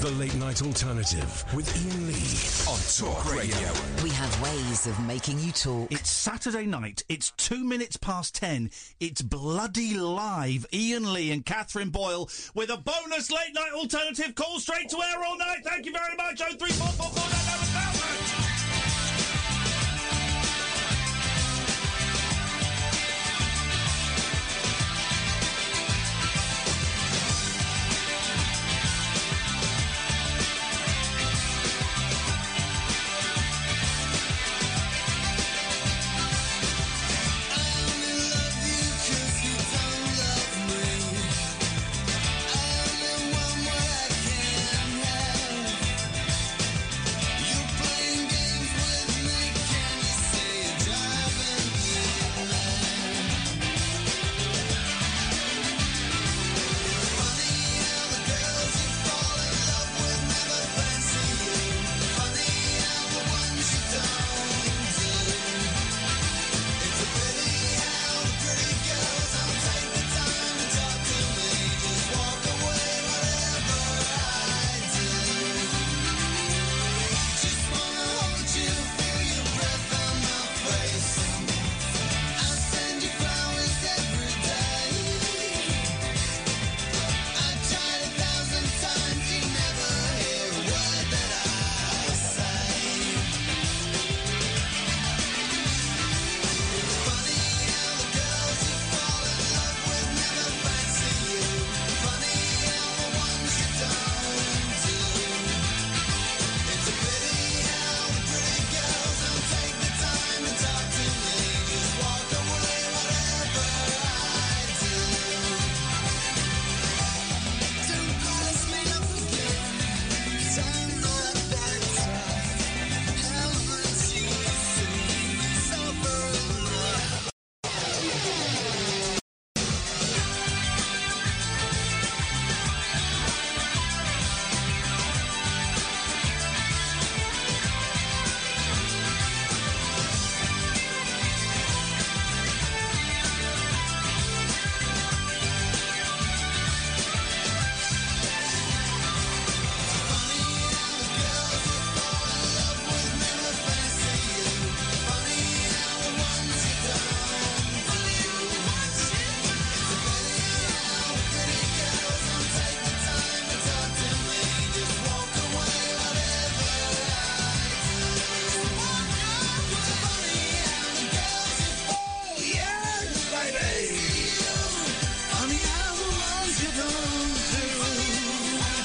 The Late Night Alternative with Ian Lee on Talk Radio. We have ways of making you talk. It's Saturday night. It's two minutes past ten. It's bloody live. Ian Lee and Catherine Boyle with a bonus late night alternative call straight to air all night. Thank you very much. Oh three four four four nine nine nine.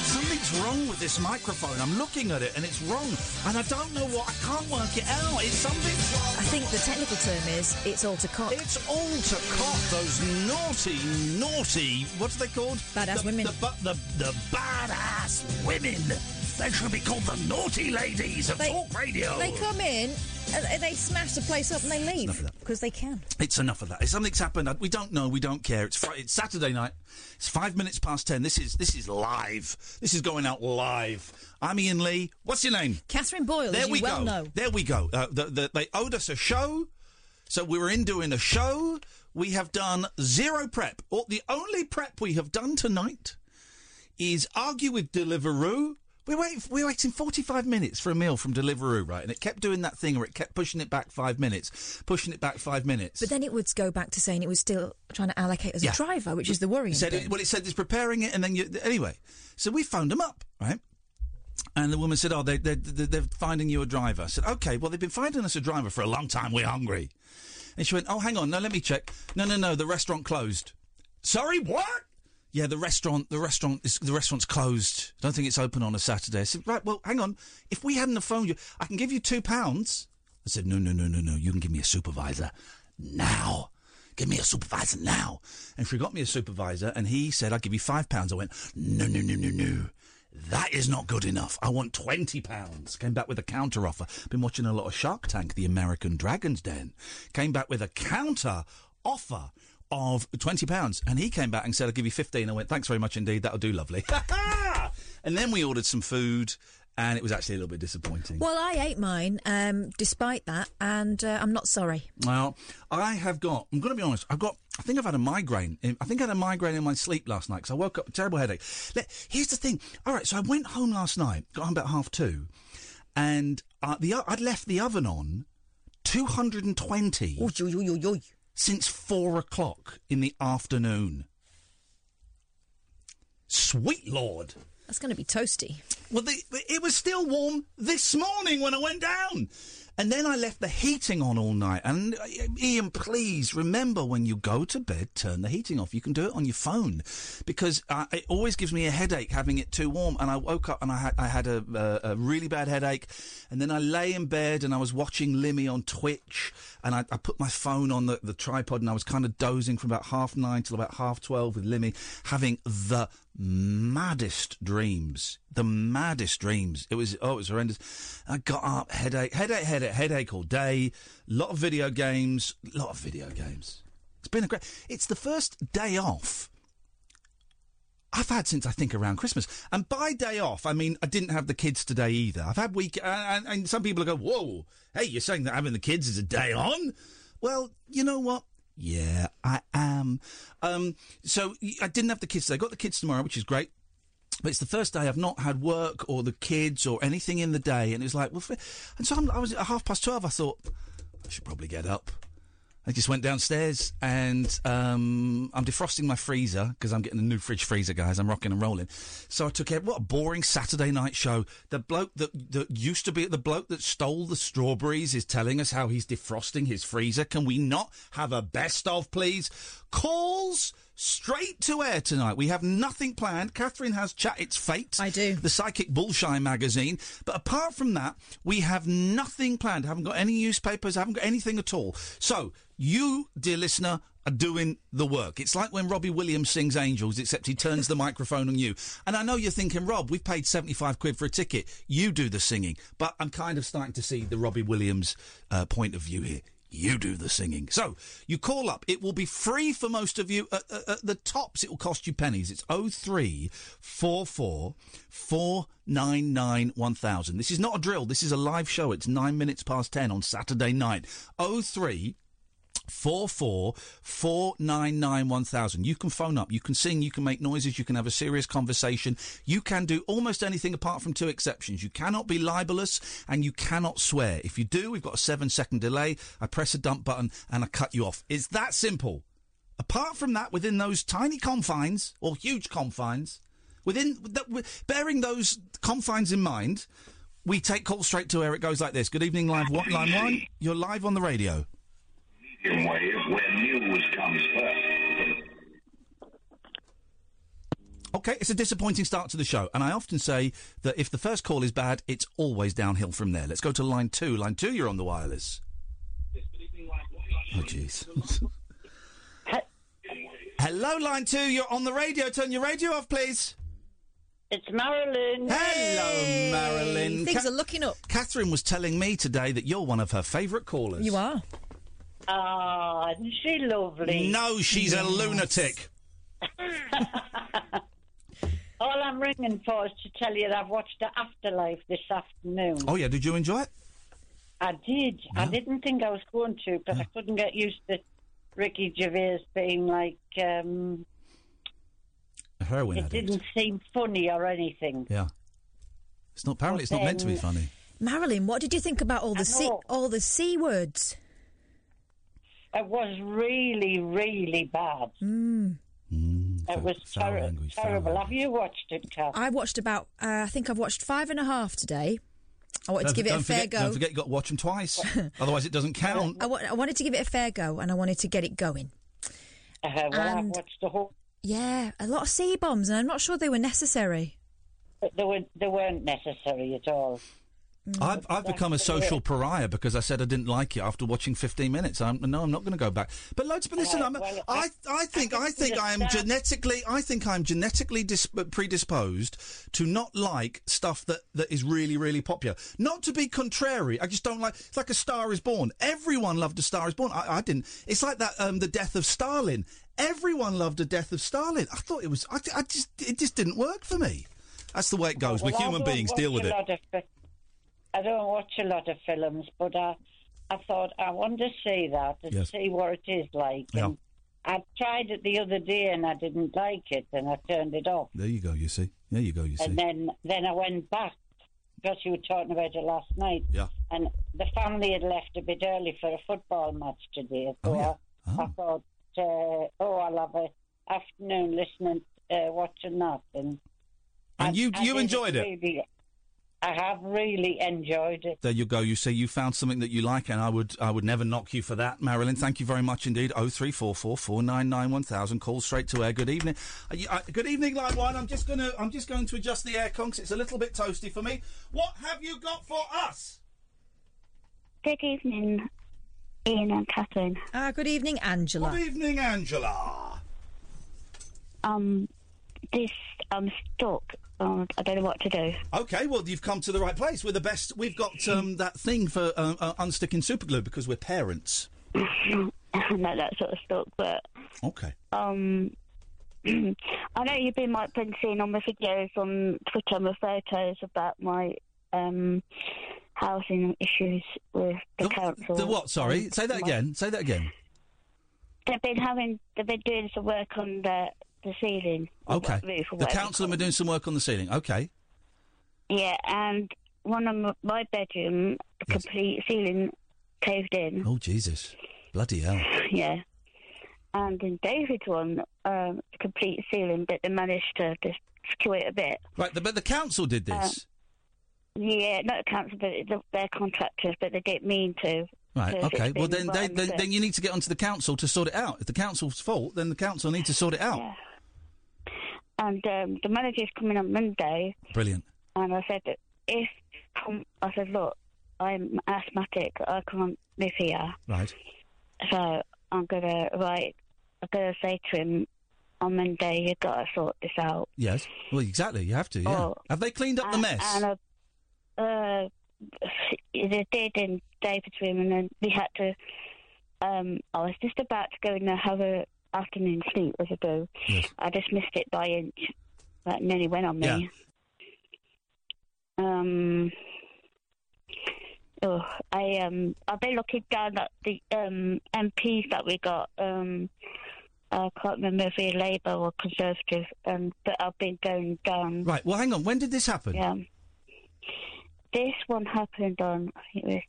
Something's wrong with this microphone. I'm looking at it and it's wrong. And I don't know what. I can't work it out. It's something. I think the technical term is it's all to cock. It's all to cock. Those naughty, naughty. What are they called? Badass the, women. The, bu- the, the badass women. They should be called the naughty ladies of They- talk radio. They come in, and they smash the place up, and they leave because they can. It's enough of that. If something's happened, I- we don't know. We don't care. It's Friday, it's Saturday night. It's five minutes past ten. This is this is live. This is going out live. I'm Ian Lee. What's your name? Catherine Boyle, There as you we well go. know. There we go. Uh, the, the, they owed us a show, so we were in doing a show. We have done zero prep. Or the only prep we have done tonight is argue with Deliveroo. We wait. We were waiting forty-five minutes for a meal from Deliveroo, right? And it kept doing that thing, where it kept pushing it back five minutes, pushing it back five minutes. But then it would go back to saying it was still trying to allocate as Yeah. a driver, which is the worrying said thing. it, well, it said it's preparing it, and then you, anyway. So we phoned them up, right? And the woman said, "Oh, they, they, they, they're finding you a driver." I said, "Okay, well, they've been finding us a driver for a long time. We're hungry." And she went, "Oh, hang on, no, let me check. No, no, no, the restaurant closed. Sorry, what? Yeah, the restaurant, the restaurant, is, the restaurant's closed. Don't think it's open on a Saturday." I said, "Right, well, hang on. If we hadn't have phoned you, I can give you two pounds." I said, "No, no, no, no, no. You can give me a supervisor now." Give me a supervisor now. And she got me a supervisor, and he said, I'll give you five pounds. I went, no, no, no, no, no. That is not good enough. I want twenty pounds. Came back with a counter offer. Been watching a lot of Shark Tank, The American Dragon's Den. Came back with a counter offer of twenty pounds, and he came back and said, "I'll give you 15. I went, "Thanks very much indeed. That'll do, lovely." and then we ordered some food, and it was actually a little bit disappointing. Well, I ate mine, um, despite that, and uh, I'm not sorry. Well, I have got. I'm going to be honest. I've got. I think I've had a migraine. in- I think I had a migraine in my sleep last night because I woke up with a terrible headache. Le- Here's the thing. All right, so I went home last night. Got home about half two, and uh, the o- I'd left the oven on, two hundred and twenty since four o'clock in the afternoon. Sweet lord. That's going to be toasty. Well, the, it was still warm this morning when I went down. And then I left the heating on all night. And uh, Ian, please remember when you go to bed, turn the heating off. You can do it on your phone because uh, it always gives me a headache having it too warm. And I woke up and I had, I had a, a, a really bad headache. And then I lay in bed and I was watching Limmy on Twitch. And I, I put my phone on the, the tripod and I was kind of dozing from about half nine till about half 12 with Limmy, having the maddest dreams. The maddest dreams. It was, oh, it was horrendous. I got up, headache, headache, headache, headache all day. Lot of video games, lot of video games. It's been a great, it's the first day off I've had since I think around Christmas. And by day off, I mean I didn't have the kids today either. I've had week, uh, and, and, and some people go, "Whoa, hey, you're saying that having the kids is a day on?" Well, you know what? Yeah, I am. Um, so y- I didn't have the kids today. I got the kids tomorrow, which is great. But it's the first day I've not had work or the kids or anything in the day, and it was like, well, f- and so I'm, I was at half past twelve. I thought I should probably get up. I just went downstairs and um, I'm defrosting my freezer because I'm getting a new fridge freezer, guys. I'm rocking and rolling. So I took it. What a boring Saturday night show. The bloke that, that used to be the bloke that stole the strawberries is telling us how he's defrosting his freezer. Can we not have a best of, please? Calls straight to air tonight. We have nothing planned. Catherine has chat. It's fate. I do. The psychic bullshine magazine. But apart from that, we have nothing planned. Haven't got any newspapers. Haven't got anything at all. So you, dear listener, are doing the work. It's like when Robbie Williams sings Angels, except he turns the microphone on you. And I know you're thinking, Rob, we've paid 75 quid for a ticket. You do the singing. But I'm kind of starting to see the Robbie Williams uh, point of view here. You do the singing. So you call up. It will be free for most of you. At, at, at the tops, it will cost you pennies. It's 0344 499 1000. This is not a drill. This is a live show. It's nine minutes past 10 on Saturday night. 03 Four four four nine nine one thousand. You can phone up. You can sing. You can make noises. You can have a serious conversation. You can do almost anything apart from two exceptions. You cannot be libelous and you cannot swear. If you do, we've got a seven second delay. I press a dump button and I cut you off. It's that simple. Apart from that, within those tiny confines or huge confines, within that, wi- bearing those confines in mind, we take calls straight to air. It goes like this. Good evening, live what, line one. You're live on the radio. medium wave where news comes first. Okay, it's a disappointing start to the show, and I often say that if the first call is bad, it's always downhill from there. Let's go to line two. Line two, you're on the wireless. Oh, jeez. Hello, line two, you're on the radio. Turn your radio off, please. It's Marilyn. Hello, Marilyn. Things Ca- are looking up. Catherine was telling me today that you're one of her favourite callers. You are. Ah, isn't she lovely? No, she's a lunatic. All I'm ringing for is to tell you that I've watched The Afterlife this afternoon. Oh, yeah, did you enjoy it? I did. I Yeah. didn't think I was going to, but I couldn't get used to Ricky Gervais being like, um, A heroin it addict. didn't seem funny or anything. Yeah. It's not, apparently, it's not meant to be funny. Marilyn, what did you think about all I the c know. all the c words? It was really, really bad. Mm. it was foul terri- language, foul terrible. Have you watched it, Kath? I watched about. Uh, I think I've watched five and a half today. I wanted Don't- to give it a don't fair forget, go. Don't forget, you got to watch them twice. Otherwise, it doesn't count. I, wa- I wanted to give it a fair go, and I wanted to get it going. Uh, well, I've And- watched the whole Yeah, a lot of c bombs, and I'm not sure they were necessary. But they weren't, they weren't necessary at all. mm. I've, I've become a social pariah because I said I didn't like it after watching 15 minutes. I'm, no, I'm not going to go back. But loads. But listen, Uh, I'm, well, I, I think, I think I am understand. genetically, I think I'm genetically dis- predisposed to not like stuff that, that is really, really popular. Not to be contrary. I just don't like. It's like a Star is Born. Everyone loved a Star is Born. I, I didn't. It's like that. Um, the death of Stalin. Everyone loved the death of Stalin. I thought it was. I, I just, it just didn't work for me. That's the way it goes. We're Well, I human don't beings. watch Deal with a it. lot of fi- I don't watch a lot of films, but I, I thought I want to see that and Yes. see what it is like. Yeah. And I tried it the other day and I didn't like it, and I turned it off. There you go. You see. There you go. You see. And then then I went back because you were talking about it last night. Yeah. And the family had left a bit early for a football match today, so Oh, yeah. I, I thought, uh, oh, I'll have a afternoon listening, uh, watching that, and And I- you I you did enjoyed it. really- I have really enjoyed it. There you go. You see, you found something that you like, and I would I would never knock you for that, Marilyn. Thank you very much indeed. Oh three four four four nine nine one thousand. Call straight to air. Good evening. Uh, you- uh, good evening, line one. I'm just gonna I'm just going to adjust the air con 'cause it's a little bit toasty for me. What have you got for us? Good evening, Ian and Catherine. Ah, good evening, Angela. Good evening, Angela. Um, this um stalk. Um, I don't know what to do. Okay, well you've come to the right place. We're the best. We've got um, that thing for um, uh, unsticking superglue because we're parents. Not that sort of stalk, but Okay. um, I know you've been might been seeing on my videos on Twitter, my photos about my um housing issues with the, council. The what? Sorry. Say that My- again. Say that again. They've been having. They've been doing some work on the the ceiling. or Okay. Roof or The whatever you council have call been it. doing some work on the ceiling. Okay. Yeah, and one of m- my bedroom, the Yes. complete ceiling caved in. Oh Jesus. Bloody hell. Yeah. And in David's one, um, the complete ceiling, but they managed to just skew it a bit. Right, the, but the council did Uh, this. Yeah, not the council, but the, their contractors, but they didn't mean to. right, because okay. it's Well, been then, they, run, then but- then you need to get onto the council to sort it out. If the council's fault, then the council need to sort it out. Yeah. And um, the manager's coming on Monday, Brilliant. and I said, that if um, I said, look, I'm asthmatic, I can't live here. Right. So I'm gonna write. I'm gonna say to him on Monday, you gotta sort this out. Yes. Well, exactly. You have to. Yeah. Oh. have they cleaned up the And- mess? And I, uh, they did in David's room, and then we had to. Um, I was just about to go in and have a afternoon sleep as a do. Yes. I just missed it by inch. That nearly went on me. Um. Oh, I um, I've been looking down at the um MPs that we got. Um, I can't remember if we're Labour or Conservative, um, but I've been going down. Right. Well, hang on. When did this happen? Yeah. This one happened on I think it was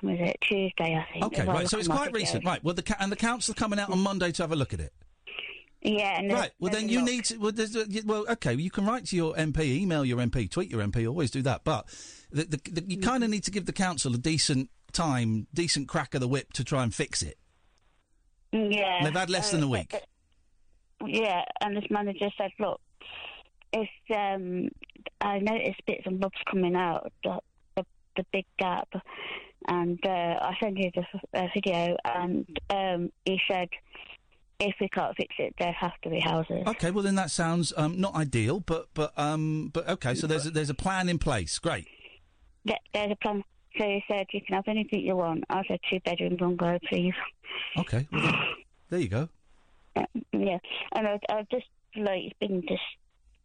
when was it Tuesday I think. Okay. if I Right. look So at it's my quite videos. recent. Right. Well, the ca- and the council are coming out on Monday to have a look at it. Yeah. And right. Well, then you need to. Well, there's, uh, y- well, okay. You can write to your MP, email your MP, tweet your MP. Always do that. But the, the, the, Mm-hmm. you kind of need to give the council a decent time, decent crack of the whip to try and fix it. Yeah. They've had less than a Uh, week. but- Yeah, and this manager said, "Look, if um, I noticed bits and bobs coming out, the the, the big gap," and uh, I sent you the f- uh, video, and um, he said, "If we can't fix it, there have to be houses." Okay, well then that sounds um, not ideal, but but um, but okay. So there's a, there's a plan in place. Great. There- There's a plan. So he said, you can have anything you want. I said, two bedroom bungalow, please. Okay. well then, there you go. Uh, Yeah. And I, I've just, like, it's been just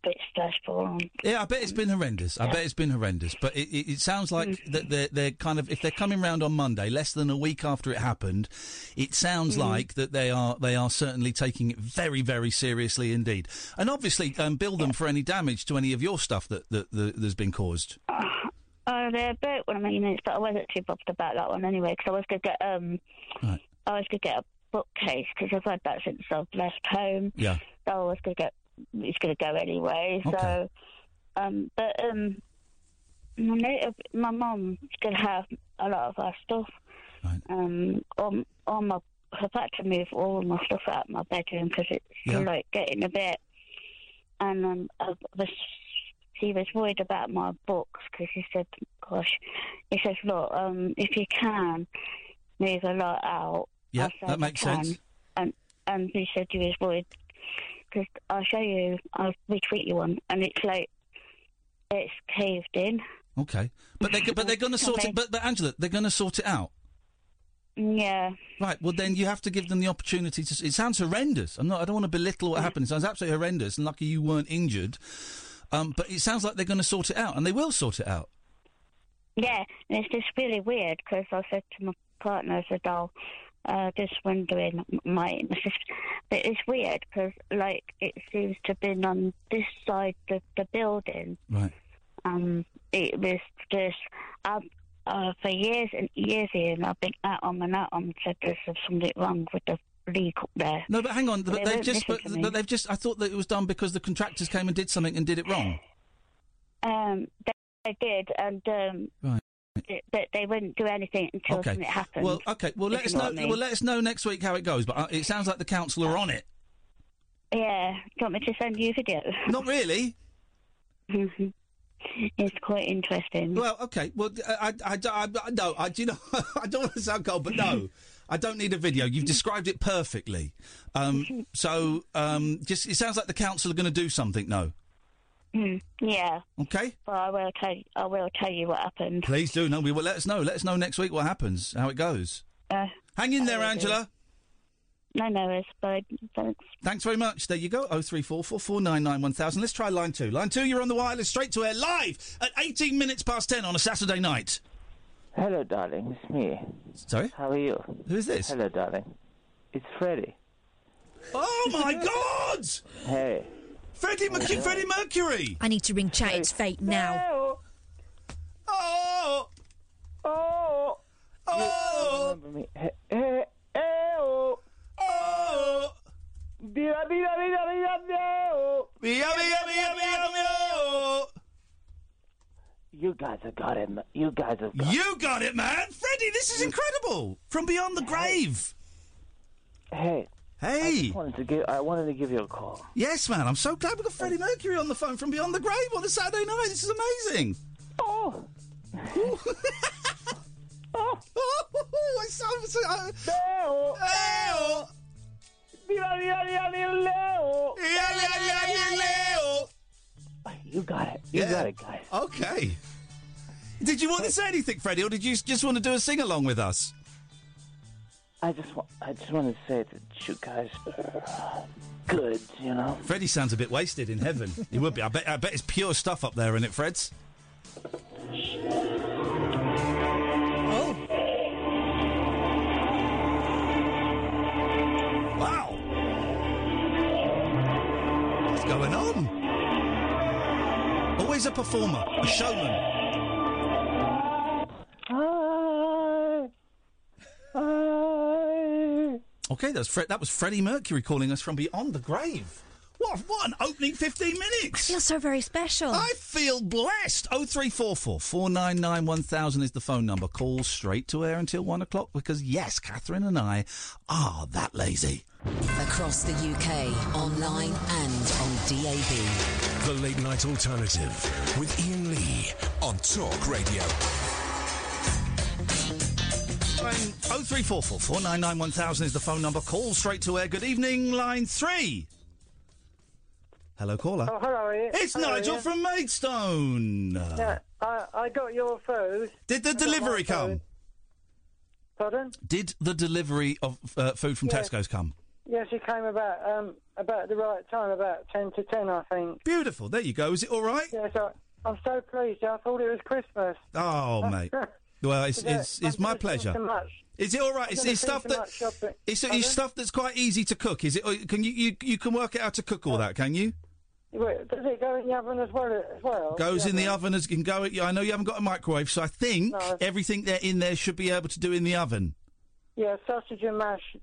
a bit stressful. And, Yeah, I bet it's been horrendous. I bet it's been horrendous. But it, it, it sounds like that they're they're kind of if they're coming round on Monday, less than a week after it happened, it sounds like that they are they are certainly taking it very very seriously indeed. And obviously, um, bill them for any damage to any of your stuff that that, that has been caused. oh, they're a bit, well, I mean, it's, but I wasn't too bothered about that one anyway, because I was going to get, um, Right. I was going to get a bookcase, because I've had that since I've left home. Yeah. So I was going to get, it's going to go anyway. Okay. So, um, but, um, my native- my mum's going to have a lot of our stuff. Right. um, on on my I've had to move all my stuff out of my bedroom because it's Yeah. like getting a bit, and um, I was she was worried about my books because she said, "Gosh," he says, "Look, um, if you can move a lot out, I Yeah. said, That makes "I can." sense. And and he said he was worried because I'll show you, I'll retweet you one, and it's like it's caved in. Okay. But they but they're going to sort it. But, but Angela, they're going to sort it out. Yeah, Right. Well, then you have to give them the opportunity Mm. to. It sounds horrendous. I'm not. I don't want to belittle what happened. It sounds absolutely horrendous. And lucky you weren't injured. Um, but it sounds like they're going to sort it out, and they will sort it out. Yeah, and it's just really weird because I said to my partner, I said, "Oh, uh, just wondering, my, my sister." But it's weird because like it seems to have been on this side of the building. Right. Um, it was just um, uh, for years and years here, and I've been out on and out on said there's something wrong with the leak up there. No, but hang on. But They they've won't just. But, listen to me. but they've just. I thought that it was done because the contractors came and did something and did it wrong. Um, they, they did, and um, Right. th- but they wouldn't do anything until Okay. something happened. Well, okay. Well, let if us you know. know what I mean. Well, let us know next week how it goes. But uh, it sounds like the council are on it. yeah, do you want me to send you a video? Not really. Mm-hmm. it's quite interesting. Well, okay. Well, d- I, I, I, don't- I- no, I, do you know, I don't want to sound cold, but no, I don't need a video. You've described it perfectly. Um, so, um, just it sounds like the council are going to do something. No, Hmm, yeah, okay. but I will tell you, I will tell you what happened. Please do. No, we will let us know. Let us know next week what happens, how it goes. Uh, Hang in there, will do. Angela. no, no, it's fine. Thanks. Thanks very much. There you go. Oh three four four four nine nine one thousand. Let's try line two. Line two. You're on the wireless straight to air live at eighteen minutes past ten on a Saturday night. Hello, darling. It's me. Sorry. How are you? Who is this? Hello, darling. It's Freddie. Oh my God! Hey. Freddie, Merc- Freddie Mercury. I need to ring Chat It's Fate now. Oh. Oh. Oh, Remember me. Hey. Hey. hey, oh. oh, Dida, dida, dida, dida, dida, oh. mia, mia, mia, mia, mia, oh. You guys have got it. ma- You guys have got You got it, man. Freddie, this is incredible. From beyond the grave. Hey. Hey. Wanted to give, I wanted to give you a call. Yes, man. I'm so glad we got Freddie Mercury on the phone from beyond the grave on a Saturday night. This is amazing. Oh. Oh, I sound so. uh, I- Leo. Hey, oh. Dida, dida, dida, dida, Leo. Yeah, yeah, yeah, yeah, yeah, oh. You got it. You Yeah. got it, guys. Okay. Did you want to say anything, Freddie, or did you just want to do a sing along with us? I just want, I just want to say that you guys are good, you know? Freddie sounds a bit wasted in heaven. he would be. I bet. I bet it's pure stuff up there, isn't it, Freds? Oh. Wow. What's going on? Always a performer, a showman. I, I, Okay, that was Fred. That was Freddie Mercury calling us from beyond the grave. What? What an opening fifteen minutes. Feels so very special. I feel blessed. 0344 499 1000 is the phone number. Call straight to air until one o'clock because, yes, Catherine and I are that lazy. Oh Across the UK, online and on DAB. The Late Night Alternative with Ian Lee on Talk Radio. Um, 0344 499 1000 is the phone number. Call straight to air. Good evening, line three. Hello, caller. Oh, hello, Ian. it's Hello, Nigel Ian. from Maidstone. Uh, Yeah, I, I got your food. Did the I got my delivery come? food. Pardon? Did the delivery of uh, food from Yeah. Tesco's come? Yes, it came about um, about the right time, about ten to ten, I think. Beautiful. There you go. Is it all right? Yes, I, I'm so pleased. I thought it was Christmas. Oh, mate. Well, it's, Uh, Yeah, it's, it's I've my never seen pleasure. So much. Is it all right? Is never it stuff seen that much shopping. it's, Pardon? it's stuff that's quite easy to cook? Is it? Or can you, you you can work it out to cook Oh. all that? Can you? Wait, does it go in the oven as well? As well? Goes in the oven. oven as can go. I know you haven't got a microwave, so I think No. everything there in there should be able to do in the oven. Yeah, sausage and mash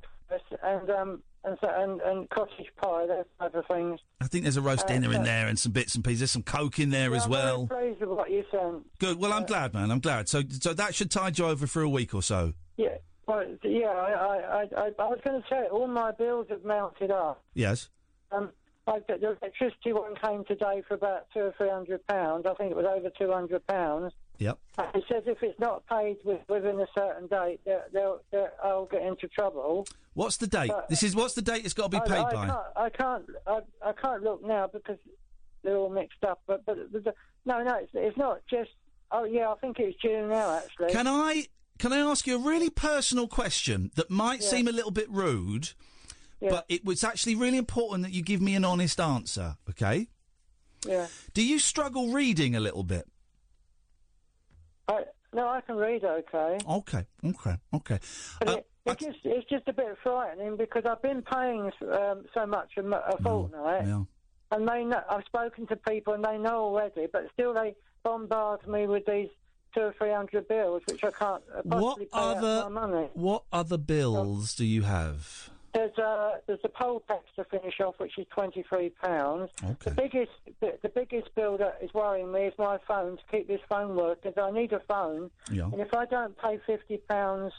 and um and so- and, and cottage pie, those type of things. I think there's a roast Uh, dinner in yeah. there and some bits and pieces, some coke in there as I'm well. Very pleased with what you sent. Good. Well, uh, I'm glad, man. I'm glad. So so that should tide you over for a week or so. Yeah. Well, yeah, I, I, I, I was going to say all my bills have mounted up. Yes. Um, like the the electricity one came today for about two or three hundred pounds. I think it was over two hundred pounds. Yep. And It says if it's not paid with, within a certain date, they'll, they'll, they'll, I'll get into trouble. What's the date? Uh, this is what's the date? It's got to be paid I, I by. Can't, I can't. I, I can't look now because they're all mixed up. But but, but the, no, no, it's, it's not just. Oh yeah, I think it's June now actually. Can I can I ask you a really personal question that might Yeah. seem a little bit rude, Yeah. but it was actually really important that you give me an honest answer, okay? Yeah. Do you struggle reading a little bit? I, no, I can read okay. Okay, okay, okay. But Uh, it, it's, just, it's just a bit frightening because I've been paying um, so much a, mo- a fortnight, Mm. yeah. and they know, I've spoken to people and they know already, but still they bombard me with these two or three hundred bills, which I can't uh, possibly What pay other out my money. what other Oh. bills do you have? There's a there's a poll tax to finish off, which is twenty three pounds. Okay. The biggest the, the biggest bill that is worrying me is my phone to keep this phone working. 'cause I need a phone, Yeah. and if I don't pay fifty pounds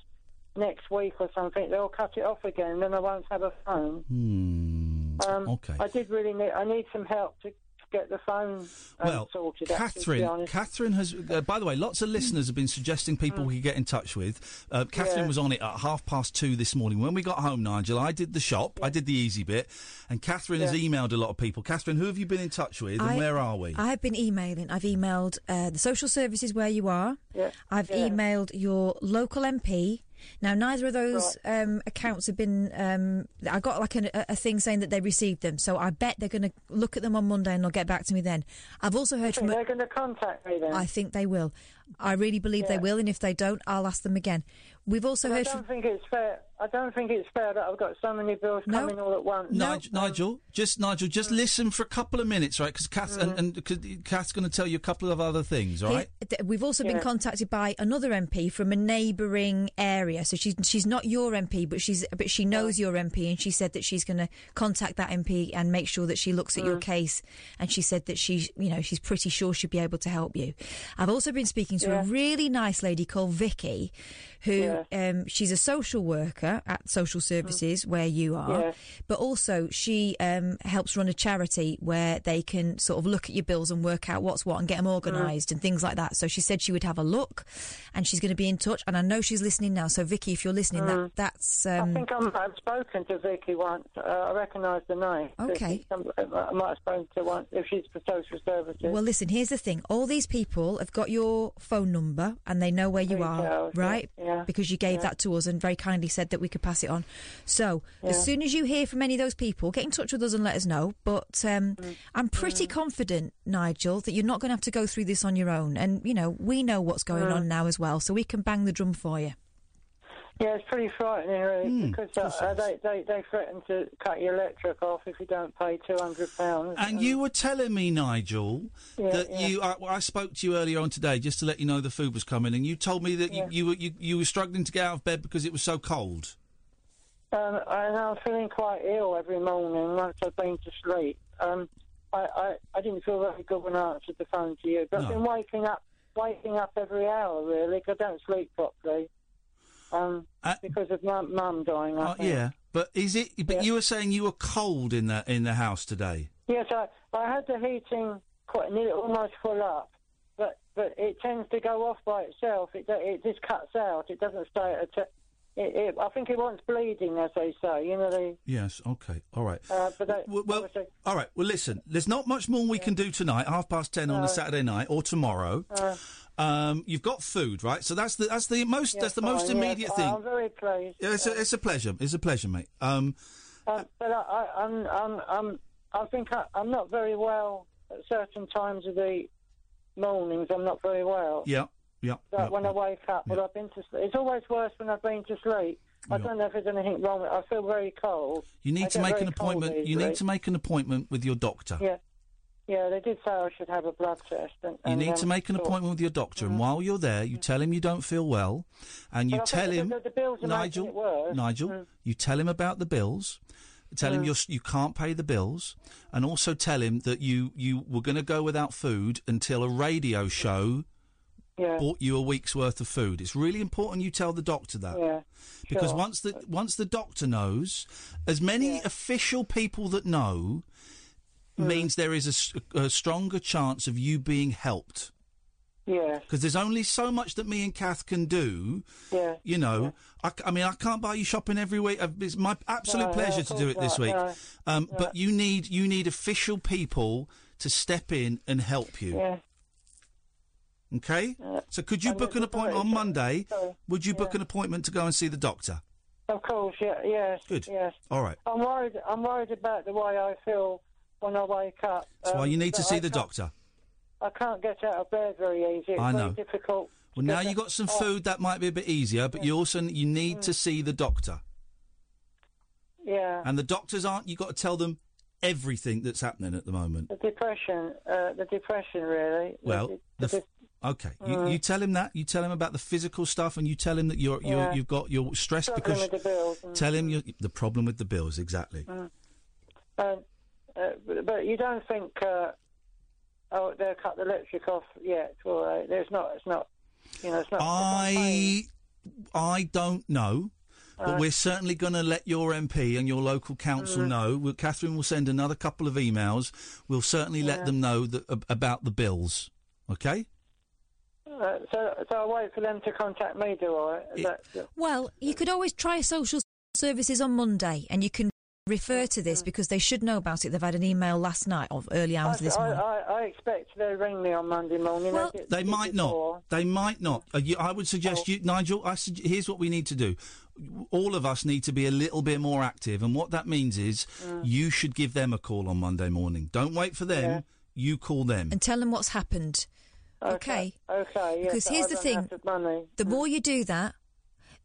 next week or something, they'll cut it off again, and then I won't have a phone. Hmm. Um, okay. I did really need I need some help to get the phone um, well, sorted. actually, to be Catherine, honest. Catherine has. Uh, by the way, lots of listeners have been suggesting people we could get in touch with. Uh, Catherine Yeah. was on it at half past two this morning. When we got home, Nigel, I did the shop, I did the easy bit, and Catherine has Yeah. emailed a lot of people. Catherine, who have you been in touch with, and I- where are we? I have been emailing. I've emailed uh, the social services where you are. Yeah. I've emailed your local MP. Now, neither of those um, accounts have been. Um, I got like an, a, a thing saying that they received them, so I bet they're going to look at them on Monday and they'll get back to me then. I've also heard from. They're going to contact me then. I think they will. I really believe they Yeah. will, and if they don't, I'll ask them again. We've also I heard don't from. think it's fair. I don't think it's fair that I've got so many bills coming all at once. Nigel, Nigel, just Nigel, just listen for a couple of minutes, right? Because Kath and, and 'cause Kath's going to tell you a couple of other things, all right? He- th- We've also been Yeah. contacted by another MP from a neighbouring area. So she's she's not your MP, but she's but she knows your MP, and she said that she's going to contact that MP and make sure that she looks at your Mm. case. And she said that she you know she's pretty sure she'd be able to help you. I've also been speaking to a Yeah. really nice lady called Vicky, who um, she's a social worker at social Mm. services where you are, Yeah. but also she um, helps run a charity where they can sort of look at your bills and work out what's what and get them Mm. organised and things like that. So she said she would have a look, and she's going to be in touch. And I know she's listening now. So Vicky, if you're listening, Mm. that that's um, I think I might have spoken to Vicky once. Uh, I recognise the name. Okay. Some- I might have spoken to once if she's for social services. Well, listen, here's the thing. All these people have got your phone number and they know where you are, Details, yeah, right? yeah, because you gave yeah. that to us and very kindly said that we could pass it on. So, Yeah. as soon as you hear from any of those people, get in touch with us and let us know. But um, I'm pretty confident, Nigel, that you're not going to have to go through this on your own. And, you know, we know what's going Mm. on now as well, so we can bang the drum for you. yeah, it's pretty frightening, really, Hmm, because uh, uh, they, they they threaten to cut your electric off if you don't pay two hundred pounds. And you were telling me, Nigel, Yeah, that yeah. you. I, well, I spoke to you earlier on today just to let you know the food was coming, and you told me that Yeah. you, you were you, you were struggling to get out of bed because it was so cold. Um, and I'm feeling quite ill every morning once I've been to sleep. Um, I, I, I didn't feel very good when I answered the phone to you, but I've No. been waking up waking up every hour really 'cause I don't sleep properly um, because of my mum dying. I Uh, think. yeah, but is it? But you were saying you were cold in the in the house today. Yes, I, I had the heating quite nearly almost full up, but but it tends to go off by itself. It do- it just cuts out. It doesn't stay at. A t- it, it, I think it wants bleeding, as they say. You know the. Yes. Okay. All right. Uh, but they, well, All right. Well, listen. There's not much more we can do tonight. Half past ten on No. a Saturday night or tomorrow. Uh, um, you've got food, right? So that's the that's the most that's the fine, most immediate yes. I- I'm thing. Uh, very pleased. Yeah, it's a, it's a pleasure. It's a pleasure, mate. Um, Um, but I, I, I'm, I'm, I'm, I think I, I'm not very well at certain times of the mornings. I'm not very well. yeah, yeah. Like yeah. when I wake up, when I've been to sleep. It's always worse when I've been to sleep. I Yeah. don't know if there's anything wrong with I feel very cold. You I need to get make very an appointment. cold You need easily. to make an appointment with your doctor. Yeah. Yeah, they did say I should have a blood test. And, You and, need to um, make an sort- Mm-hmm. appointment with your doctor, and while you're there, you tell him you don't feel well, and you But I think tell the- him, the- the bills are making Nigel, it worse. Hmm. Nigel, you tell him about the bills. Tell him Mm. you're, s- you can't pay the bills, and also tell him that you, you were going to go without food until a radio show Yeah. bought you a week's worth of food. It's really important you tell the doctor that Yeah. because sure. once the once the doctor knows, as many official people that know, Hmm. means there is a s- a, stronger chance of you being helped. Yeah. Because there's only so much that me and Kath can do. Yeah. You know, I c I I, mean, I can't buy you shopping every week. I've- It's my absolute No, no, pleasure of to do it course this not, week. no, um, no. But you need you need official people to step in and help you. Yeah. Uh, Okay. So could you And book an it's a appointment on very- Monday? sorry, Would you book yeah. an appointment to go and see the doctor? Of course, yeah, yes, Good. yes. All right. I'm worried. I'm worried about the way I feel when I wake up. That's why um, you need to but see I the can't- doctor. I can't get out of bed very easy. It's I very know. difficult. Well, now you got some uh, food that might be a bit easier, but you also you need Mm. to see the doctor. Yeah. And the doctors aren't. You got to tell them everything that's happening at the moment. The depression, uh, the depression, really. Well, the f- okay. You, Mm. you tell him that. You tell him about the physical stuff, and you tell him that you're, you're Yeah. you've got you're stressed Struggling because. with the bills mm. and- tell him you the problem with the bills exactly. Mm. Um, uh, but, but you don't think, uh, oh, they'll cut the electric off yet? All right, it's not. It's not. You know, it's not. I I don't know, but Alright. we're certainly going to let your MP and your local council Mhm. know. We'll, Catherine will send another couple of emails. We'll certainly let Yeah. them know that, ab- about the bills. Okay. Uh, so, so I wait for them to contact me, do I? Is that- Well, you could always try social services on Monday, and you can refer to this because they should know about it. They've had an email last night of early hours I, this morning. I, I expect they'll ring me on Monday morning. Well, They might not. They might not. Uh, you- I would suggest Oh. you, Nigel. I sug- here's what we need to do. All of us need to be a little bit more active, and what that means is Mm. you should give them a call on Monday morning. Don't wait for them. Yeah. You call them. and tell them what's happened. Okay. Okay. yes, because I here's the run thing: out of money. the more you do that,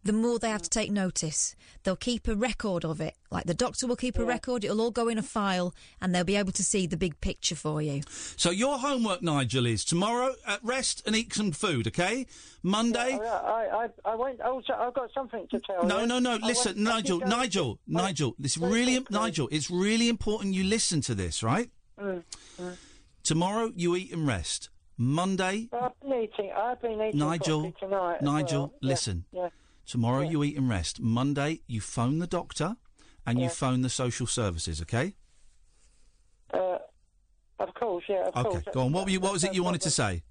the more they have to take notice. They'll keep a record of it. Like the doctor will keep a record. It'll all go in a file, and they'll be able to see the big picture for you. So your homework, Nigel, is tomorrow at rest and eat some food. Okay. Monday. Yeah, I, I, I went. Oh, so I've got something to tell No, you. no, no. I Listen, went- I Nigel, did go- Nigel, Nigel. This really, Nigel. It's really important you listen to this, right? Mm, mm. Tomorrow you eat and rest. Monday, I've been eating. I've been eating Nigel, properly tonight. as Nigel, well. Yeah, listen. Yeah. tomorrow you eat and rest. Monday you phone the doctor and you Yeah. phone the social services. Okay. Uh, of course. Yeah. Of Okay. course. Go on. What were you? What was it you wanted to say?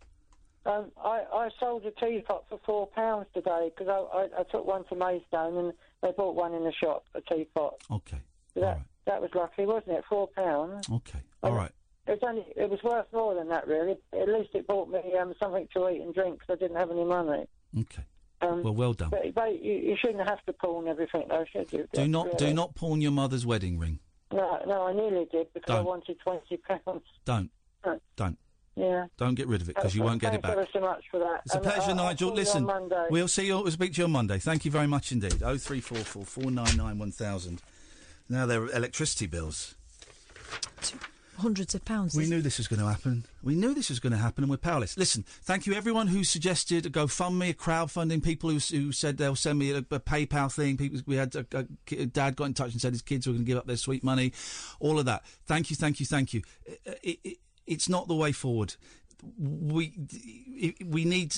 Um, I, I sold a teapot for four pounds today because I, I, I took one to Maidstone and they bought one in the shop, a teapot. Okay. That, that was lucky, wasn't it? Four pounds. Okay. All right. It was only, it was worth more than that, really. At least it bought me um, something to eat and drink because I didn't have any money. Okay. Um, Well, well done. But, but you, you shouldn't have to pawn everything, though, should you? Do not, do Really. not pawn your mother's wedding ring. No, no, I nearly did because I Don't. wanted twenty pounds. Don't, don't, Yeah. don't get rid of it because you won't get it Thanks back. ever so much for that. It's a And I- pleasure, I'll call Nigel. you on Listen, Monday. we'll see you. We'll speak to you on Monday. Thank you very much indeed. Oh three four four four nine nine one thousand. Now there are electricity bills. Hundreds of pounds. We knew this was going to happen. We knew this was going to happen, and we're powerless. Listen, thank you everyone who suggested a GoFundMe, a crowdfunding. People who, s- who said they'll send me a, a PayPal thing. People, we had a, a ki- a dad got in touch and said his kids were going to give up their sweet money. All of that. Thank you, thank you, thank you. It, it, it- it's not the way forward. We it- we need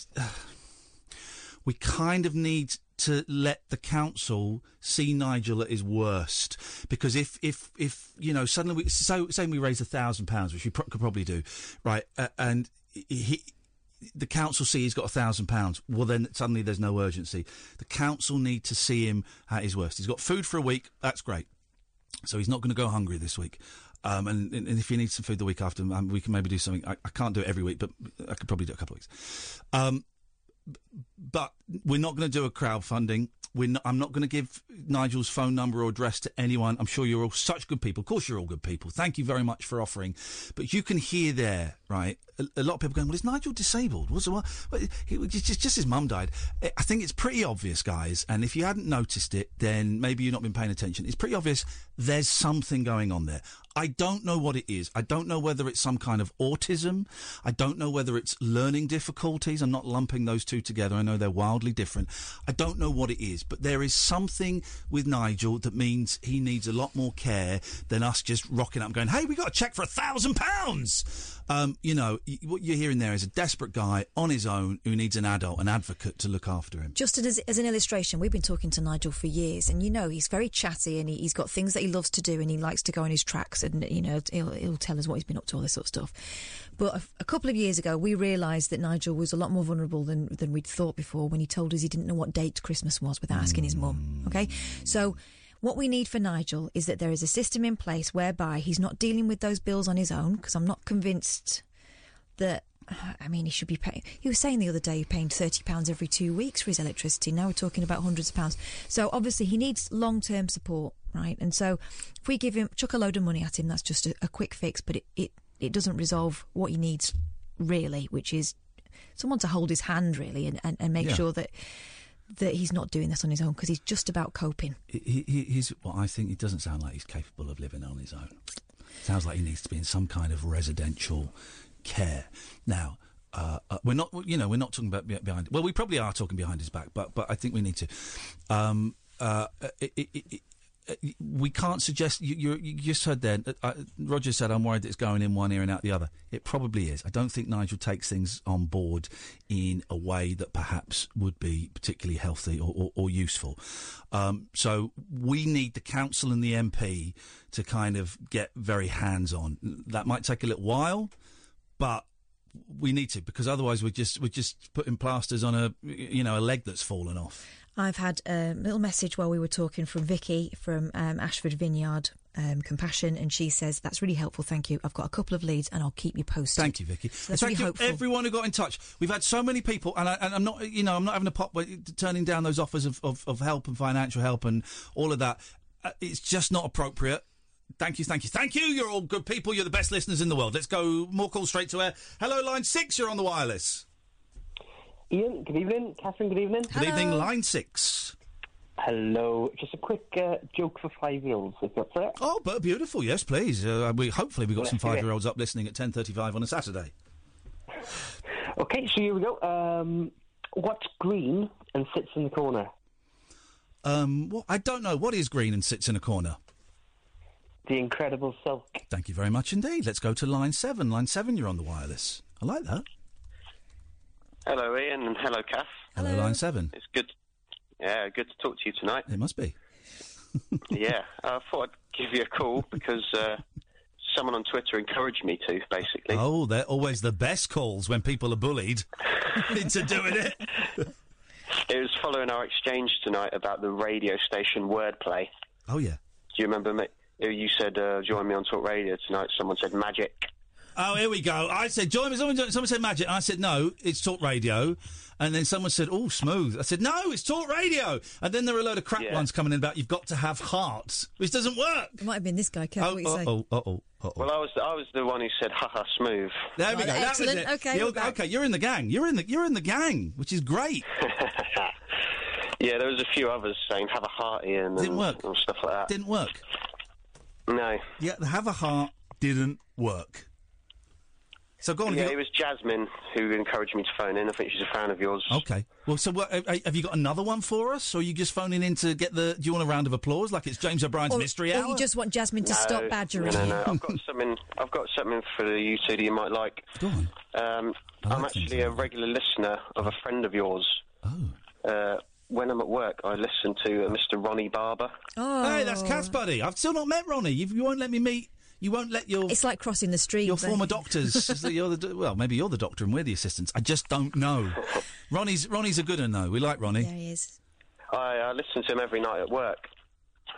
we kind of need to let the council see Nigel at his worst because if if if you know suddenly we so saying we raise a thousand pounds which we pro- could probably do right uh, and he the council see he's got a thousand pounds well then suddenly there's no urgency the council need to see him at his worst he's got food for a week that's great so he's not going to go hungry this week. Um, and, and if he needs some food the week after, um, we can maybe do something. I, I can't do it every week, but I could probably do it a couple of weeks. Um, b- but we're not going to do a crowdfunding. We're not, I'm not going to give Nigel's phone number or address to anyone. I'm sure you're all such good people. Of course, you're all good people. Thank you very much for offering. But you can hear there, right? A, a lot of people going, "Well, is Nigel disabled? What's the what? Well, he, was just, just- just his mum died." I I think it's pretty obvious, guys. And if you hadn't noticed it, then maybe you've not been paying attention. It's pretty obvious. There's something going on there. I don't know what it is. I don't know whether it's some kind of autism. I don't know whether it's learning difficulties. I'm not lumping those two together. I know they're wildly different. I don't know what it is, but there is something with Nigel that means he needs a lot more care than us just rocking up and going, hey, we got a check for a thousand pounds. Um, You know, y- what you're hearing there is a desperate guy on his own who needs an adult, an advocate to look after him. Just as, as an illustration, we've been talking to Nigel for years, and you know he's very chatty, and he, he's got things that he loves to do, and he likes to go on his tracks, and you know he'll, he'll tell us what he's been up to, all this sort of stuff. But a, a couple of years ago, we realised that Nigel was a lot more vulnerable than than we'd thought before when he told us he didn't know what date Christmas was without asking his mum. Okay, so. What we need for Nigel is that there is a system in place whereby he's not dealing with those bills on his own, because I'm not convinced that I mean, he should be paying. He was saying the other day he paying thirty pounds every two weeks for his electricity. Now we're talking about hundreds of pounds. So obviously he needs long term support, right? And so if we give him chuck a load of money at him, that's just a, a quick fix, but it, it it doesn't resolve what he needs really, which is someone to hold his hand really and and, and make Yeah. sure that that he's not doing this on his own because he's just about coping. He, he, he's well. I think he doesn't sound like he's capable of living on his own. Sounds like he needs to be in some kind of residential care. Now, uh, uh, we're not. You know, we're not talking about be- behind. Well, we probably are talking behind his back, but but I think we need to. Um, uh, it, it, it, it- we can't suggest you, you, you just heard there. uh, Uh, Roger said, "I'm worried that it's going in one ear and out the other." It probably is. I don't think Nigel takes things on board in a way that perhaps would be particularly healthy or, or, or useful. Um, so we need the council and the MP to kind of get very hands on. That might take a little while, but we need to because otherwise we're just we're just putting plasters on a you know a leg that's fallen off. I've had a little message while we were talking from Vicky from um, Ashford Vineyard um, Compassion, and she says that's really helpful. Thank you. I've got a couple of leads, and I'll keep you posted. Thank you, Vicky. So that's Thank really you, hopeful. everyone who got in touch. We've had so many people, and, I, and I'm not, you know, I'm not having a pop, but turning down those offers of, of, of help and financial help and all of that. Uh, it's just not appropriate. Thank you, thank you, thank you. You're all good people. You're the best listeners in the world. Let's go more calls straight to air. Hello, line six. You're on the wireless. Ian, good evening. Catherine, good evening. Good evening, line six. Hello. Just a quick uh, joke for five-year-olds, if that's it. Oh, but beautiful. Yes, please. Uh, we hopefully we got some Let's do it. five year olds up listening at ten thirty five on a Saturday. Okay, so here we go. Um, what's green and sits in the corner? Um, what, I don't know what is green and sits in a corner. The incredible self. Thank you very much indeed. Let's go to line seven. Line seven, you're on the wireless. I like that. Hello, Ian, and hello, Kath. Hello, line seven. It's good. Yeah, good to talk to you tonight. It must be. yeah, I thought I'd give you a call because uh, someone on Twitter encouraged me to, basically. Oh, they're always the best calls when people are bullied into doing it. It was following our exchange tonight about the radio station wordplay. Oh yeah. Do you remember me? You said, uh, join me on Talk Radio tonight. Someone said magic. Oh, here we go. I said, join me. Someone, someone said magic. I said, no, it's talk radio. And then someone said, oh, smooth. I said, no, it's talk radio. And then there were a load of crap ones coming in about you've got to have heart, which doesn't work. It might have been this guy. Kev, what you say? oh, oh, oh, oh. Well, I was I was the one who said, haha, smooth. There we go. That was excellent. it. Okay, You're- we're back. okay, you're in the gang. You're in the you're in the gang, which is great. Yeah, there was a few others saying, have a heart, Ian, and, and stuff like that. Didn't work. No. Yeah, the have a heart didn't work. So go on. Yeah, it was Jasmine who encouraged me to phone in. I think she's a fan of yours. Okay. Well, so what, uh, have you got another one for us, or are you just phoning in to get the? Do you want a round of applause, like it's James O'Brien's Or, mystery or hour? you just want Jasmine to stop badgering No, you. no, no. I've got something. I've got something for you two that you might like. Go on. Um, I'm actually a regular listener of a friend of yours. Oh. Uh, when I'm at work, I listen to uh, Mr. Ronnie Barber. oh. Hey, that's Kath, buddy. I've still not met Ronnie. You, you won't let me meet. You won't let your. It's like crossing the street. Your though. former doctors. Is that you're the, do- well, maybe you're the doctor and we're the assistants. I just don't know. Ronnie's Ronnie's a good one though. We like Ronnie. There he is. I, I listen to him every night at work.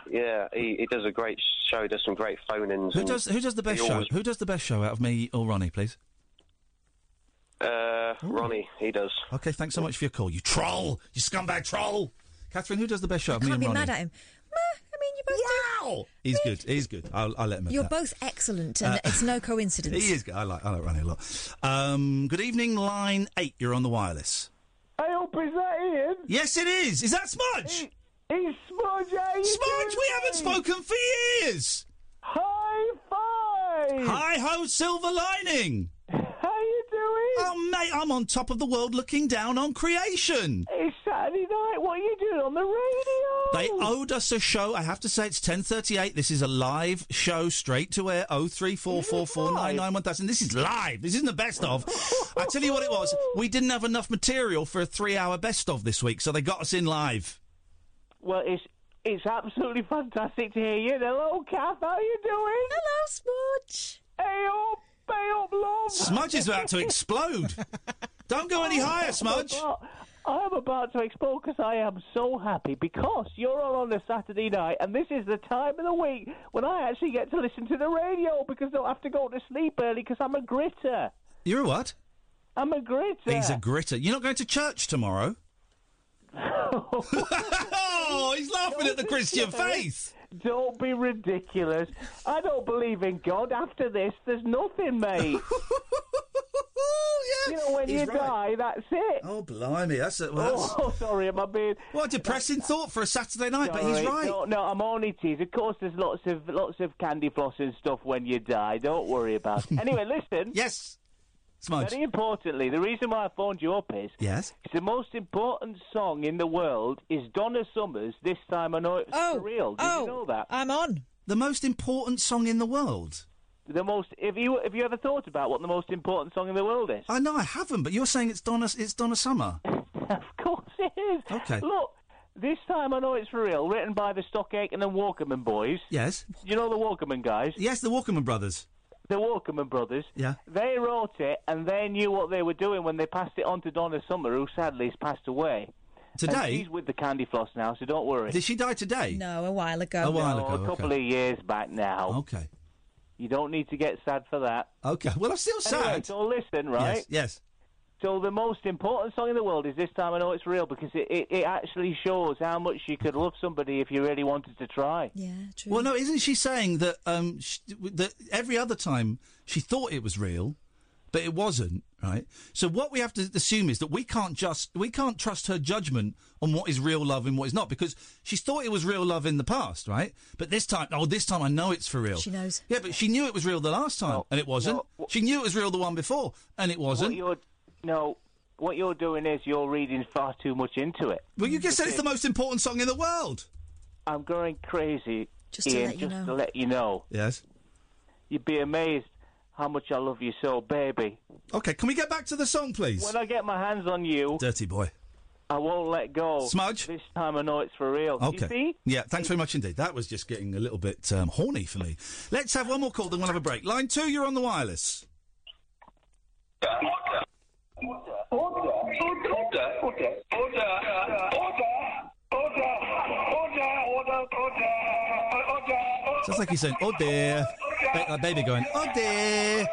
Yeah, he, he does a great show. Does some great phone-ins. Who and does who does the he best show? always- Who does the best show out of me or Ronnie, please? Uh, Ronnie, he does. Okay, thanks so much for your call. You troll, you scumbag troll. Catherine, who does the best show out of me Can't and be Ronnie? mad at him. Meh, I mean, you both. Wow! He's good. He's good. I'll, I'll let him. have You're that. both excellent, and Uh, it's no coincidence. He is. Good. I like. I like Ronnie a lot. Um, good evening, line eight. You're on the wireless. I hope is that Ian. Yes, it is. Is that Smudge? He's Smudge. eh, How you Smudge, we haven't spoken for years. High five. Hi ho, silver lining. How you doing? Oh mate, I'm on top of the world, looking down on creation. It's Saturday night. What are you doing on the radio? They owed us a show. I have to say, it's ten thirty-eight. This is a live show, straight to air. Oh three four four four nine nine one thousand. This is live. This isn't the best of. I tell you what, it was. We didn't have enough material for a three-hour best of this week, so they got us in live. Well, it's it's absolutely fantastic to hear you. Hello, Kath. How you doing? Hello, Smudge. Hey up, hey up, love. Smudge is about to explode. Don't go any higher, Smudge. I am about to explode because I am so happy because you're on on a Saturday night and this is the time of the week when I actually get to listen to the radio because I don't have to go to sleep early because I'm a gritter. You're a what? I'm a gritter. He's a gritter. You're not going to church tomorrow? oh, he's laughing at the Christian face. Don't be ridiculous. I don't believe in God. After this, there's nothing, mate. You know, when he's you die, right. that's it. Oh, blimey, that's a, well, that's, oh, sorry, am I being? What a depressing thought for a Saturday night, but he's Sorry. right. No, no, I'm only teasing. Of course, there's lots of lots of candy floss and stuff when you die. Don't worry about it. Anyway, listen. yes, Smudge. Very importantly, the reason why I phoned you up is yes. it's the most important song in the world is Donna Summers. This time I know it's oh, for real. Did you know that? I'm on. The most important song in the world. The most. If you if you ever thought about what the most important song in the world is, I know I haven't, but you're saying it's Donna. It's Donna Summer. of course it is. Okay. Look. This time I know it's for real, written by the Stock Aitken and Walkerman boys. Yes. You know the Walkerman guys? Yes, the Walkerman brothers. The Walkerman brothers. Yeah. They wrote it and they knew what they were doing when they passed it on to Donna Summer, who sadly has passed away. Today? And she's with the Candy Floss now, so don't worry. Did she die today? No, a while ago. A while No, ago, A couple okay. of years back now. Okay. You don't need to get sad for that. Okay. Well, I'm still Anyway, sad. so listen, right? Yes. Yes. So the most important song in the world is this time I know it's real because it, it, it actually shows how much you could love somebody if you really wanted to try. Yeah, true. Well, no, isn't she saying that um sh that every other time she thought it was real, but it wasn't, right? So what we have to assume is that we can't just we can't trust her judgment on what is real love and what is not because she's thought it was real love in the past, right? But this time, oh, this time I know it's for real. She knows. Yeah, but she knew it was real the last time and it wasn't. she knew it was real the one before and it What wasn't. you're, no, what you're doing is you're reading far too much into it. Well, you just said it's the most important song in the world. I'm going crazy, Just to Ian, let you just know. to let you know. Yes. You'd be amazed how much I love you so, baby. Okay, can we get back to the song, please? When I get my hands on you, Dirty boy. I won't let go. Smudge? This time I know it's for real. Okay. You see? Yeah, thanks very much indeed. That was just getting a little bit um, horny for me. Let's have one more call, then we'll have a break. Line two, you're on the wireless. Sounds like he's saying, oh dear. Ba- like baby going, oh dear.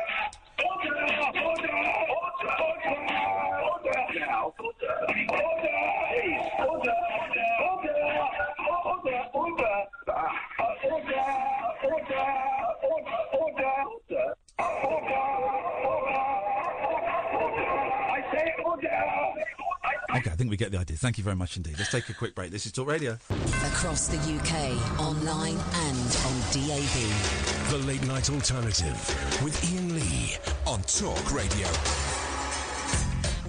Okay, I think we get the idea. Thank you very much indeed. Let's take a quick break. This is Talk Radio. Across the UK, online and on DAB. The Late Night Alternative with Ian Lee on Talk Radio.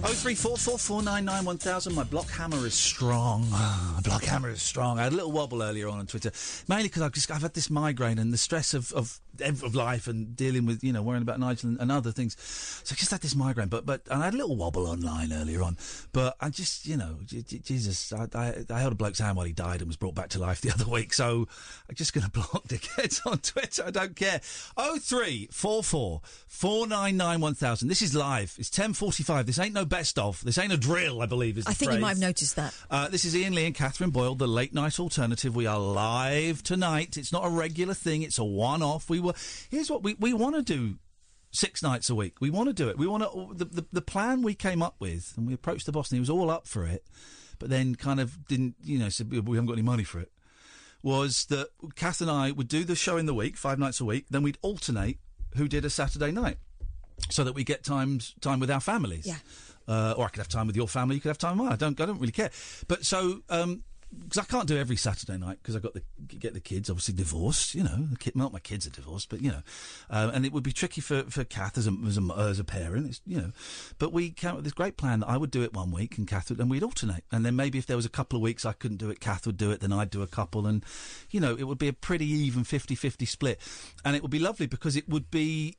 Oh three four four four nine nine one thousand. My block hammer is strong. Ah, My block hammer is strong. I had a little wobble earlier on on Twitter, mainly because I've just I've had this migraine and the stress of, of ev- of life and dealing with you know worrying about Nigel and, and other things. So I just had this migraine, but but and I had a little wobble online earlier on. But I just you know j- j- Jesus, I, I, I held a bloke's hand while he died and was brought back to life the other week. So I'm just going to block dickheads on Twitter. I don't care. Oh three four four four nine nine one thousand. This is live. It's ten forty five. This ain't no best of. This ain't a drill. I believe is. The I think phrase. you might have noticed that. Uh, this is Ian Lee and Catherine Boyle, the late night alternative. We are live tonight. It's not a regular thing; it's a one-off. We were. Here's what we we want to do: six nights a week. We want to do it. We want to. The, the the plan we came up with, and we approached the boss, and he was all up for it, but then kind of didn't. You know, said we haven't got any money for it. Was that Kath and I would do the show in the week, five nights a week, then we'd alternate who did a Saturday night, so that we get times time with our families Yeah. uh, or I could have time with your family. You could have time with mine. I don't. I don't really care. But so because I can't do every Saturday night because I got the get the kids obviously divorced. You know, the kid, not my kids are divorced, but you know, um, and it would be tricky for for Kath as a as a, as a parent. It's, you know, but we came up with this great plan that I would do it one week and Kath would, and we'd alternate, and then maybe if there was a couple of weeks I couldn't do it, Kath would do it, then I'd do a couple, and you know, it would be a pretty even 50-50 split, and it would be lovely because it would be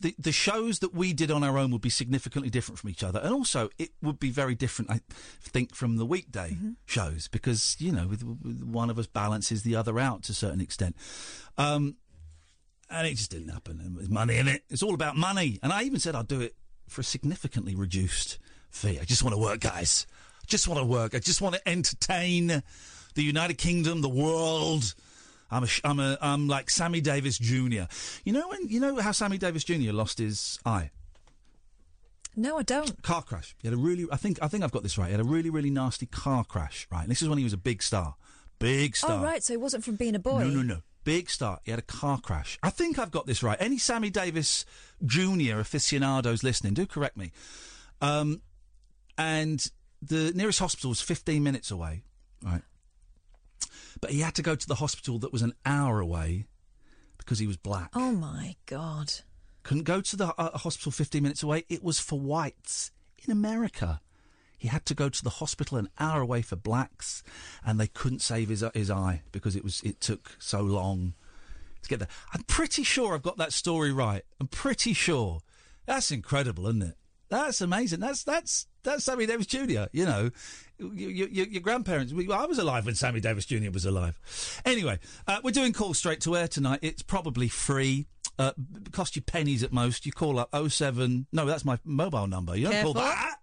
the the shows that we did on our own would be significantly different from each other, and also it would be very different, I think, from the weekday shows because you know, with, with one of us balances the other out to a certain extent. Um, and it just didn't happen. And There's money in it. It's all about money. And I even said I'll do it for a significantly reduced fee. I just want to work, guys. I just want to work. I just want to entertain the United Kingdom, the world. I'm a, sh- I'm a, I'm like Sammy Davis Jr. You know when you know how Sammy Davis Jr. lost his eye. No, I don't. Car crash. He had a really. I think. I think I've got this right. He had a really, really nasty car crash. Right. And this is when he was a big star. Big star. Oh, right. So it wasn't from being a boy. No, no, no. Big star. He had a car crash. I think I've got this right. Any Sammy Davis Jr. aficionados listening, do correct me. Um, and the nearest hospital was 15 minutes away. Right. But he had to go to the hospital that was an hour away because he was black. Oh my god. Couldn't go to the uh, hospital 15 minutes away. It was for whites in America. He had to go to the hospital an hour away for blacks, and they couldn't save his his eye because it was it took so long to get there. I'm pretty sure I've got that story right. I'm pretty sure. That's incredible, isn't it? That's amazing. That's that's that's Sammy Davis Jr. You know, your, your, your grandparents. we- I was alive when Sammy Davis Jr. was alive. Anyway, uh, we're doing calls straight to air tonight. It's probably free. Uh, b- cost you pennies at most. You call up 07. No, that's my mobile number. You don't call Careful. that.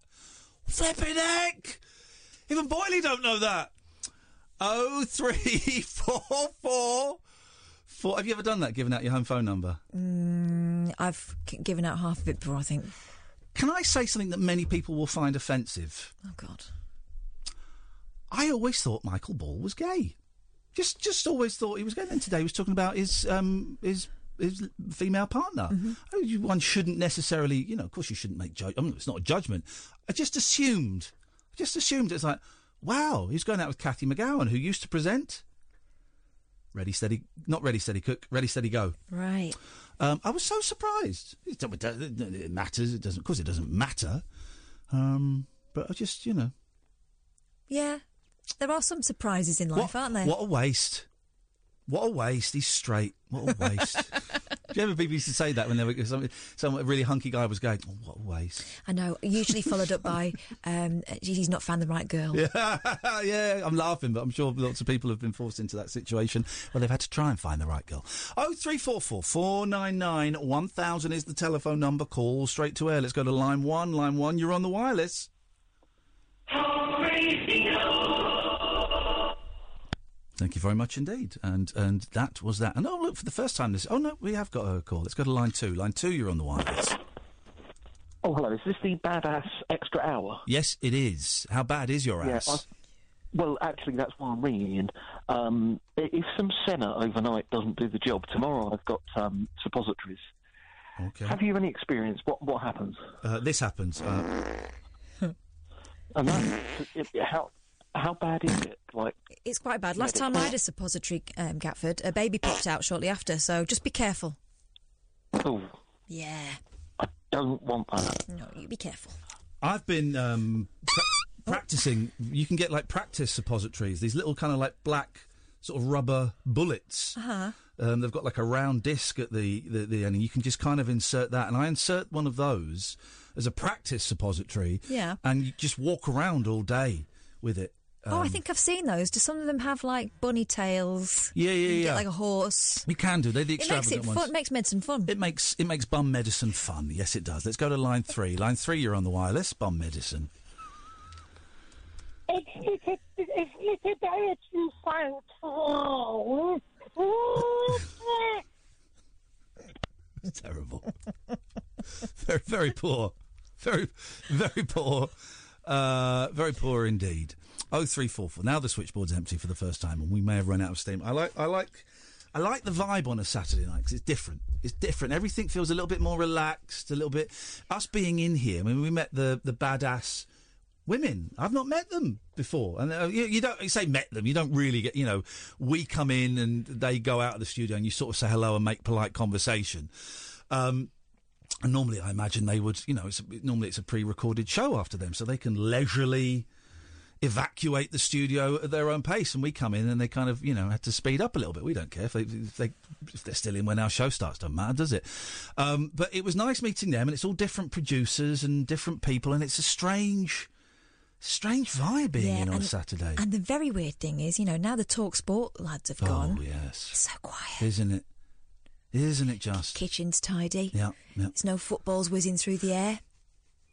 Flipping heck! Even Boyley don't know that. Oh three four four four. Have you ever done that? Giving out your home phone number. Mm, I've c- given out half of it before. I think. Can I say something that many people will find offensive? Oh God. I always thought Michael Ball was gay. Just, just always thought he was gay. Then today he was talking about his, um, his, his female partner. Mm-hmm. Oh, you- One shouldn't necessarily, you know, of course you shouldn't make. Ju- I mean, it's not a judgment. I just assumed. I just assumed it's like, wow, he's going out with Kathy McGowan, who used to present. Ready, steady, not ready, steady, cook, ready, steady, go. Right. Um, I was so surprised. It, don't- it doesn't- it matters. It doesn't. Of course, it doesn't matter. Um, but I just, you know, Yeah. There are some surprises in life, aren't there? What a waste. What a waste. He's straight. What a waste. Do you ever people used to say that when they were some, some really hunky guy was going, oh, what a waste. I know. Usually followed up by, um, he's not found the right girl. Yeah, yeah, I'm laughing, but I'm sure lots of people have been forced into that situation where they've had to try and find the right girl. Oh, three four four four nine nine one thousand is the telephone number. Call straight to air. Let's go to line one. Line one, you're on the wireless. Oh, Thank you very much indeed. And and that was that. And oh, look, for the first time this. Oh, no, we have got a call. Let's go to line two. Line two, you're on the wireless. Oh, hello. Is this the badass extra hour? Yes, it is. How bad is your ass? I- well, actually, that's why I'm ringing in. Um, i- if some Senna overnight doesn't do the job, tomorrow I've got um, suppositories. Okay. Have you any experience? What what happens? Uh, this happens. Uh, And that, it, it- how how bad is it? Like It's quite bad. Last time I had a suppository, um, Gatford, a baby popped out shortly after, so just be careful. oh, Yeah. don't want that. No, you be careful. I've been um, pra- practicing. You can get like practice suppositories. These little kind of like black sort of rubber bullets. Uh-huh. Um, they've got like a round disc at the, the the end, and you can just kind of insert that. And I insert one of those as a practice suppository. Yeah. And you just walk around all day with it. oh, I Um, think I've seen those. Do some of them have like bunny tails? Yeah, yeah, You yeah. Get like a horse. You can do. They're the It makes extravagant it fun. ones. Makes medicine fun. It makes it makes bum medicine fun. Yes, it does. Let's go to line three. Line three, you're on the wireless. Bum medicine. It's little, it's little Davidson Frank. terrible. very, very poor. Very, very poor. Uh, very poor indeed. Oh three four four. Now the switchboard's empty for the first time, and we may have run out of steam. I like, I like, I like the vibe on a Saturday night because it's different. It's different. Everything feels a little bit more relaxed. A little bit. Us being in here. I mean, we met the the badass women. I've not met them before, and uh, you, you don't you say met them. You don't really get. You know, we come in and they go out of the studio, and you sort of say hello and make polite conversation. Um, and normally, I imagine they would. You know, it's normally it's a pre-recorded show after them, so they can leisurely evacuate the studio at their own pace, and we come in and they kind of you know had to speed up a little bit. We don't care if they if, they, if they're still in when our show starts. Doesn't matter, does it? Um, but it was nice meeting them, and it's all different producers and different people, and it's a strange. Strange vibe being Yeah, in on and- Saturday. And the very weird thing is, you know, now the talk sport lads have gone. oh yes, so quiet, isn't it? Isn't it just? Kitchen's tidy. Yeah, yeah. There's no footballs whizzing through the air.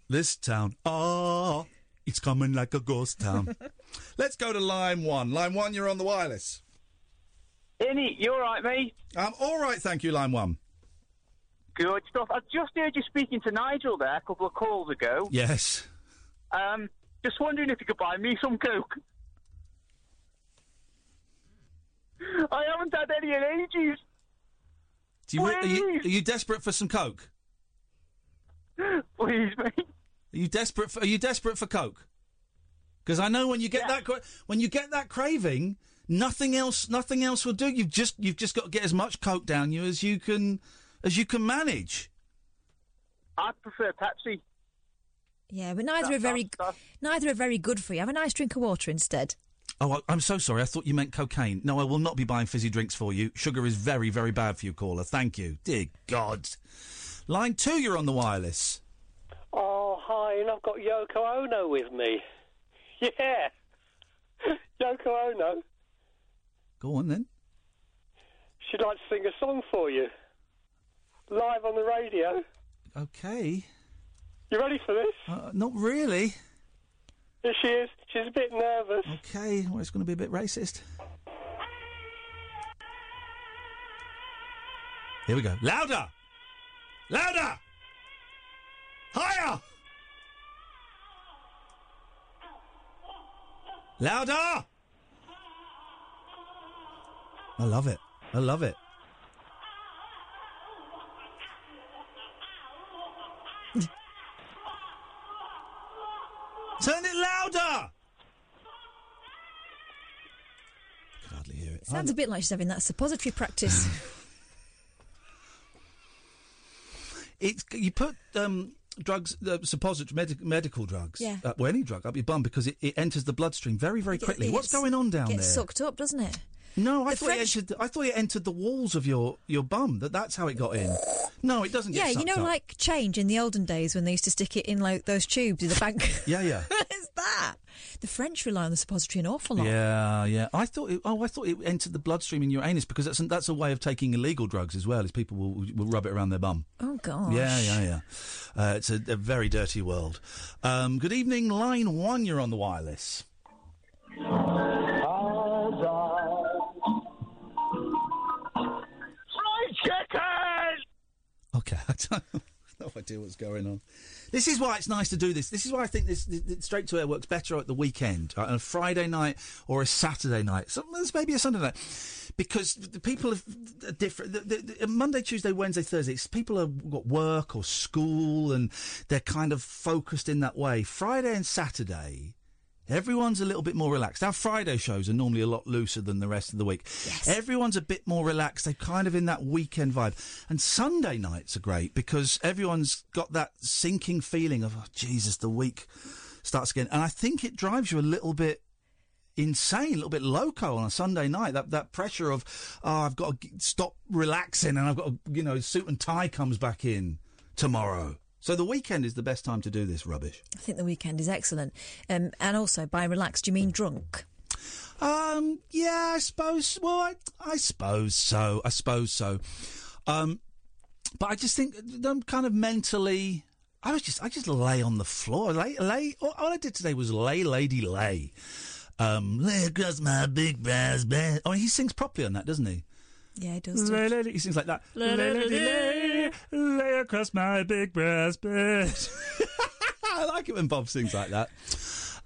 This town, ah, it's coming like a ghost town. Let's go to line one. Line one, you're on the wireless. Innie, you all right, mate? I'm all right, thank you, line one. Good stuff. I just heard you speaking to Nigel there a couple of calls ago. Yes. Um, just wondering if you could buy me some coke. I haven't had any in ages. Do you, are, you, are you desperate for some coke? Please, mate. Are you desperate? For, are you desperate for coke? Because I know when you get that that when you get that craving, nothing else nothing else will do. You've just you've just got to get as much coke down you as you can as you can manage. I prefer Pepsi. Yeah, but neither are very neither are very good for you. Have a nice drink of water instead. Oh, I, I'm so sorry. I thought you meant cocaine. No, I will not be buying fizzy drinks for you. Sugar is very, very bad for you, caller. Thank you. Dear God. Line two, you're on the wireless. Oh, hi, and I've got Yoko Ono with me. Yeah. Yoko Ono. Go on then. She'd like to sing a song for you. Live on the radio. Okay. You ready for this? Uh, not really. Here she is. She's a bit nervous. Okay, well, it's going to be a bit racist. Here we go. Louder! Louder! Higher! Louder! I love it. I love it. Turn it louder! Could hardly hear it. Sounds a bit like she's having that suppository practice. It's you put um, drugs, uh, suppository medic, medical drugs, Yeah. uh, well any drug up your bum because it, it enters the bloodstream very very It- quickly. it What's gets- going on down there? gets sucked up, doesn't it? No, I The thought French- it entered. I thought it entered the walls of your your bum. That that's how it got in. No, it doesn't. Yeah, get you know, sucked up. like change in the olden days when they used to stick it in like those tubes in the bank. yeah, yeah. it's that. The French rely on the suppository an awful lot. Yeah, yeah. I thought. It, oh, I thought it entered the bloodstream in your anus because that's that's a way of taking illegal drugs as well. Is people will will rub it around their bum. Oh gosh. Yeah, yeah, yeah. Uh, it's a, a very dirty world. Um, good evening, line one. You're on the wireless. Fried chicken! Okay, I don't no idea what's going on. This is why it's nice to do this. This is why I think this, th th- straight to air works better at the weekend, right, on a Friday night or a Saturday night. Some, there's maybe a Sunday night because the people have- are different. The, the, the, Monday, Tuesday, Wednesday, Thursday. It's people have got work or school and they're kind of focused in that way. Friday and Saturday. Everyone's a little bit more relaxed. Our Friday shows are normally a lot looser than the rest of the week. Everyone's a bit more relaxed. They're kind of in that weekend vibe. And Sunday nights are great because everyone's got that sinking feeling of, oh, Jesus, the week starts again. And I think it drives you a little bit insane, a little bit loco on a Sunday night. That that pressure of, oh, I've got to g- stop relaxing and I've got to, you know, suit and tie comes back in tomorrow. So the weekend is the best time to do this rubbish. I think the weekend is excellent. Um, and also, by relaxed, you mean drunk? Um, yeah, I suppose. Well, I, I suppose so. I suppose so. Um, but I just think I'm kind of mentally. I was just I just lay on the floor. Lay lay. All, all I did today was lay, lady, lay. Um, lay across my big brass bed. Oh, he sings properly on that, doesn't he? Yeah, it does. Lay, lady. He sings like that. Lay, lady, lay. lay across my big brass bed. I like it when Bob sings like that.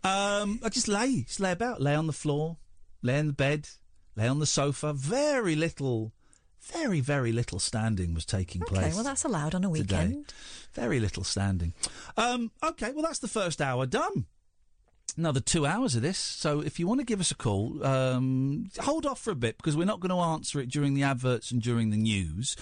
Um, I just lay, just lay about, lay on the floor, lay in the bed, lay on the sofa. Very little, very very little standing was taking Okay, place well, that's allowed on a today. weekend. Very little standing. Um, okay, well, that's the first hour done. Another two hours of this. So if you want to give us a call, um, hold off for a bit because we're not going to answer it during the adverts and during the news.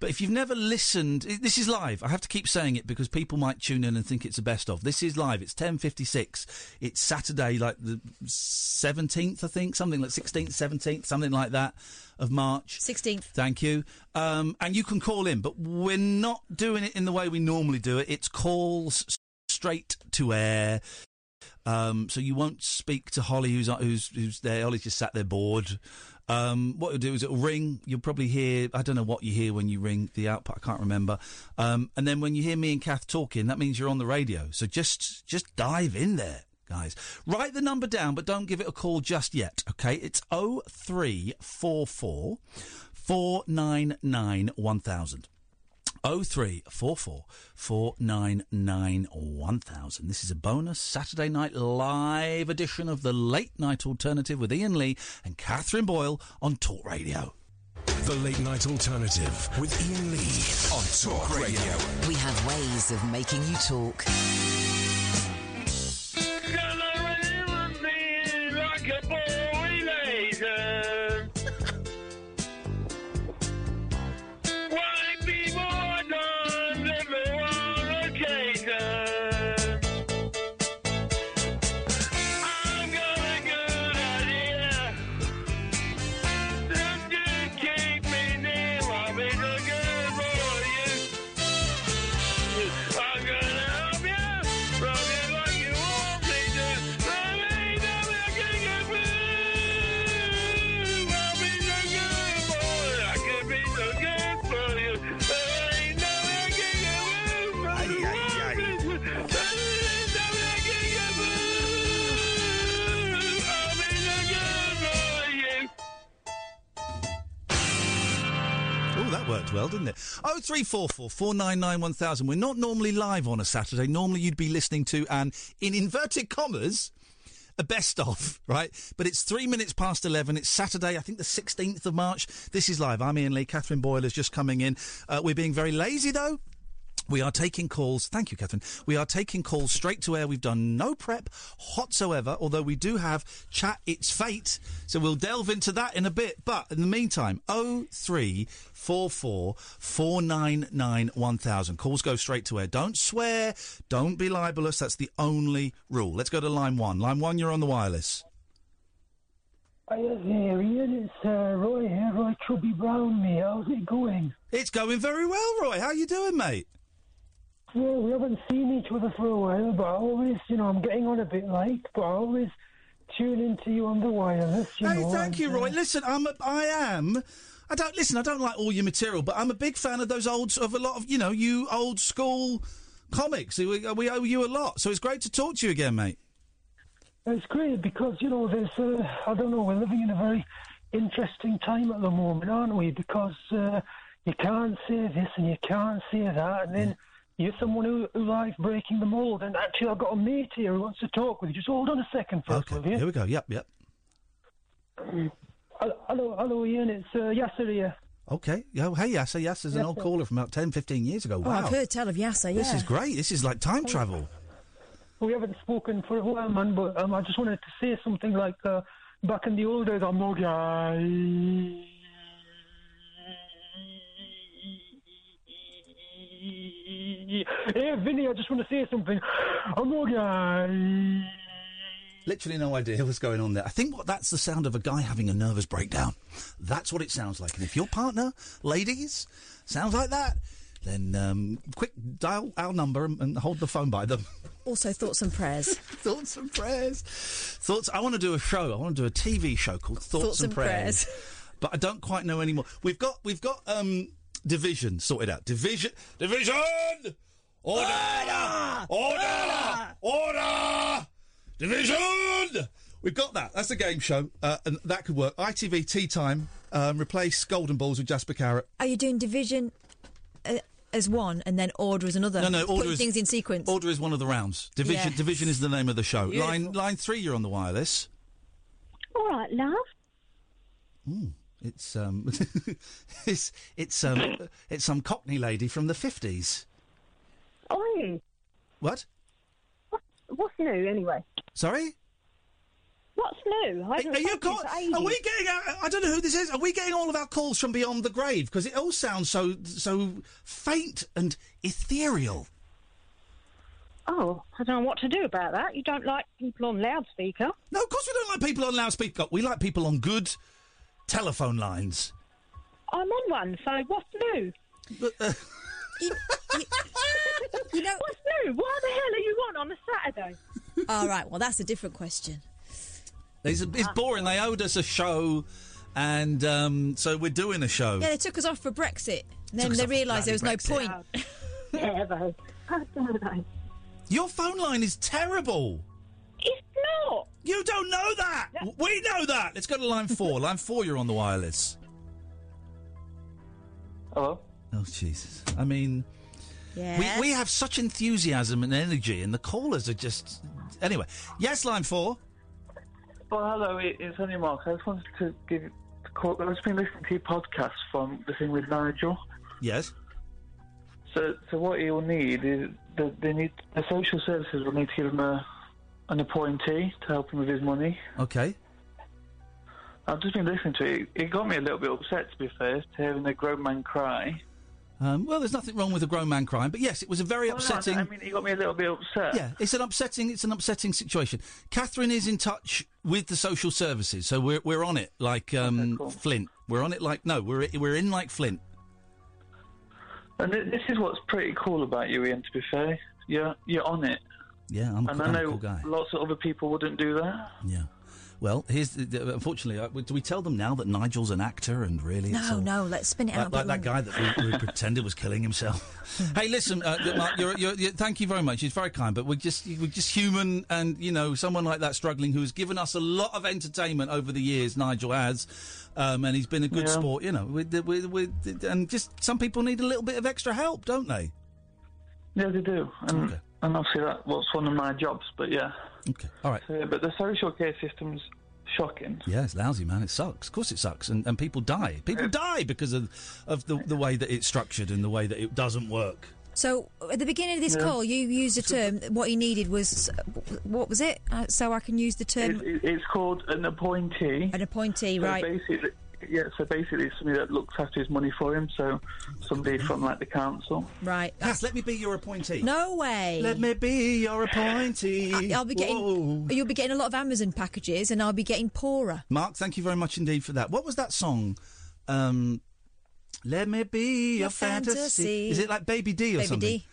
But if you've never listened, i- this is live. I have to keep saying it because people might tune in and think it's the best of. This is live. It's 10.56. It's Saturday, like the 17th, I think, something like 16th, 17th, something like that of March. 16th. Thank you. Um, and you can call in, but we're not doing it in the way we normally do it. It's calls s- straight to air. Um, so you won't speak to Holly, who's uh, who's who's there. Holly's just sat there bored. Um, what it'll do is it'll ring. You'll probably hear. I don't know what you hear when you ring the output. I can't remember. Um, and then when you hear me and Kath talking, that means you're on the radio. So just just dive in there, guys. Write the number down, but don't give it a call just yet. Okay, it's oh three four four four nine nine one thousand. 0344 499 1000. This is a bonus Saturday Night Live edition of the Late Night Alternative with Ian Lee and Catherine Boyle on Talk Radio. The Late Night Alternative with Ian Lee on Talk Radio. We have ways of making you talk. Oh, that worked well, didn't it? Oh three four four four nine nine one thousand. We're not normally live on a Saturday. Normally, you'd be listening to an in inverted commas a best of, right? But it's three minutes past eleven. It's Saturday, I think the sixteenth of March. This is live. I'm Ian Lee. Catherine Boyle is just coming in. Uh, we're being very lazy though. We are taking calls. Thank you, Catherine. We are taking calls straight to air. We've done no prep whatsoever, although we do have chat its fate. So we'll delve into that in a bit. But in the meantime, 0344 499 1000. Calls go straight to air. Don't swear. Don't be libelous. That's the only rule. Let's go to line one. Line one, you're on the wireless. Hi there, Ian. It's uh, Roy here, Roy Chubby Brown. Me, how's it going? It's going very well, Roy. How you doing, mate? Well, we haven't seen each other for a while, but I always, you know, I'm getting on a bit late, but I always tune into you on the wireless. You Hey, know, thank and, you, uh, Roy. Listen, I'm a, I am. I don't listen. I don't like all your material, but I'm a big fan of those old of a lot of you know you old school comics. We, uh, we owe you a lot, so it's great to talk to you again, mate. It's great because you know there's uh, I don't know we're living in a very interesting time at the moment, aren't we? Because uh, you can't say this and you can't say that, and Mm. then you're someone who, who likes breaking the mould. And actually, I've got a mate here who wants to talk with you. Just hold on a second, first, will you? Here we go. Yep, yep. Hello, hello, Ian. It's uh, Yasser here. Okay. Oh, hey, Yasser. Yasser's an Yes, old sir. caller from about 10, 15 years ago. Oh, Wow. I've heard tell of Yasser, yeah. This is great. This is like time travel. We haven't spoken for a while, man, but um, I just wanted to say something like uh, back in the old days, I'm no guy. Hey, Vinny, I just want to say something. I'm no guy. Literally no idea what's going on there. I think what that's the sound of a guy having a nervous breakdown. That's what it sounds like. And if your partner, ladies, sounds like that, then um, quick dial our number and, and hold the phone by them. Also, thoughts and prayers. thoughts and prayers. Thoughts. I want to do a show. I want to do a TV show called Thoughts, Thoughts and, and prayers. But I don't quite know anymore. We've got we've got um division sorted out. Division division order order order, division. We've got that. That's a game show, uh, and that could work. ITV Tea Time. Um, replace Golden Balls with Jasper Carrot. Are you doing division uh, as one and then order as another? No, no. Order Putting is, things in sequence. Order is one of the rounds. Division. Yeah. Division is the name of the show. Beautiful. Line line three. You're on the wireless. All right, love. Hmm. It's um, it's it's um, it's some Cockney lady from the fifties. Oi, What? what's new anyway? Sorry? What's new? I Are you call- Are we getting? Our, I don't know who this is. Are we getting all of our calls from beyond the grave? Because it all sounds so so faint and ethereal. Oh, I don't know what to do about that. You don't like people on loudspeaker. No, of course we don't like people on loudspeaker. We like people on good telephone lines. I'm on one, so what's new? you know, what's new? What the hell are you on on a Saturday? All right, well, that's a different question. It's, Ah. it's boring. They owed us a show, and um, so we're doing a show. Yeah, they took us off for Brexit. And Took then us they off for realised there was bloody no point. Brexit. yeah, though. I don't know. Your phone line is terrible. It's not. You don't know that. W- We know that. Let's go to line four. line four, you're on the wireless. Hello. Oh, Jesus. I mean, Yes. we, we have such enthusiasm and energy, and the callers are just. Anyway, yes, line four. Well, hello, it- it's only Mark. I just wanted to give you a call. I've been listening to your podcast from the thing with Nigel. Yes. So, so what you'll need is that they need the social services will need to give him a, an appointee to help him with his money. Okay. I've just been listening to it. It got me a little bit upset, to be fair, to hearing a grown man cry. Um, well, there's nothing wrong with a grown man crying, but yes, it was a very Well, no, upsetting. I mean, it got me a little bit upset. Yeah, it's an upsetting. It's an upsetting situation. Catherine is in touch with the social services, so we're we're on it like um, Flint. We're on it like no, we're we're in like Flint. And thi- this is what's pretty cool about you, Ian. To be fair, you're you're on it. Yeah, I'm, and cool- I I'm a know cool guy. lots of other people wouldn't do that. Well, here's the, the- unfortunately, uh, do we tell them now that Nigel's an actor and really? it's No, all- no, let's spin it Like, out. like a that bit guy longer. that we, we pretended was killing himself. hey, listen, uh, th- Mark, you're, you're, you thank you very much. It's very kind, but we're just we're just human, and you know, someone like that struggling who's given us a lot of entertainment over the years. Nigel has, um, and he's been a good Yeah. sport. You know, we, we, we, and just some people need a little bit of extra help, don't they? Yeah, they do. And, and obviously that was one of my jobs, but yeah. Okay, all right. So, yeah, but the social care system's uh, shocking. Yeah, it's lousy, man. It sucks. Of course, it sucks, and, and people die. People die because of of the the way that it's structured and the way that it doesn't work. So at the beginning of this Yeah. call, you used a term. What he needed was what was it? Uh, so I can use the term. It, it's called an appointee. An appointee, so right. Basically, yeah, so basically it's somebody that looks after his money for him, so somebody from like the council. Right. Cass, let me be your appointee. No way. Let me be your appointee. I, will be getting. You'll be getting a lot of Amazon packages, and I'll be getting poorer. Mark, thank you very much indeed for that. What was that song? Um, Let me be your, Your fantasy. fantasy. Is it like Baby D or Baby something? D.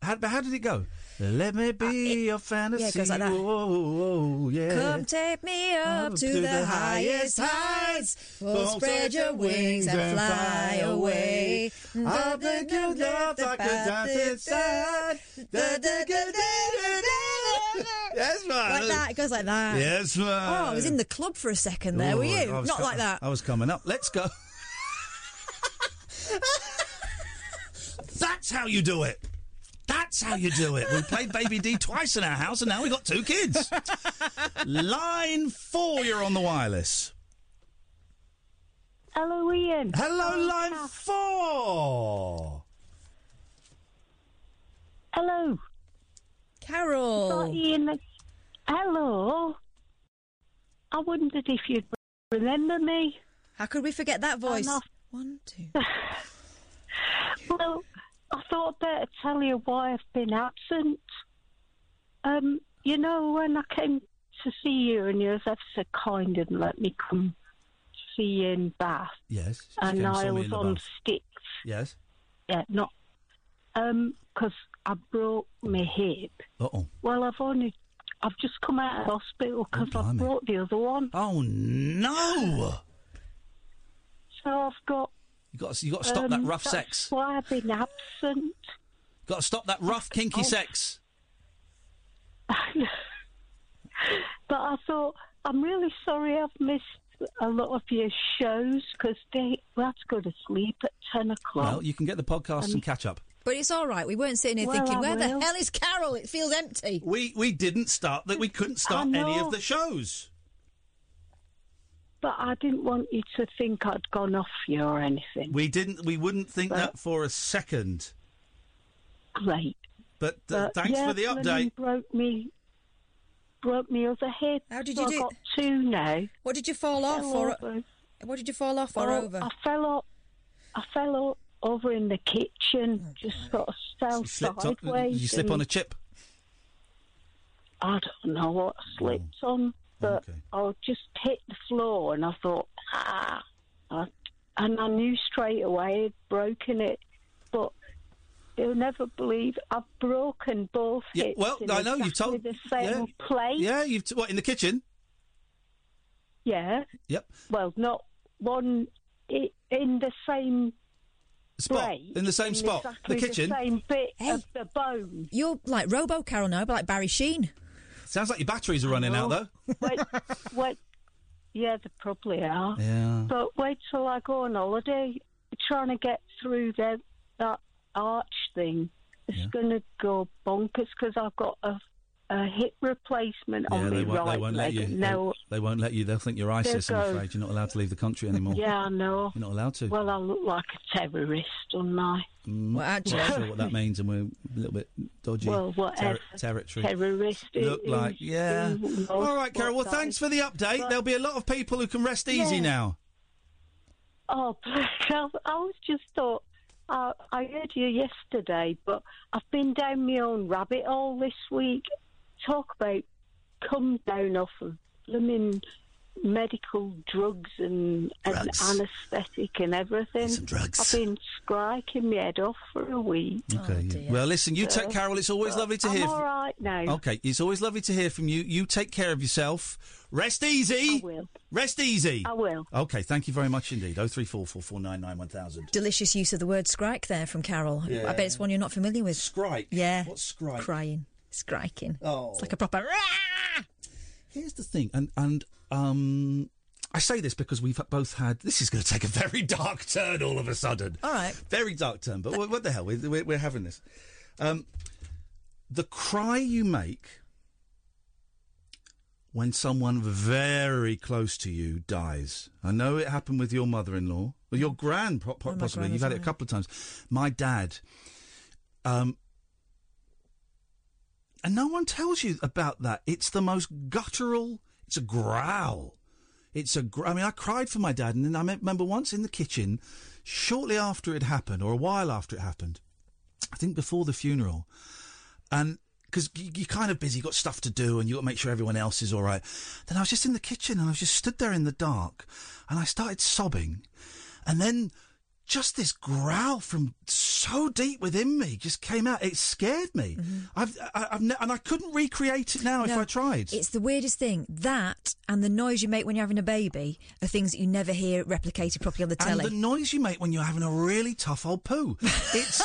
How, but how did it go? Let me be your fantasy. yeah, it goes like that. Whoa, whoa, yeah. Come take me up to, the, highest heights. We'll Don't spread your wings and fly away. Mm, I think you love like a dance inside. That's right. Like that. It goes like that. Yes, ma'am. Oh, I was in the club for a second there, were Ooh, you? I was Not co- like that. I was coming up. Let's go. That's how you do it. That's how you do it. We played Baby D twice in our house, and now we've got two kids. Line four, you're on the wireless. Hello, Ian. Oh, Hello, line four. Hello. Carol. Ian. Hello. I wondered if you'd remember me. How could we forget that voice? One, two. well, I thought I'd better tell you why I've been absent. Um, you know, when I came to see you and you was ever so kind and let me come see you in Bath, Yes. she came and and I saw me was in the on bath. stick Yes. Yeah, not um 'cause I broke my hip. Uh oh. Well, I've only I've just come out of hospital 'cause I broke the other one. Oh no! So I've got. You got to, you got to stop um, that rough that's sex. Why I've been absent. Got to stop that rough kinky sex. But I thought I'm really sorry I've missed a lot of your shows 'cause they we had to go to sleep at ten o'clock. Well, you can get the podcast um, and catch up. But it's all right. We weren't sitting here Well, thinking, I where will. the hell is Carol? It feels empty. We we didn't start that. We couldn't start I any know. of the shows. But I didn't want you to think I'd gone off you or anything. We didn't. We wouldn't think that for a second. Great. But, uh, thanks yeah, for the blooming update. Broke me, broke me other hip. How did So you I do- Got two now. What did you fall off Fell or over. what did you fall off or Well, over? I fell o I fell o- over in the kitchen, Oh, just sort of fell You slipped on, sideways. you slip on and a chip. I don't know what I slipped Mm. on, but I just hit the floor, and I thought, ah, I, and I knew straight away I'd broken it, but. You'll never believe I've broken both Yeah. hips. Well, in I know you exactly told. the same yeah. place. Yeah. You've t- what in the kitchen? Yeah. Yep. Well, not one i- in the same Spot. place, In the same spot. The exactly kitchen. same bit of the bone. You're like Robo Carol now, but like Barry Sheen. Sounds like your batteries are running out though. Wait, wait. Yeah, they probably are. Yeah. But wait till I go on holiday. Trying to get through them that arch thing is going to go bonkers because I've got a, a hip replacement Yeah, on they my won't, right they won't let leg. you. No, They, they won't let you. They'll think you're ISIS, I'm goes. afraid. You're not allowed to leave the country anymore. yeah, I know. Oh. You're not allowed to. Well, I look like a terrorist, don't I? Mm, Well, actually- not sure what that means, and we're a little bit dodgy. Well, whatever. territory. Terrorist. Look who- like, who- yeah. who knows All right, Carol. what Well, that thanks is. for the update. But- There'll be a lot of people who can rest easy Yeah. now. Oh, I, I was just thought. Uh, I heard you yesterday, but I've been down my own rabbit hole this week. Talk about come down off of blooming medical drugs and, and anaesthetic and everything. drugs. I've been scriking my head off for a week. Okay. yeah. well, listen. You So, take Carol. It's always but lovely to I'm hear. all from- right now. Okay. It's always lovely to hear from you. You take care of yourself. Rest easy. I will. Rest easy. I will. Okay. Thank you very much indeed. Oh three four four four nine nine one thousand. Delicious use of the word scrike there from Carol. Yeah. I bet it's one you're not familiar with. Scrike? Yeah. What's scrike? Crying. Scriking. Oh. It's like a proper. Here's the thing, and and um, I say this because we've both had. This is going to take a very dark turn all of a sudden. All right. very dark turn. But what, what the hell? We're, we're, we're having this. Um, the cry you make when someone very close to you dies. I know it happened with your mother-in-law, with your grand, po- po- Oh, my possibly. You've had it a grandmother. couple of times. My dad. Um, and no one tells you about that. It's the most guttural. It's a growl. It's a. Gr- I mean, I cried for my dad, and then I me- remember once in the kitchen, shortly after it happened, or a while after it happened, I think before the funeral, and because you, you're kind of busy, you've got stuff to do, and you got to make sure everyone else is all right. Then I was just in the kitchen, and I was just stood there in the dark, and I started sobbing, and then just this growl from so deep within me just came out. It scared me. I've, I, I've, ne- and I couldn't recreate it now Oh, if Mm-hmm. No, I tried. It's the weirdest thing. That and the noise you make when you're having a baby are things that you never hear replicated properly on the and telly. the noise you make when you're having a really tough old poo. It's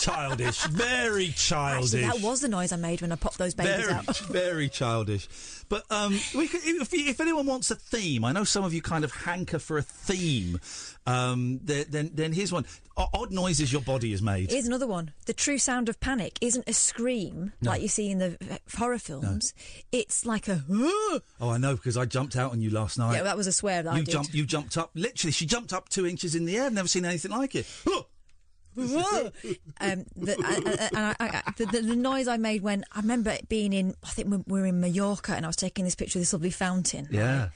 childish, very childish. Actually, that was the noise I made when I popped those babies very, out. very childish. But um, we could, if, if anyone wants a theme, I know some of you kind of hanker for a theme. Um, then, then, then here's one: O- odd noises your body has made. Here's another one. The true sound of panic isn't a scream No. like you see in the uh, horror films. It's like a. oh, I know because I jumped out on you last night. Yeah, that was a swear that I you did. jumped, you jumped up. Literally, she jumped up two inches in the air. I've never seen anything like it. um, the, I, I, I, I, the, the, the noise I made when I remember it being in, I think we were in Mallorca and I was taking this picture of this lovely fountain. Yeah.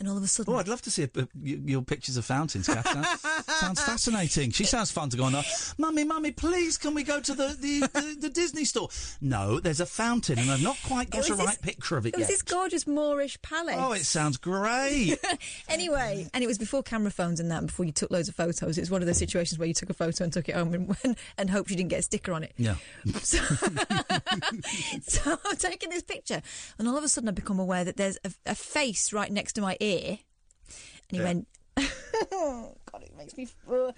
And all of a sudden, Oh, I'd love to see a, a- y- your pictures of fountains, Kath. Sounds, sounds fascinating. She sounds fun to go on. uh, Mummy, mummy, please, can we go to the, the, the, the Disney store? No, there's a fountain, and I've not quite got Oh, a is this- right picture of it it was yet. this gorgeous Moorish palace. Oh, it sounds great. anyway, and it was before camera phones and that, and before you took loads of photos. It was one of those situations where you took a photo and took it home and, and, and hoped you didn't get a sticker on it. yeah. So, so I'm taking this picture, and all of a sudden I become aware that there's a, a face right next to my ear. And he Yeah. went, God, it makes me. Uh,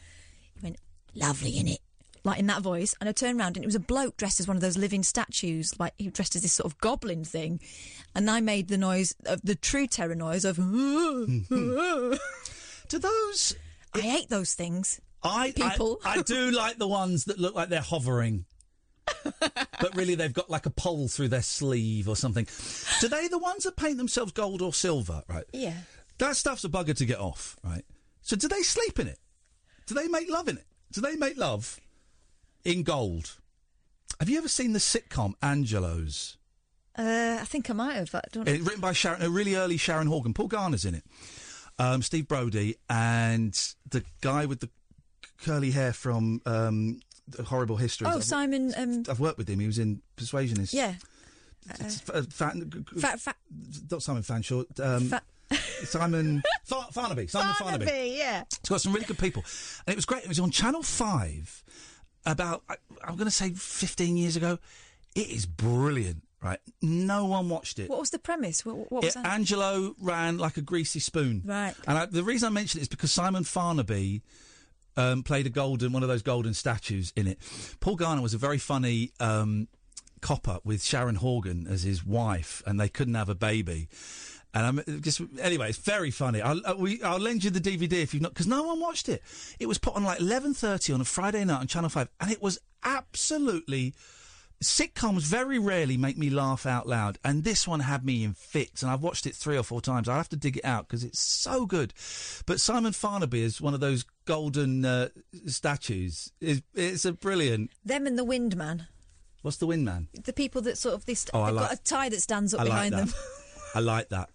he went, lovely, innit? Like in that voice. And I turned round, and it was a bloke dressed as one of those living statues, like he dressed as this sort of goblin thing. And I made the noise of the true terror noise of. Mm-hmm. Do Oh. those. I hate those things. I, People. I, I do like the ones that look like they're hovering. but really, they've got like a pole through their sleeve or something. Do they the ones that paint themselves gold or silver? Right. Yeah. That stuff's a bugger to get off, right? So do they sleep in it? Do they make love in it? Do they make love in gold? Have you ever seen the sitcom Angelo's? Uh, I think I might have. I don't Uh, written by Sharon, a really early Sharon Horgan. Paul Garner's in it. Um, Steve Brody and the guy with the curly hair from um, the Horrible History. Oh, Simon. Um, I've worked with him. He was in Persuasionist. yeah. It's fa- fa- Fa- fa- not Simon Fanshawe. Um, Simon Fa- Farnaby. Simon Farnaby. Barnaby, yeah. It's got some really good people. And it was great. It was on Channel 5 about, I, I'm going to say 15 years ago. It is brilliant, right? No one watched it. What was the premise? What, what was Yeah, that? Angelo ran like a greasy spoon. Right. And I, the reason I mention it is because Simon Farnaby um, played a golden, one of those golden statues in it. Paul Garner was a very funny um, copper with Sharon Horgan as his wife, and they couldn't have a baby. And I'm just anyway. It's very funny. I'll uh, we, I'll lend you the DVD if you've not because no one watched it. It was put on like eleven thirty on a Friday night on Channel Five, and it was absolutely sitcoms. Very rarely make me laugh out loud, and this one had me in fits. And I've watched it three or four times. I will have to dig it out because it's so good. But Simon Farnaby is one of those golden uh, statues. It's, it's a brilliant. Them and the wind man. What's the wind man? The people that sort of they st- Oh, I they've like- got a tie that stands I up like behind that. them. I like that.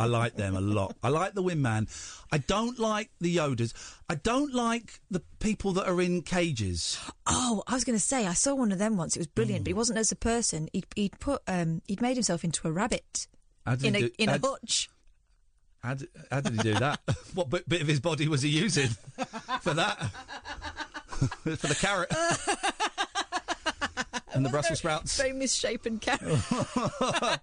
I like them a lot. I like the windman. I don't like the Yodas. I don't like the people that are in cages. Oh, I was going to say I saw one of them once. It was brilliant, Mm. but he wasn't as a person. He'd, he'd put um, he'd made himself into a rabbit How did in he a do- in how a d- hutch. How did, how did he do that? what bit, bit of his body was he using for that? for the carrot and the Brussels sprouts. Very misshapen cat. I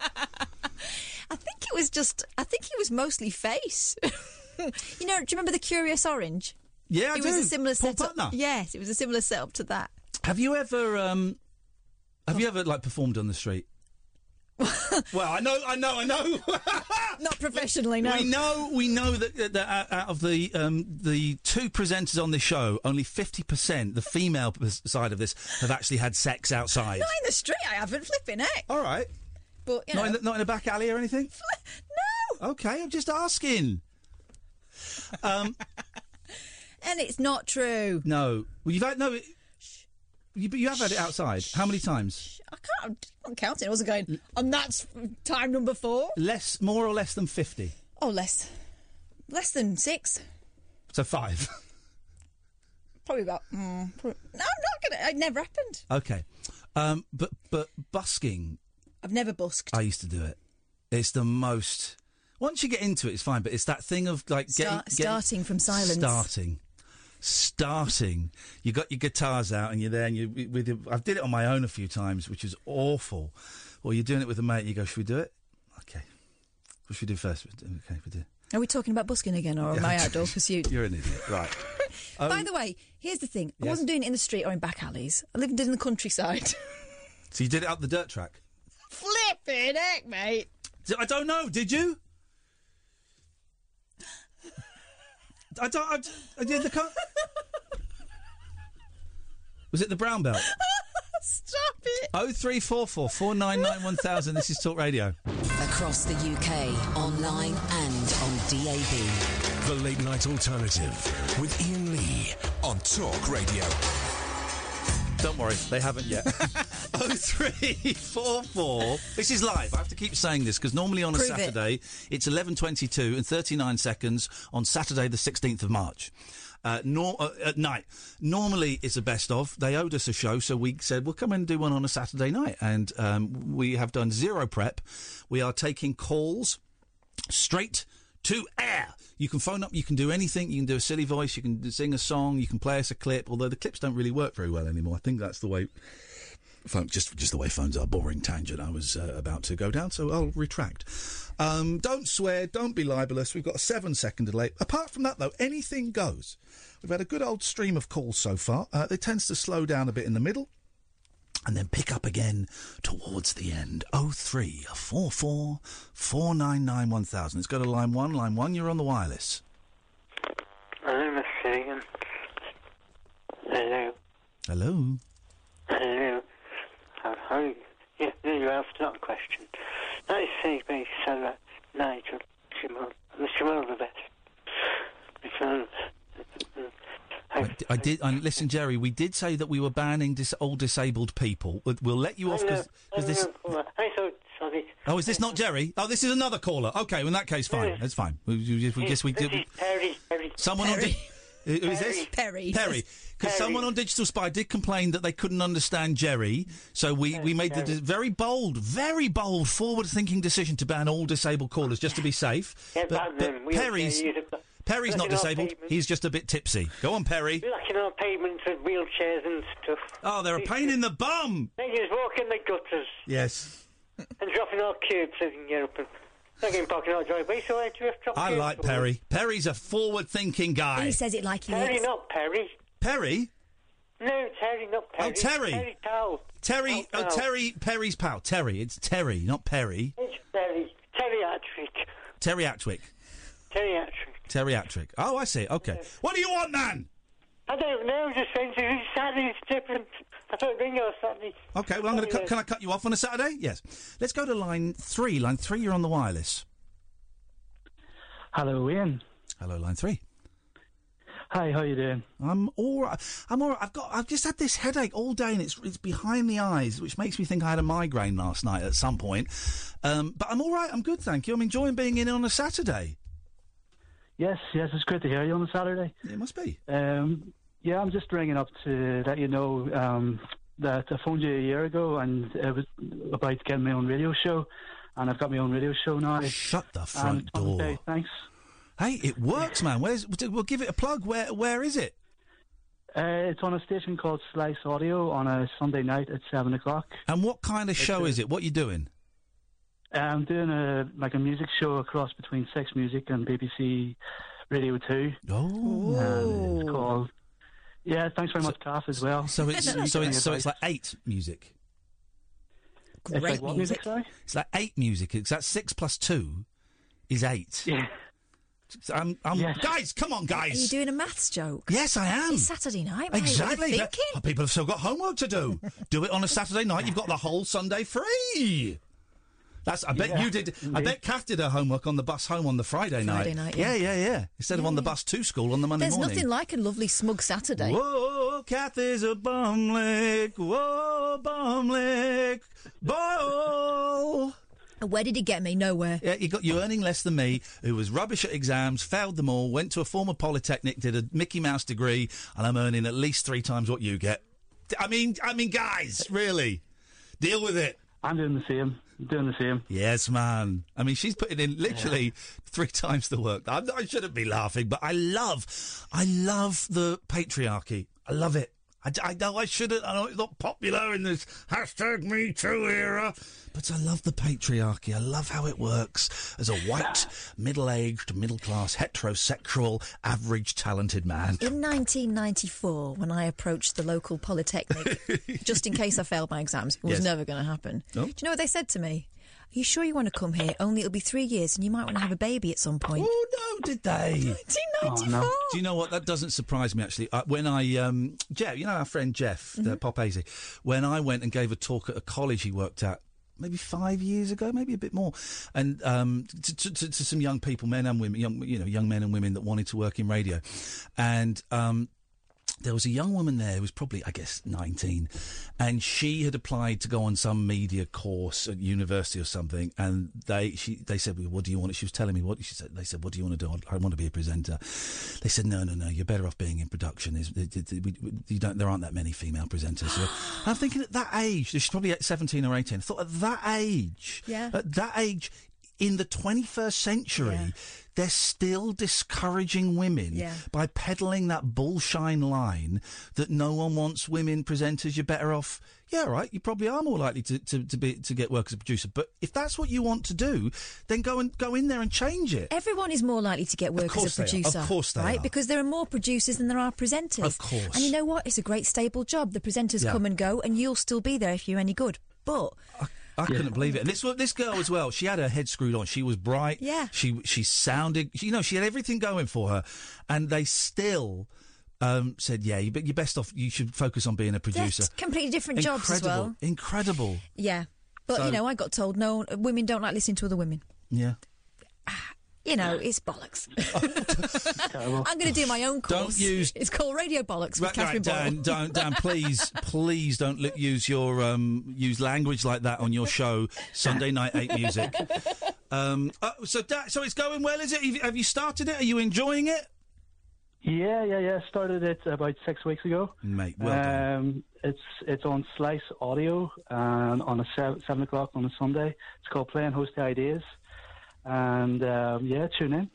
think it was just. I think he was mostly face. you know, do you remember the Curious Orange? Yeah, I it was do. a similar Paul setup. Putner. Yes, it was a similar setup to that. Have you ever um have you ever like performed on the street? well, I know, I know, I know. Not professionally, no. We know, we know that, that, that out- out of the um, the two presenters on this show, only fifty percent, the female p- side of this, have actually had sex outside. Not in the street, I haven't. Flipping heck. All right. But, you know. Not in, the, not in a back alley or anything? no. Okay, I'm just asking. Um, and it's not true. No. Well, you've had, no. it- You, but you have had it outside. How many times? I can't. I'm counting. I wasn't going. And that's time number four. Less, more or less than 50. Oh, less, less than six. So five. Probably about. Mm, prob- no, I'm not gonna. It never happened. okay. Um, but, but busking, I've never busked. I used to do it. It's the most. Once you get into it, it's fine, but it's that thing of like getting, Start, getting- starting from silence. Starting. Starting. You got your guitars out and you're there and you with your, I've did it on my own a few times, which is awful. Or you're doing it with a mate, you go, Should we do it? Okay. What should we do first? Okay, we do. Are we talking about busking again, or my outdoor pursuit? You're an idiot. Right. Oh, By the way, here's the thing. I Um, Yes. wasn't doing it in the street or in back alleys. I lived in the countryside. So you did it up the dirt track? Flipping heck, mate. So I don't know. Did you? I don't. I, d- I did the. Con- Was it the brown belt? Stop it. Oh three four four four nine nine one thousand. This is Talk Radio. Across the UK, online and on DAB. The Late Night Alternative with Ian Lee on Talk Radio. Don't worry, they haven't yet. oh three four four. This is live. I have to keep saying this because normally on a Prove it. Saturday it's eleven twenty two and thirty nine seconds on Saturday the sixteenth of March. Uh, nor- uh, at night. Normally, it's a best of. They owed us a show, so we said we'll come and do one on a Saturday night. And um, we have done zero prep. We are taking calls straight to air. You can phone up, you can do anything, you can do a silly voice, you can sing a song, you can play us a clip, although the clips don't really work very well anymore. I think that's the way phone, just just the way phones are. Boring tangent I was uh, about to go down, so I'll retract. Um, don't swear, don't be libelous. We've got a seven second delay. Apart from that, though, anything goes. We've had a good old stream of calls so far. Uh, it tends to slow down a bit in the middle. And then pick up again towards the end. Oh three four four four nine nine one thousand. It's go to line one. Line one, you're on the wireless. Hello, Miss Sagan. Hello. Hello. Hello. How are you? Uh, oh, Yeah, no, you asked that question. That is Sagan Sarah Nigel Shimon. Mr. Mulvibet. Because I, I did. I, listen, Jerry. We did say that we were banning dis- all disabled people. We'll- We'll let you off because this. I thought, sorry. Oh, is this not Jerry? Oh, this is another caller. Okay, well, in that case, fine. That's fine. We, we, we, yes, we This did. is Perry, Perry. Someone on. Di- who who is this? Perry. Perry. Because someone on Digital Spy did complain that they couldn't understand Jerry, so we, we made the de- very bold, very bold, forward-thinking decision to ban all disabled callers just to be safe. Yeah, but ban but them. We don't Perry's care, you- Perry's Look at not our disabled. pavements. He's just a bit tipsy. Go on, Perry. Looking on pavements with wheelchairs and stuff. Oh, they're a pain in the bum. They just walk in the gutters. Yes. and dropping all cubes in Europe and not getting parking our driveway, so I just drop I cubes like for Perry. Perry's a forward-thinking guy. He says it like he Terry, is. not Perry. Perry. No, Terry, not Perry. Oh, Terry. Terry Powell. Terry. Oh, Oh, no. Terry. Perry's pal. Terry. It's Terry, not Perry. It's Terry. Terry Attrick. Terry Atwick. Geriatric. Terry Atwick. Oh, I see. Okay. What do you want, man? I don't know, just think it's sadly it's different. I don't think you're sadly. Okay. Well, I'm going to. Cu- can I cut you off on a Saturday? Yes. Let's go to line three. Line three, you're on the wireless. Hello, Ian. Hello, line three. Hi, how you doing? I'm all right. I'm all right. I've got. I've just had this headache all day, and it's it's behind the eyes, which makes me think I had a migraine last night at some point. Um, but I'm all right. I'm good, thank you. I'm enjoying being in on a Saturday. Yes, yes, it's great to hear you on a Saturday. It must be. Um, yeah, I'm just ringing up to let you know um, that I phoned you a year ago and it was about getting my own radio show, and I've got my own radio show now. Oh, Shut the front door. thanks. Hey, it works, man. Where's we'll give it a plug. Where where is it? Uh, it's on a station called Slice Audio on a Sunday night at seven o'clock. And what kind of show is it? What you doing? Uh, I'm doing a like a music show across between Sex Music and BBC Radio Two. Oh, and it's called. Yeah, thanks very much, Kath, as well. So it's You so gave me it's so advice. it's like eight music. It's like what music, sorry? It's like eight music. It's that six plus two is eight. Yeah. I'm, I'm, Guys, come on, guys. Are you doing a maths joke? Yes, I am. It's Saturday night. mate. What are you Exactly. That- thinking? oh, people have still got homework to do. do it on a Saturday night. You've got the whole Sunday free. That's. I bet Yeah, you did. I indeed. bet Kath did her homework on the bus home on the Friday, Friday night, yeah. yeah, yeah, yeah. Instead of on the bus to school on the Monday There's morning. nothing like a lovely smug Saturday. Whoa, Kath is a bum lick. Whoa, bum lick. Boy. Where did he get me? Nowhere. Yeah, you got you earning less than me, who was rubbish at exams, failed them all, went to a former polytechnic, did a Mickey Mouse degree, and I'm earning at least three times what you get. I mean, I mean, guys, really, deal with it. I'm doing the same. doing the same. Yes, man. I mean, she's putting in literally three times the work. I'm, I shouldn't be laughing, but I love, I love the patriarchy. I love it. I, d- I know I shouldn't. I know it's not popular in this hashtag Me Too era, but I love the patriarchy. I love how it works as a white, middle-aged, middle-class, heterosexual, average, talented man. In 1994, when I approached the local polytechnic, just in case I failed my exams, it was Yes. never going to happen. No. Do you know what they said to me? Are you sure you want to come here? Only it'll be three years, and you might want to have a baby at some point. Oh no, did they? 1994. Oh, Do you know what? That doesn't surprise me actually. Uh, when I, um, Jeff, you know our friend Jeff, the Mhm. Pop Azy, when I went and gave a talk at a college he worked at maybe five years ago, maybe a bit more, and um, to, to, to, to some young people, men and women, young you know, young men and women that wanted to work in radio, and. Um, there was a young woman there who was probably, I guess, 19, and she had applied to go on some media course at university or something. And they she they said, well, "What do you want?" She was telling me what she said. They said, "What do you want to do?" "I want to be a presenter." They said, "No, no, no. You're better off being in production. There's, there- there- we- we- you don't, there aren't that many female presenters." here." And I'm thinking at that age, she's probably at 17 or 18. I thought at that age, Yeah. at that age. In the 21st century, they're still discouraging women Yeah. by peddling that bullshine line that no one wants women presenters, you're better off. Yeah, all right. You probably are more likely to, to, to be to get work as a producer. But if that's what you want to do, then go and go in there and change it. Everyone is more likely to get work course as a they are. Of producer. course they right? are. Because there are more producers than there are presenters. Of course. And you know what? It's a great stable job. The presenters Yeah. come and go, and you'll still be there if you're any good. But I couldn't believe it. And this wa- this girl as well. She had her head screwed on. She was bright. Yeah. She she sounded. You know, she had everything going for her, and they still um, said, "Yeah, you, but you're best off. You should focus on being a producer." That's completely different jobs as Incredible. well. Incredible. Yeah. But, So- you know, I got told no, women don't like listening to other women. Yeah. You know, it's bollocks. I'm going to do my own course. Don't use- It's called Radio Bollocks with Catherine Boyle. Dan, Dan, Dan, please, please don't li- use your um, use language like that on your show Sunday night eight music. Um, uh, so, da- so it's going well, is it? Have you- Have you started it? Are you enjoying it? Yeah, yeah, yeah. Started it about six weeks ago, mate. Well um, It's it's on Slice Audio and on a seven, seven o'clock on a Sunday. It's called Playing Host to Ideas, and um, yeah, tune in.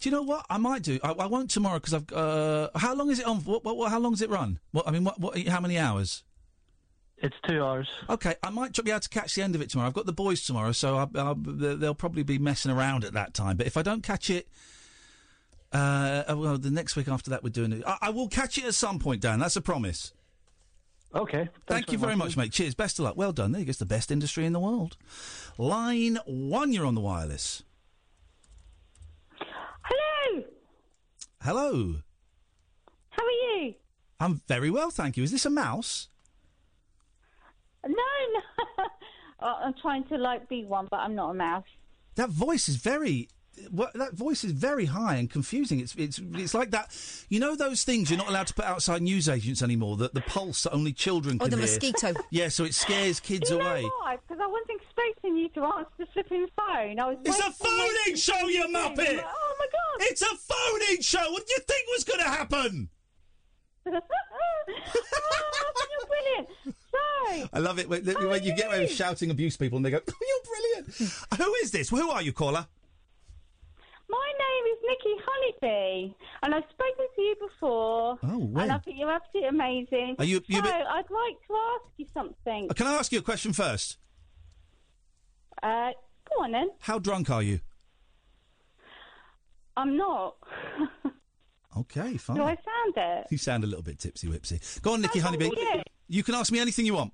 Do you know what I might do? I, I won't tomorrow because I've. Uh, how long is it on? for? What, what, what, how long does it run? What I mean, what, what, how many hours? It's two hours. Okay, I might tr- be able to catch the end of it tomorrow. I've got the boys tomorrow, so I, I, they'll probably be messing around at that time. But if I don't catch it, uh, oh, well, the next week after that, we're doing it. I, I will catch it at some point, Dan. That's a promise. Okay. Thank you very much, mate. Cheers. Best of luck. Well done. There you go. It's the best industry in the world. Line one, you're on the wireless. Hello. How are you? I'm very well, thank you. Is this a mouse? No, no. Oh, I'm trying to like be one, but I'm not a mouse. That voice is very. wha- that voice is very high and confusing. It's it's it's like that. You know those things you're not allowed to put outside newsagents anymore. That the pulse that only children Oh, can the hear. mosquito. Yeah, so it scares kids you away. know why? Because I wasn't expecting you to answer the flipping phone. I was. It's a waiting- phoning waiting show, for you to ring. muppet! I'm like, Oh my god! It's a phoning show. What do you think was going to happen? oh, you're brilliant. So, I love it when, when you get away Oh, with shouting abuse people and they go, "You're brilliant." Who is this? Who are you, caller? my name is Nikki Honeybee, and I've spoken to you before. Oh, when? And I think you're absolutely amazing. Are you- you so, bit- I'd like to ask you something. Uh, Can I ask you a question first? Uh, go on then. How drunk are you? I'm not. Okay, fine. Do I sound it? You sound a little bit tipsy whipsy. Go on, Nikki Oh, Honeybee. thank you. You can ask me anything you want.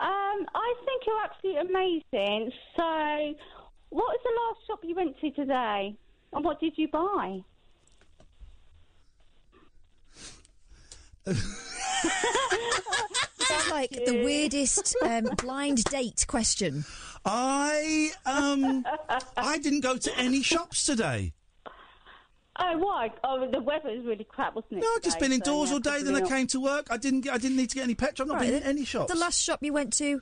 Um, I think you're absolutely amazing. So, what was the last shop you went to today? And what did you buy? Is that like the weirdest um, blind date question? I um I didn't go to any shops today. Oh, why? Oh, the weather is really crap, wasn't it? No, I've just been indoors all day. Then I came to work. I didn't. Get, I didn't need to get any petrol. I've not Right, been in any shops. The last shop you went to,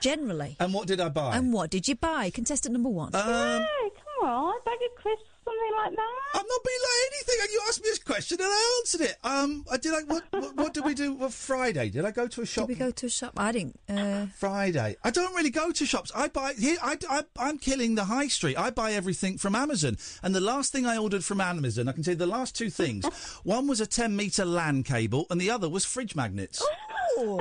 generally. And what did I buy? And what did you buy? Contestant number one. Um, Hey, come on, bag of crisps, something like that. I'm not being like anything. You asked me this question and I answered it. Um, I did like what? What, what did we do? Well, Friday? Did I go to a shop? Did we go to a shop? I didn't. Uh... Friday. I don't really go to shops. I buy. Here, I, am killing the high street. I buy everything from Amazon. And the last thing I ordered from Amazon, I can say the last two things. one was a 10 meter LAN cable, and the other was fridge magnets. Oh,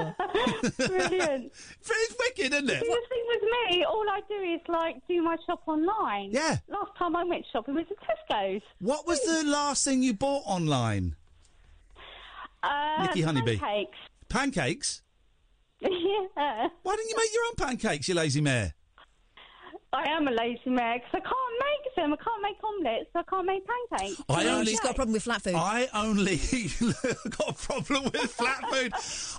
brilliant! it's wicked, isn't See, it? the thing with me, all I do is like do my shop online. Yeah. Last time I went shopping was at Tesco's. What was the last thing you bought online? Uh, Nicky Honeybee. Pancakes. Pancakes. yeah. Why didn't you make your own pancakes, you lazy mare? I am a lazy mare 'cause I can't make them. I can't make omelettes. I can't make pancakes. I only- she's got a problem with flat food. I only got a problem with flat food.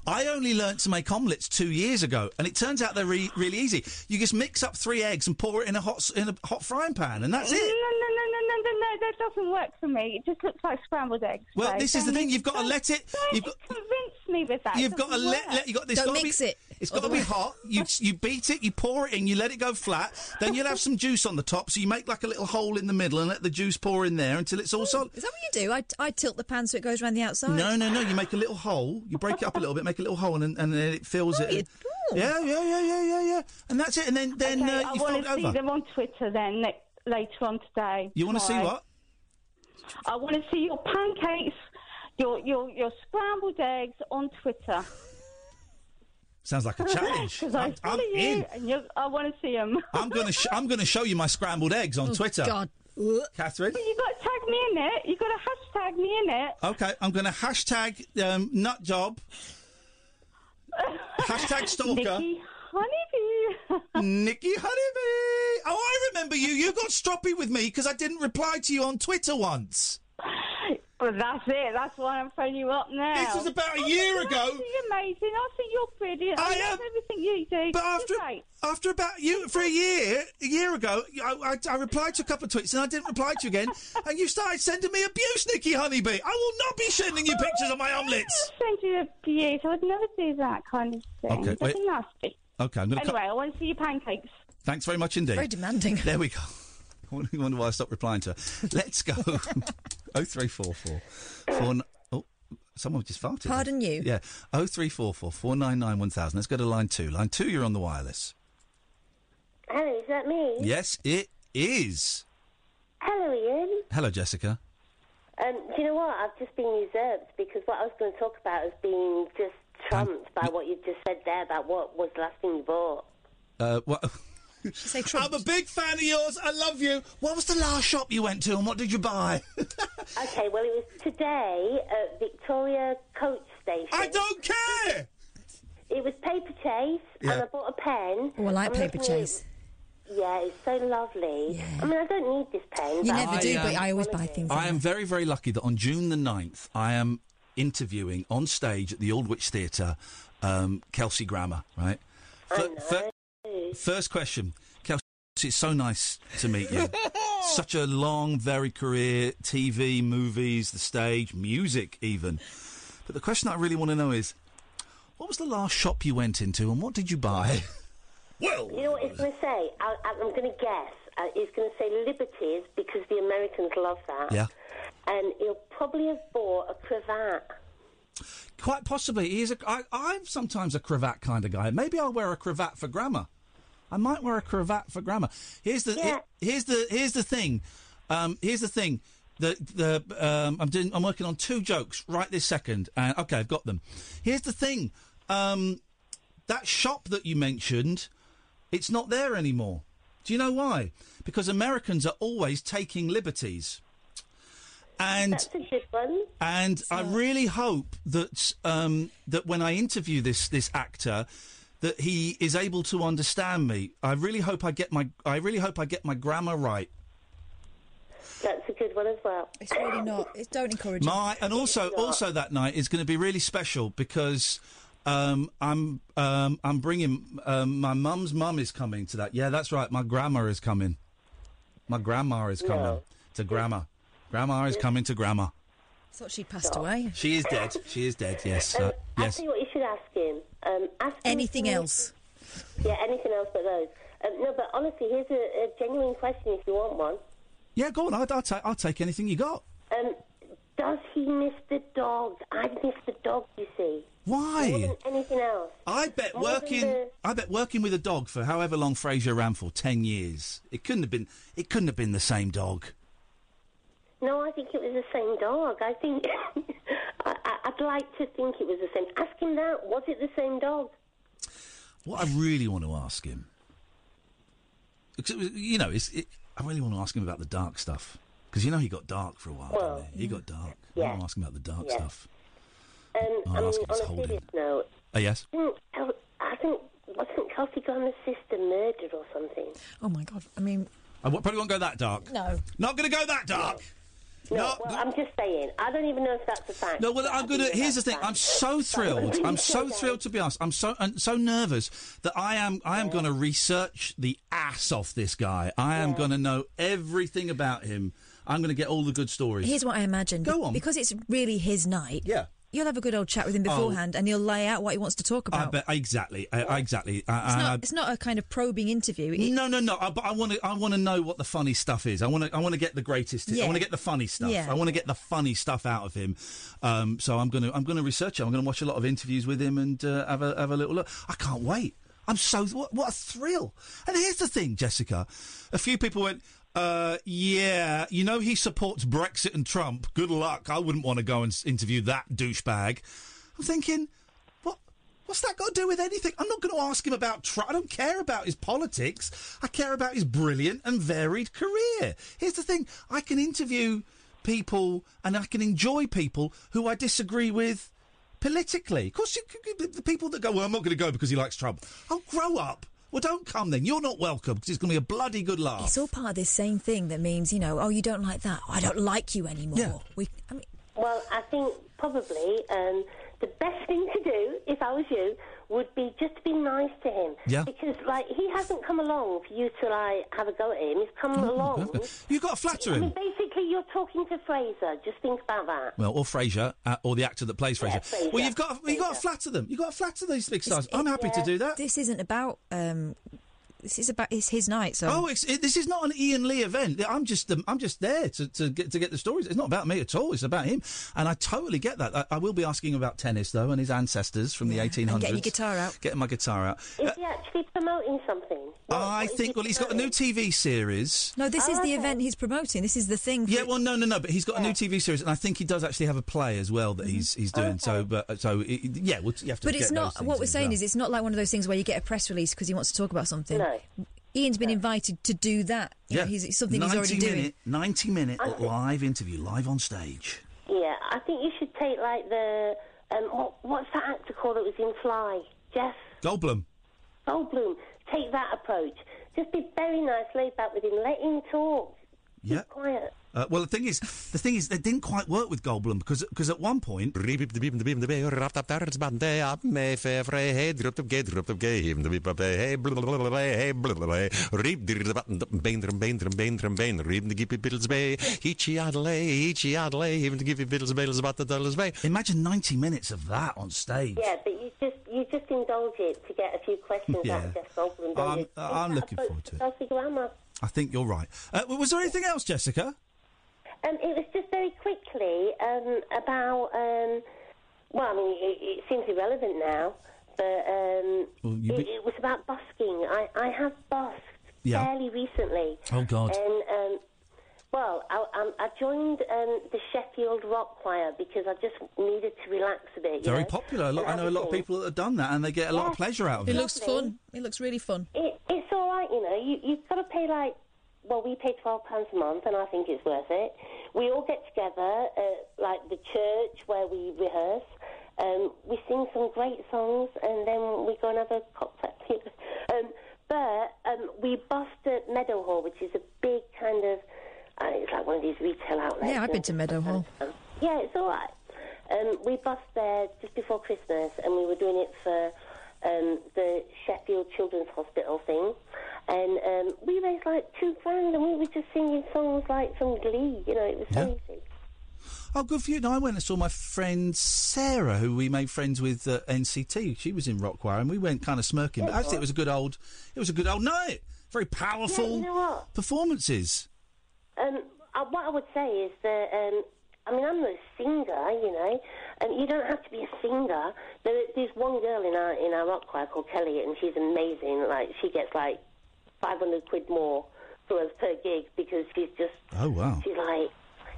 I only learnt to make omelettes two years ago, and it turns out they're re- really easy. You just mix up three eggs and pour it in a hot s- in a hot frying pan, and that's No, no, it. no, no, no, no, no. That doesn't work for me. It just looks like scrambled eggs. Well, so this is the don't- thing. You've got to let it. Don't You've got. convince me with that. You've got to let, let you got this. gotta be, It's got to be hot. You you beat it. You pour it in. You let it go flat. Then you'll have some juice on the top. So you make like a little hole in the middle and let the juice pour in there until Oh, it's all solid. Is that what you do? I, I tilt the pan so it goes around the outside. No, no, no. You make a little hole. You break it up a little bit, make a little hole, and, and then it fills Oh, it. Yeah, yeah, yeah, yeah, yeah, yeah. And that's it. And then then Okay, uh, I wanna you fold it see over. them on Twitter then ne- later on today. You want to see tomorrow. what? I want to see your pancakes, your your your scrambled eggs on Twitter. Sounds like a challenge. Because I I'm, I'm follow you, in. and you I want to see them. I'm gonna sh- I'm gonna show you my scrambled eggs on Twitter. Oh, God. Catherine. You got to tag me in it. You got to hashtag me in it. Okay, I'm gonna hashtag um, nut job. hashtag stalker. Nikki Honeybee. Nikki Honeybee. Oh, I remember you. You got stroppy with me because I didn't reply to you on Twitter once. Well, that's it. That's why I'm phoning you up now. This was about a year I think you're ago. absolutely amazing. I think you're brilliant. I, I love am. everything you do. But You're after great. after about you for a year, a year ago, I, I, I replied to a couple of tweets and I didn't reply to you again, and you started sending me abuse, Nikki Honeybee. I will not be sending you pictures of my omelettes. I send you abuse. I would never do that kind of thing. Okay, It's wait. nothing nasty. Okay, I'm going to. Anyway, I want to see your pancakes. Thanks very much indeed. Very demanding. There we go. I wonder- wonder why I stopped replying to her. Let's go. Oh three four four four. n- Oh, someone just farted. Pardon you. Yeah. Oh three four four four nine nine one thousand. Let's go to line two. Line two, you're on the wireless. Hello, is that me? Yes, it is. Hello, Ian. Hello, Jessica. Um, do you know what? I've just been usurped because what I was going to talk about is being just trumped by what you just said there about what was the last thing you bought. Uh, what? I'm a big fan of yours. I love you. What was the last shop you went to and what did you buy? Okay, well, it was today at Victoria Coach Station. I don't care! It was paper chase, Yeah. and I bought a pen. Oh, I like I'm paper looking at- chase. Yeah, it's so lovely. I mean, I don't need this pen. You but never do, um, but I always buy things. I am very, very lucky that on June the 9th, I am interviewing on stage at the Aldwych Theatre um, Kelsey Grammer, right? Fir- fir- first question Kelsey, it's so nice to meet you. Such a long, varied career TV, movies, the stage, music, even. But the question I really want to know is what was the last shop you went into and what did you buy? Well, you know what it's going to say? I, I, I'm going to guess. Uh, it's going to say liberties because the Americans love that. yeah. And he'll probably have bought a cravat. Quite possibly. He is a, I, I'm sometimes a cravat kind of guy. Maybe I'll wear a cravat for grammar. I might wear a cravat for grammar. Here's the Yeah. he- here's the here's the thing. Um, here's the thing. The the um, I'm doing I'm working on two jokes right this second. And okay, I've got them. Here's the thing. Um, that shop that you mentioned, it's not there anymore. Do you know why? Because Americans are always taking liberties. And That's a good one. and I really hope that um, that when I interview this this actor, that he is able to understand me. I really hope I get my I really hope I get my grammar right. That's a good one as well. It's really not. It don't encourage. My and also also that night is going to be really special because um, I'm um, I'm bringing um, my mum's mum is coming to that. Yeah, that's right. My grandma is coming. My grandma is coming to grammar. Grandma is coming to grammar. I thought she'd passed away. She is dead. She is dead. Yes. Uh, Um, I'll yes. tell you what you should ask him. Um, ask him Anything if he- else? Yeah, anything else but those. Um, no, but honestly, here's a, a genuine question if you want one. Yeah, go on. I'll, I'll, ta- I'll take anything you got. Um, does he miss the dog? I miss the dog, you see. Why? More than anything else. I bet More than working. the- I bet working with a dog for however long Fraser ran for ten years. It couldn't have been. It couldn't have been the same dog. No, I think it was the same dog. I think I, I- I'd like to think it was the same. Ask him that. Was it the same dog? What I really want to ask him, 'cause it was- you know, it's, it, I really want to ask him about the dark stuff because you know he got dark for a while. Well, didn't he? he got dark. I want to ask him about the dark Yeah. stuff. Um, Oh, I mean, ask him on his a holding. serious note, Oh yes. didn't El- I think wasn't Kelsey Grammer's sister murdered or something? Oh my god! I mean, I w- probably won't go that dark. no. Not going to go that dark. No, well, I'm just saying. I don't even know if that's a fact. No, well, but I'm I good. do At, know here's the that's thing. a I'm fact. so thrilled. I'm so Okay. thrilled to be honest. I'm so and so nervous that I am. I am going to research the ass off this guy. I am going to know everything about him. I'm going to get all the good stories. Here's what I imagined. Go on. Because it's really his night. Yeah. You'll have a good old chat with him Oh. beforehand, and he'll lay out what he wants to talk I about. bet exactly. I, I- exactly. I, it's, I- not, I- it's not a kind of probing interview. It- no, no, no. I, but I want to. I want to know what the funny stuff is. I want to. I want to get the greatest. I Yeah. want to get the funny stuff. Yeah. I want to get the funny stuff out of him. Um, so I'm going to. I'm going to research it. I'm going to watch a lot of interviews with him and uh, have a have a little look. I can't wait. I'm so what, what a thrill. And here's the thing, Jessica. A few people went. Uh, yeah, you know he supports Brexit and Trump. Good luck. I wouldn't want to go and s- interview that douchebag. I'm thinking, What's that got to do with anything? I'm not going to ask him about Trump. I don't care about his politics. I care about his brilliant and varied career. Here's the thing I can interview people and I can enjoy people who I disagree with politically. Of course, you, you- the- the people that go, well, I'm not going to go because he likes Trump. Oh, grow up. Well, don't come then. You're not welcome because it's going to be a bloody good laugh. It's all part of this same thing that means, you know, oh, you don't like that. Oh, I don't like you anymore. We, I mean, Well, I think probably um, the best thing to do, if I was you, would be just to be nice to him. Yeah. Because like he hasn't come along for you to like have a go at him. He's come along. Mm, You've got to flatter I him. mean, basically, you're talking to Fraser. Just think about that. Well, or Frasier, uh, or the actor that plays Frasier. Frasier, well, you've got you've got to flatter them. You've got to flatter these big stars. I'm happy to do that. This isn't about. Um, this is about. It's his night. So. Oh, it's, it, this is not an Ian Lee event. I'm just um, I'm just there to, to get to get the stories. It's not about me at all. It's about him, and I totally get that. I, I will be asking about tennis though, and his ancestors from the 1800s. and get your guitar out. Getting my guitar out. Is he actually promoting something? I think. Well, he's got a new TV series. No, this Oh, is the event he's promoting. This is the thing. Yeah, well, no, no, no, but he's got a new TV series, and I think he does actually have a play as well that he's he's doing. So, but uh, so it, yeah, we'll, you have to. Mm-hmm. But get it's those not. things What we're as saying well. is, it's not like one of those things where you get a press release because he wants to talk about something. Ian's been invited to do that. You know, he's, it's something he's 90 already minute, doing. Ninety minute I think- live interview, live on stage. Yeah, I think you should take like the um, what, what's that actor called that was in Fly? Jeff Goldblum. Goldblum. Take that approach. Just be very nice, laid back with him. Let him talk. Yeah. Quiet. Uh, well, the thing is, the thing is, they didn't quite work with Goldblum because because at one point, imagine ninety minutes of that on stage. Yeah, but you just you just indulge it to get a few questions out of Yeah. Jeff Goldblum. don't I'm, uh, you? I'm looking forward to it. That's your grandma. I think you're right. Uh, was there anything else, Jessica? Um, it was just very quickly um, about. Um, well, I mean, it, it seems irrelevant now, but um, Well, you it, be- it was about busking. I, I have bosked Yeah. fairly recently. Oh, God. And um, well, I, um, I joined um, the Sheffield Rock Choir because I just needed to relax a bit. you Very know? popular. A lot, I And know a lot of everything. people that have done that, and they get a lot of Yeah. pleasure out of it. It looks Lovely. fun. It looks really fun. It, it's all right, you know. You, you've got to pay like, well, we pay twelve pounds a month, and I think it's worth it. We all get together at like the church where we rehearse. Um, we sing some great songs, and then we go and have a cocktail. you know. um, but um, we bust at Meadowhall, which is a big kind of, uh, it's like one of these retail outlets. Yeah, I've been to Meadowhall. Yeah, it's all right. Um, we bussed there just before Christmas, and we were doing it for um, the Sheffield Children's Hospital thing. And um, we raised like two grand, and we were just singing songs like from Glee. You know, it was so Yeah. easy. Oh, good for you. No, I went and saw my friend Sarah, who we made friends with at NCT. She was in Rock Choir, and we went kind of smirking. But actually, it was a good old, it was a good old night. Very powerful Yeah, you know what? performances. Um, I, what I would say is that um, I mean I'm not a singer, you know, and you don't have to be a singer. There, there's one girl in our in our rock choir called Kelly, and she's amazing. Like she gets like 500 quid more for us per gig because she's just Oh wow. she's like.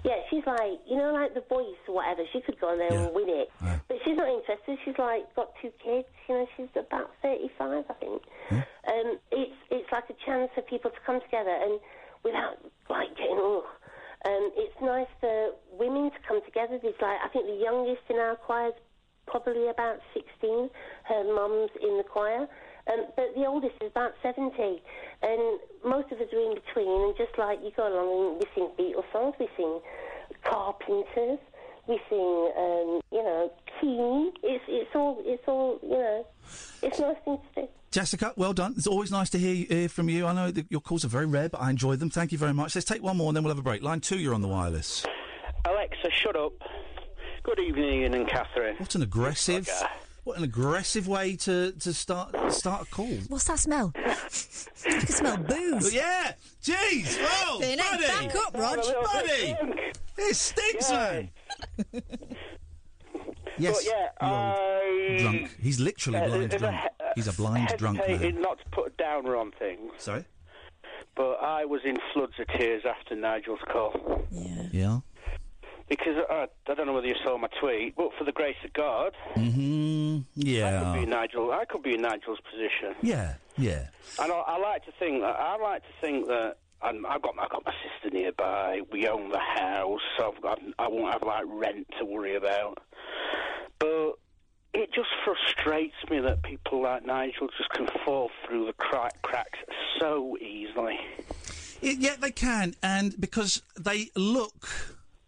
Yeah, she's like, you know, like the voice or whatever. She could go on there and win it, but she's not interested. She's like got two kids. You know, she's about thirty-five, I think. Um, it's it's like a chance for people to come together and without like getting all. Um, it's nice for women to come together. There's like I think the youngest in our choir's probably about sixteen. Her mum's in the choir, um, but the oldest is about seventy, and most of us are in between. And just like you go along, and we sing Beatles songs, we sing Carpenters, we sing um, you know Keane. It's it's all it's all you know. It's a nice thing to do. Jessica, well done. It's always nice to hear, hear from you. I know that your calls are very rare, but I enjoy them. Thank you very much. Let's take one more, and then we'll have a break. Line two, you're on the wireless. uh, Alexa, shut up. Good evening, Ian and Catherine. What an aggressive, what an aggressive way to, to start start a call. What's that smell? you can smell booze. Yeah. Jeez. Oh, Then, hey, buddy. back up, Rog. Buddy. It stinks, man. Yes. But yeah, you old I- drunk. He's literally Uh, blind if I drunk. he- He's a blind drunk hesitated man. not to put a downer on things. Sorry? But I was in floods of tears after Nigel's call. Yeah. Because I, I don't know whether you saw my tweet, but for the grace of God, Mm-hmm. I could be Yeah. in Nigel. I could be in Nigel's position. Yeah. Yeah. And I, I like to think that I like to think that um, I've got my, I've got my sister nearby. We own the house. So I've got I won't have like rent to worry about. But it just frustrates me that people like Nigel just can fall through the cra- cracks so easily. It, yeah, they can, and because they look,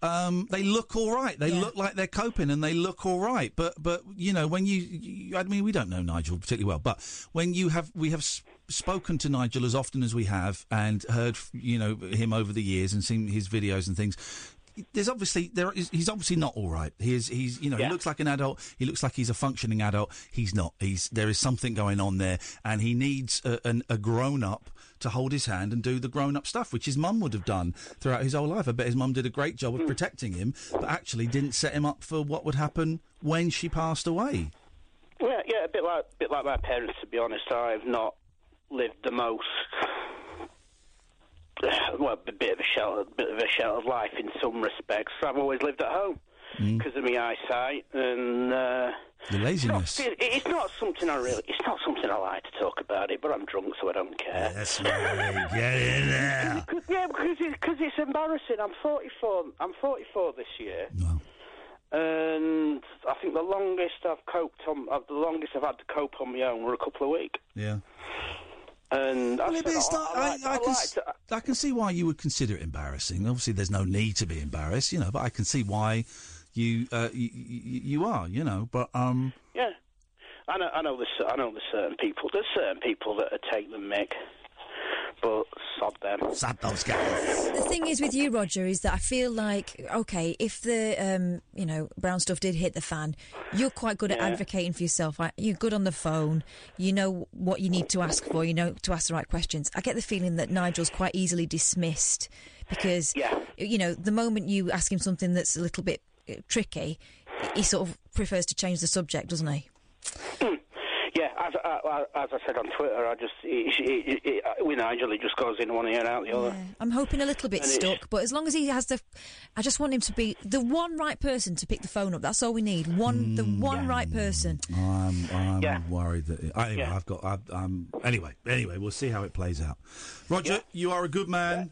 um, they look all right. They look like they're coping, and they look all right. But but you know when you, you I mean we don't know Nigel particularly well, but when you have we have s- spoken to Nigel as often as we have and heard you know him over the years and seen his videos and things. There's obviously there is he's obviously not all right. He is he's you know he looks like an adult. He looks like he's a functioning adult. He's not. He's there is something going on there, and he needs a, an, a grown up to hold his hand and do the grown up stuff, which his mum would have done throughout his whole life. I bet his mum did a great job of protecting him, but actually didn't set him up for what would happen when she passed away. Yeah, yeah, a bit like bit like my parents. To be honest, I've not lived the most well, a bit of a sheltered, bit of a sheltered life in some respects. I've always lived at home Mm. because of my eyesight, and uh, The laziness. it, it's not something I really, it's not something I like to talk about it. But I'm drunk, so I don't care. Yes, get in there. Cause, yeah, because it, cause it's embarrassing. I'm 44. I'm 44 this year, and I think the longest I've coped on, uh, the longest I've had to cope on my own were a couple of weeks. Yeah. And I Well, said, but it's "I- not. I, I, like- I I can, like s- to- I can see why you would consider it embarrassing. Obviously, there's no need to be embarrassed, you know. But I can see why you uh, you, you, you are, you know. But um, Yeah, I know. I know. There's, I know. There's certain people. There's certain people that are take the mick, but sod them. Sod those guys. The thing is with you, Roger, is that I feel like okay, if the um, you know brown stuff did hit the fan, you're quite good at Yeah. advocating for yourself. I- You're good on the phone. You know what you need to ask for. You know to ask the right questions. I get the feeling that Nigel's quite easily dismissed because you know the moment you ask him something that's a little bit uh, tricky, he sort of prefers to change the subject, doesn't he? Yeah, as I, I- as I said on Twitter, I just it, it, it, it, with Nigel, it just goes in one ear and out the other. I'm hoping a little bit And it- stuck, but as long as he has the, I just want him to be the one right person to pick the phone up. That's all we need. One, the Mm, one right person. Oh, I'm I'm worried that it, anyway. I've got. I, I'm anyway. Anyway, we'll see how it plays out. Roger, you are a good man.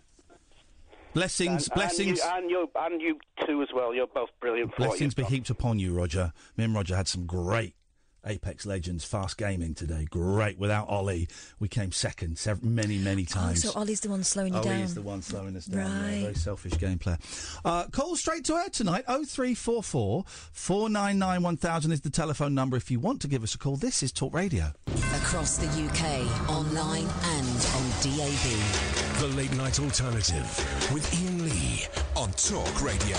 Blessings, and, blessings. and you, and you, and you too as well. You're both brilliant. for what Blessings you've be heaped upon you, Roger. Me and Roger had some great Apex Legends fast gaming today. Great. Without Ollie, we came second sev- many, many Oh, times. so Ollie's the one slowing you Ollie down. is the one slowing us down. yeah, Right. very selfish game player. Uh, call straight to air tonight. 0344 499 1000 is the telephone number if you want to give us a call. This is Talk Radio. Across the UK, online and on DAB. The Late Night Alternative with Ian Lee on Talk Radio.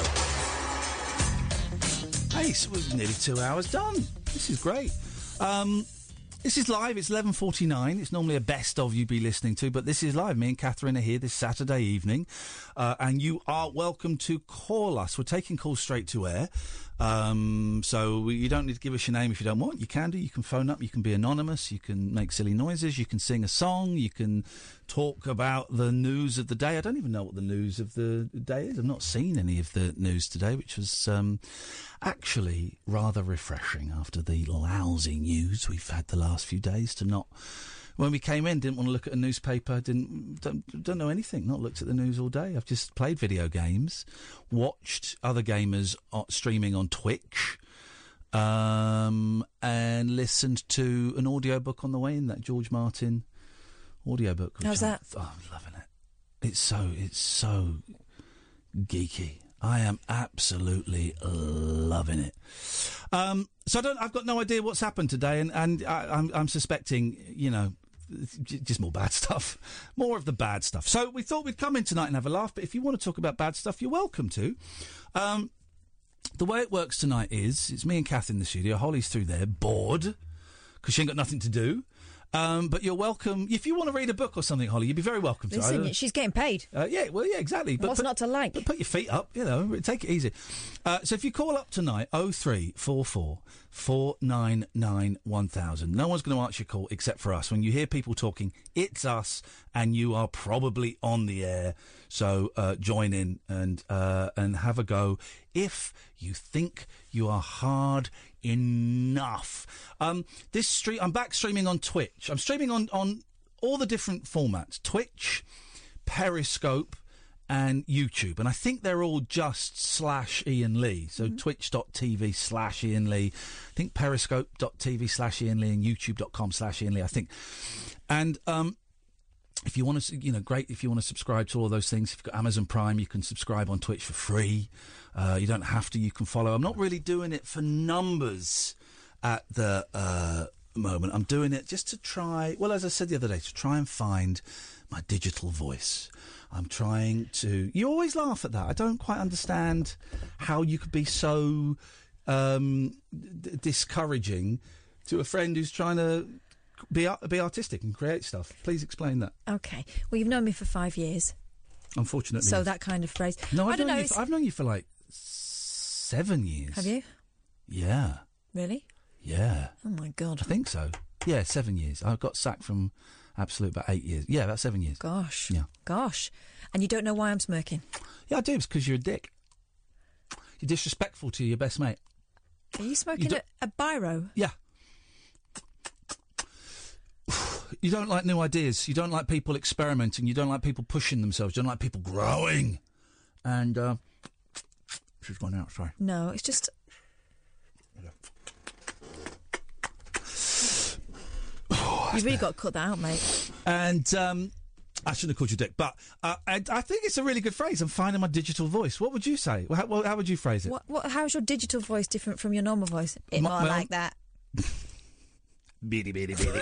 Hey, so we're nearly two hours done. This is great. Um, this is live. It's eleven forty nine. It's normally a best of you'd be listening to, but this is live. Me and Catherine are here this Saturday evening, uh, and you are welcome to call us. We're taking calls straight to air, um, so we, you don't need to give us your name if you don't want. You can do. You can phone up. You can be anonymous. You can make silly noises. You can sing a song. You can talk about the news of the day. I don't even know what the news of the day is. I've not seen any of the news today, which was um, actually rather refreshing after the lousy news we've had the last few days to not. When we came in, didn't want to look at a newspaper. Didn't don't, don't know anything. Not looked at the news all day. I've just played video games, watched other gamers uh, streaming on Twitch um, and listened to an audiobook on the way in that George Martin audiobook. which How's I- that? oh, I'm loving it. It's so it's so geeky. I am absolutely loving it. Um, so I don't. I've got no idea what's happened today, and and I, I'm, I'm suspecting, you know, j- just more bad stuff, more of the bad stuff. So we thought we'd come in tonight and have a laugh. But if you want to talk about bad stuff, you're welcome to. Um, the way it works tonight is it's me and Kath in the studio. Holly's through there, bored because she ain't got nothing to do. Um, but you're welcome if you want to read a book or something, Holly. You'd be very welcome to. I Listen, don't- she's getting paid. uh, yeah, well, yeah, exactly. But What's put, not to like? But put your feet up, you know, take it easy. Uh, so if you call up tonight, 0344 499 1000, no one's going to answer your call except for us. When you hear people talking, it's us, and you are probably on the air. So uh, join in and, uh, and have a go if you think you are hard enough. Um, this stream, I'm back streaming on Twitch. I'm streaming on, on all the different formats Twitch. Periscope and YouTube. And I think they're all just slash Ian Lee. So twitch.tv slash Ian Lee. I think periscope.tv slash Ian Lee and youtube.com slash Ian Lee, I think. And, um, if you want to, you know, great. If you want to subscribe to all those things, if you've got Amazon Prime, you can subscribe on Twitch for free. Uh, you don't have to. You can follow. I'm not really doing it for numbers at the uh, moment. I'm doing it just to try. Well, as I said the other day, to try and find my digital voice. I'm trying to. You always laugh at that. I don't quite understand how you could be so um, d- discouraging to a friend who's trying to be ar- be artistic and create stuff. Please explain that. Okay. Well, you've known me for five years, Unfortunately, so that kind of phrase. No, I've I known don't know. You it's- for, I've known you for like seven years. Have you Yeah, really? yeah. Oh my god. I think so. Yeah, seven years. I got sacked from Absolute about eight years. Yeah, about seven years. Gosh. Yeah, Gosh. And you don't know why I'm smirking. yeah. I do. It's because you're a dick. You're disrespectful to your best mate. Are you smoking don't- a, a biro? Yeah. You don't like new ideas. You don't like people experimenting. You don't like people pushing themselves. You don't like people growing. And uh, she's gone out. Sorry. No, it's just. You've really got to cut that out, mate. And um, I shouldn't have called you Dick, but uh, I, I think it's a really good phrase. I'm finding my digital voice. What would you say? Well, How, well, how would you phrase it? What, what, how's your digital voice different from your normal voice? Bit My- more well- like that. Beady, beady, beady.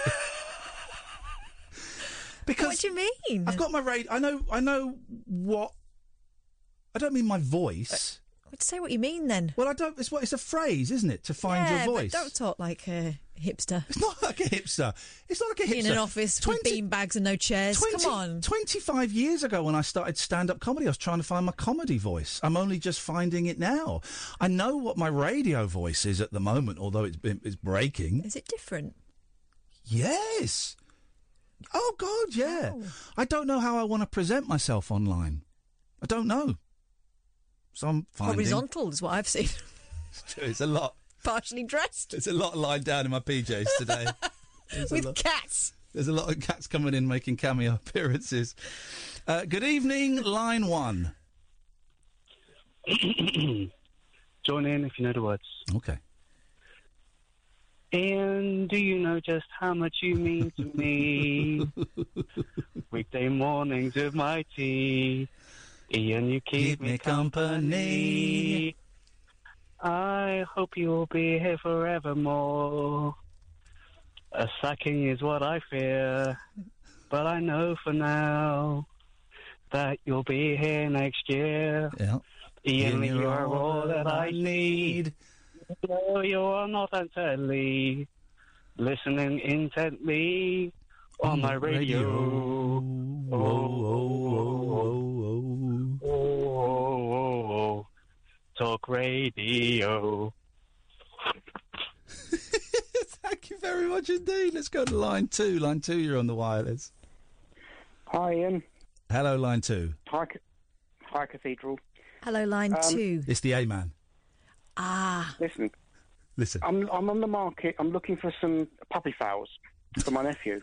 because what do you mean? I've got my radio. I know. I know what. I don't mean my voice. Uh, say what you mean then. Well, I don't. It's what it's a phrase, isn't it? To find yeah, your voice. But don't talk like a hipster. It's not like a hipster. It's not like a hipster. In an office with beanbags and no chairs. 20 Come on. 25 years ago when I started stand up comedy, I was trying to find my comedy voice. I'm only just finding it now. I know what my radio voice is at the moment, although it's, been, it's breaking. Is it different? Yes. Oh, God, yeah. I don't know how I want to present myself online. I don't know. So I'm finding. Horizontal is what I've seen. It's a lot. Partially dressed. It's a lot lying down in my PJs today. It's a with lot. cats. There's a lot of cats coming in making cameo appearances. Uh, good evening, line one. Join in if you know the words. Okay. And do you know just how much you mean to me? Weekday mornings with my tea. Ian, you keep, me company. I hope you'll be here forevermore. A sacking is what I fear, but I know for now that you'll be here next year. Yeah. Ian, you are all that I need. No, you are not entirely listening intently on my radio. Oh, oh, oh, oh, oh. Talk radio. Thank you very much indeed. Let's go to line two. Line two, you're on the wireless. Hi, Ian. Hello, line two. Hi, Ca- hi Cathedral. Hello, line Um, two. It's the A man. Ah. Listen, Listen. I'm, I'm on the market. I'm looking for some puppy fowls for my nephew.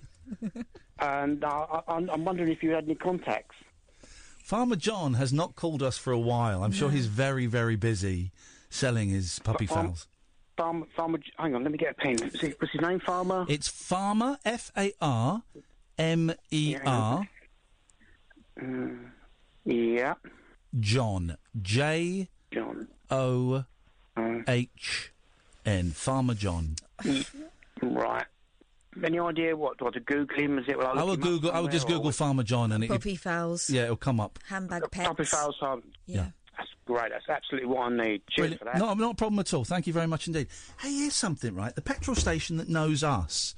and uh, I, I, I'm I'm wondering if you had any contacts. Farmer John has not called us for a while. I'm sure he's very, very busy selling his puppy Farm- fowls. Farmer, farmer, J- hang on, let me get a pen. What's his, what's his name, Farmer? It's Farmer, F A R M E R. Mm, Yeah. John. J. John. Uh. O. H. N. Farmer John. right. Any idea what? Do I have to Google him? Is it? Well, I will Google. I will just Google Farmer John and it. Puppy fowls. Yeah, it'll come up. Handbag pets. Puppy fowls. Farm. Yeah. That's great. That's absolutely what I need. Cheers for that. No, not a problem at all. Thank you very much indeed. Hey, here's something, right? The petrol station that knows us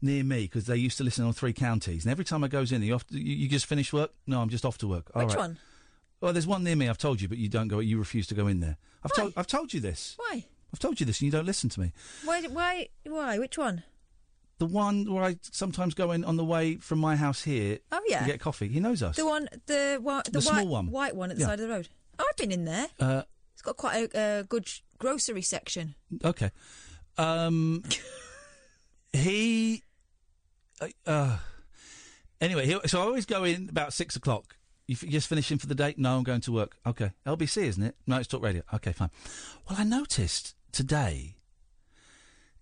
near me because they used to listen on three counties, and every time I goes in, you, off, you, you just finished work? No, I'm just off to work. All Which right. one? Well, there's one near me. I've told you, but you don't go. You refuse to go in there. I've told. I've told you this. Why? I've told you this, and you don't listen to me. Why? Why? Why? Which one? The one where I sometimes go in on the way from my house here. Oh, yeah. To get coffee. He knows us. The one, the one, the, The white, small one. white one at the Yeah. side of the road. Oh, I've been in there. Uh, It's got quite a uh, good sh- grocery section. Okay. Um, he. uh, Uh, anyway, he, so I always go in about six o'clock. You f- just finishing for the day? No, I'm going to work. Okay. LBC, isn't it? No, it's Talk Radio. Okay, fine. Well, I noticed today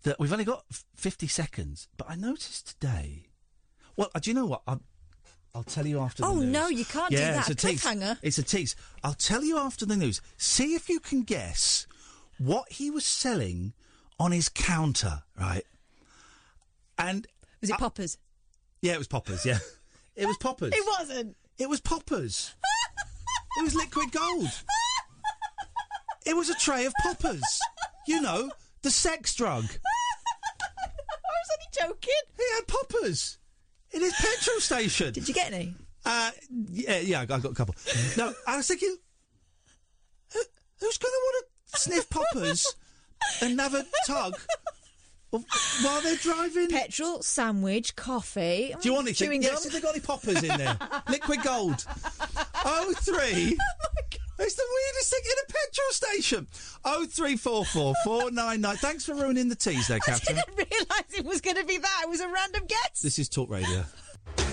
that we've only got f- 50 seconds, but I noticed today. Well, uh, do you know what? I'll, I'll tell you after Oh, the news. no, you can't do yeah, that. It's a tease. Cliffhanger. It's a tease. I'll tell you after the news. See if you can guess what he was selling on his counter, right? And was it poppers? Yeah, it was poppers. Yeah, it was poppers. It wasn't. It was poppers. it was liquid gold. It was a tray of poppers. You know, the sex drug. I was only joking. He had poppers in his petrol station. Did you get any? Uh, yeah, yeah, I got I got a couple. No, I was thinking, who, who's going to want to sniff poppers and have a tug of- while they're driving? Petrol, sandwich, coffee. Do you want mm, anything? Chewing Yes, gum. have they got any poppers in there? Liquid gold. Oh three. It's the weirdest thing in a petrol station. Oh three four four four nine nine. Thanks for ruining the tease there, I Catherine. didn't realise it was going to be that. It was a random guess. This is Talk Radio.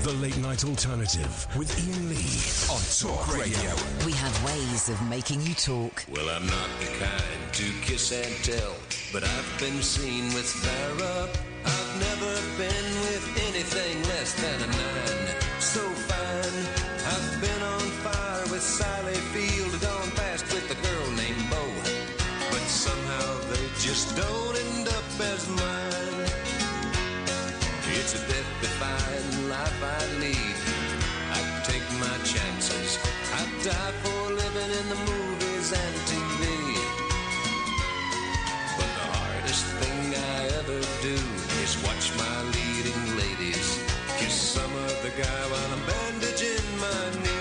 The Late Night Alternative with Ian Lee on Talk Radio. We have ways of making you talk. Well, I'm not the kind to kiss and tell, but I've been seen with fire up. I've never been with anything less than a nine. don't end up as mine. It's a death defying life I lead. I take my chances. I die for living in the movies and TV. But the hardest thing I ever do is watch my leading ladies kiss some other guy while I'm bandaging my knee.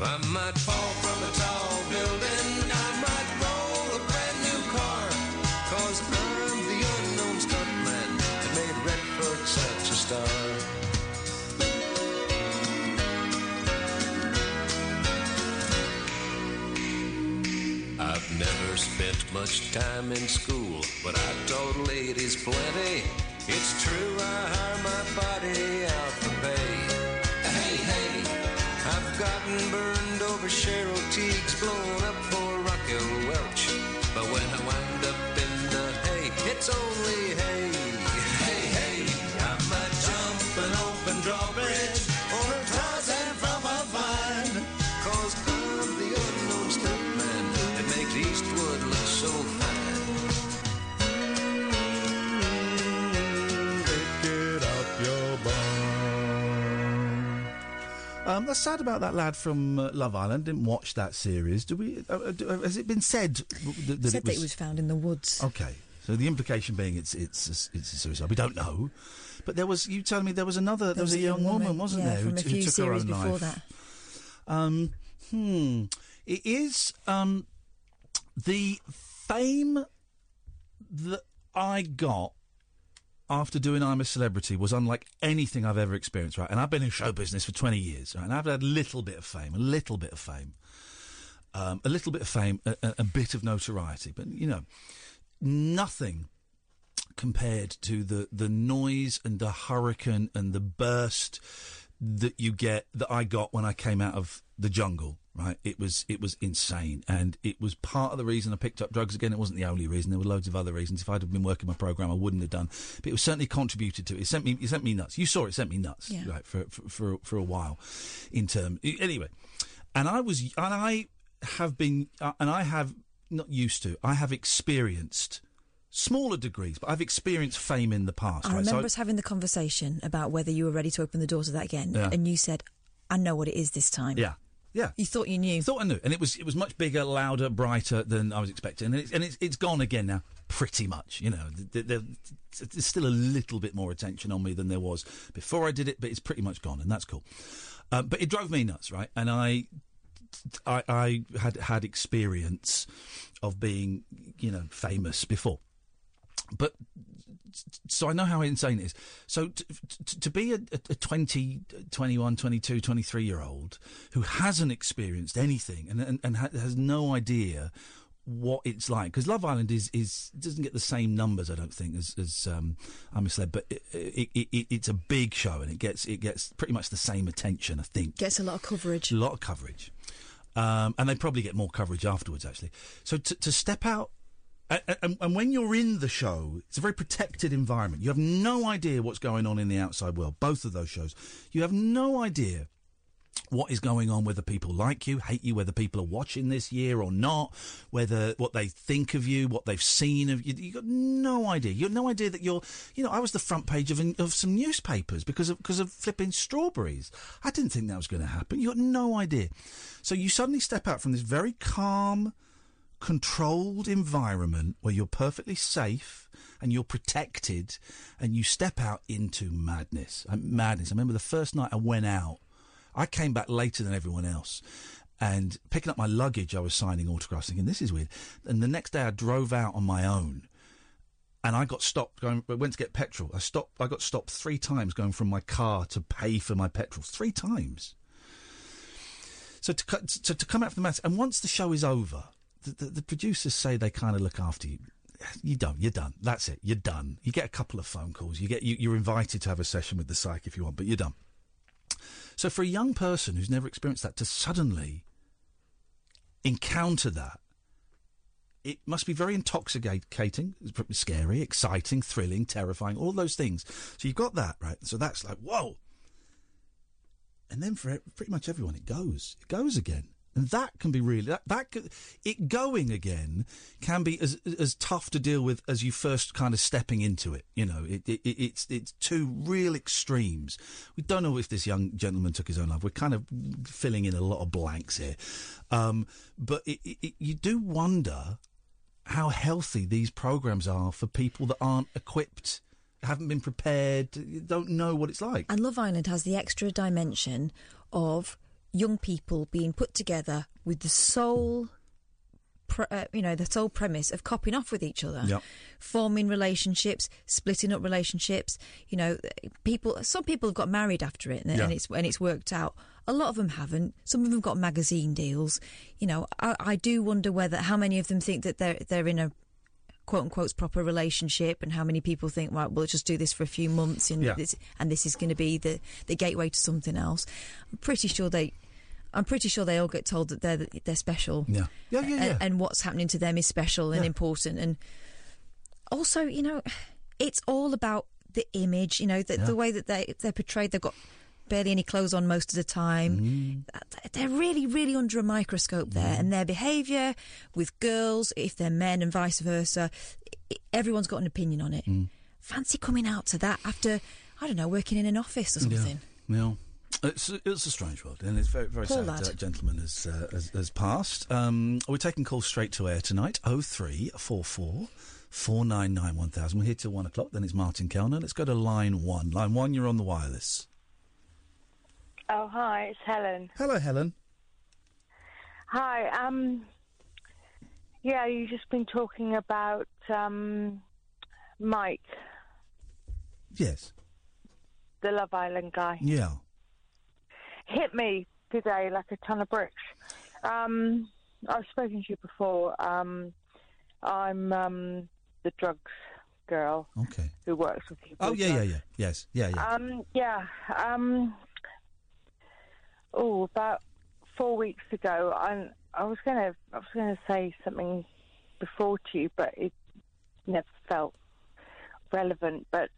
I might fall from a tall building. I might roll a brand new car. Cause I'm the unknown stuntman that made Redford such a star. I've never spent much time in school, but I taught ladies plenty. It's true, I hire my body out for pay. Hey, hey, I've gotten burned over Cheryl Teague's, blown up for Raquel Welch. But when I wind up in the hay, it's only hay. Hey, hey, I might jump an open drawbridge on a thousand from a vine. Cause I'm the unknown stuntman that makes Eastwood look so fine. Get up your Um, that's sad about that lad from uh, Love Island. Didn't watch that series. Do we? Uh, uh, do, uh, has it been said w- th- that, Oh, Said that it was found in the woods. Okay. So the implication being it's it's it's, it's a suicide. We don't know. But there was you telling me there was another. There, was, a young woman, wasn't yeah, there, From who, a t- few who took her series own before life? that. Um, hmm. It is um, the fame that I got after doing I'm a Celebrity was unlike anything I've ever experienced, right? And I've been in show business for 20 years, right? And I've had a little bit of fame, a little bit of fame, um, a little bit of fame, a, a, a bit of notoriety. But, you know, nothing compared to the, the noise and the hurricane and the burst that you get that I got when I came out of the jungle. Right, it was it was insane, and it was part of the reason I picked up drugs again. It wasn't the only reason; there were loads of other reasons. If I'd have been working my program, I wouldn't have done. But it was certainly contributed to it. It sent me it sent me nuts. You saw it sent me nuts, Yeah. right? For for for, for a while, in term anyway. And I was and I have been uh, and I have not used to. I have experienced smaller degrees, but I've experienced fame in the past. I right? So remember us having the conversation about whether you were ready to open the door to that again, Yeah. and you said, "I know what it is this time." Yeah. Yeah. You thought you knew. Thought I knew. And it was it was much bigger, louder, brighter than I was expecting. And it's and it's, it's gone again now, pretty much. You know, Th- th- there- th- there's still a little bit more attention on me than there was before I did it, but it's pretty much gone, and that's cool. Uh, but it drove me nuts, right? And I, I, I had had experience of being, you know, famous before but so I know how insane it is. So to, to, to be a, a a 20, 21, 22, 23 year old who hasn't experienced anything and, and, and ha- has no idea what it's like because Love Island is, is doesn't get the same numbers I don't think as, as um, I'm a celeb but it, it, it, it, it's a big show and it gets it gets pretty much the same attention I think Gets a lot of coverage. a lot of coverage. Um, and they probably get more coverage afterwards, actually. So to, to step out, a- a- and, and when you're in the show, it's a very protected environment. You have no idea what's going on in the outside world, both of those shows. You have no idea what is going on, whether people like you, hate you, whether people are watching this year or not, whether what they think of you, what they've seen of you. You've got no idea. You've no idea that you're, you know, I was the front page of, an, of some newspapers because of, because of flipping strawberries. I didn't think that was going to happen. You've got no idea. So you suddenly step out from this very calm, controlled environment where you're perfectly safe and you're protected and you step out into madness. Uh, Madness. I remember the first night I went out, I came back later than everyone else. And picking up my luggage, I was signing autographs thinking, this is weird. And the next day I drove out on my own and I got stopped going. I went to get petrol. I stopped. I got stopped three times going from my car to pay for my petrol. Three times. So to cut, so to come out from the mess, and once the show is over, the, the, the producers say they kind of look after you. You don't. You're done. That's it. You're done. You get a couple of phone calls. You get. You, you're invited to have a session with the psych if you want, but you're done. So for a young person who's never experienced that to suddenly encounter that it must be very intoxicating, it's probably scary, exciting, thrilling, terrifying, all those things. So you've got that, right? So that's like, whoa. And then for e- pretty much everyone, it goes. It goes again. and that can be really that, that could, it going again can be as as tough to deal with as you first kind of stepping into it. You know, it, it, it- it's it's two real extremes. We don't know if this young gentleman took his own life. We're kind of filling in a lot of blanks here, um, but it, it, it, you do wonder how healthy these programs are for people that aren't equipped, haven't been prepared, don't know what it's like. And Love Island has the extra dimension of young people being put together with the sole, pre- uh, you know, the sole premise of copying off with each other, Yep. forming relationships, splitting up relationships. You know, people. Some people have got married after it, and, Yeah. and it's and it's worked out. A lot of them haven't. Some of them got magazine deals. You know, I, I do wonder whether how many of them think that they're they're in a quote unquote proper relationship and how many people think right we'll just do this for a few months and Yeah. this and this is going to be the the gateway to something else i'm pretty sure they i'm pretty sure they all get told that they're they're special Yeah. Yeah, yeah, and, yeah. and what's happening to them is special and Yeah. important and also you know it's all about the image you know the, Yeah. the way that they they're portrayed they've got barely any clothes on most of the time Mm. they're really, really under a microscope there, and their behaviour with girls, if they're men, and vice versa, i- everyone's got an opinion on it. Hmm. Mm. Fancy coming out to that after, I don't know, working in an office or something. Yeah. yeah. It's, it's a strange world, and it's very, very Poor sad lad. that gentleman has, uh, has, has passed. Um, we're taking calls straight to air tonight 0344 499 1000. We're here till one o'clock, then it's Martin Kellner. Let's go to line one. Line one, you're on the wireless. Oh, hi, it's Helen. Hello, Helen. Hi, um, yeah, you've just been talking about, um, Mike, Yes. the Love Island guy. Yeah. Hit me today like a ton of bricks. Um, I've spoken to you before. Um, I'm, um, the drugs girl. Okay. Who works with people. Oh, with yeah, yeah, drugs. yeah. Yes. Yeah, yeah. Um, yeah. Um, oh, about four weeks ago, I I was gonna I was gonna say something before to you, but it never felt relevant. But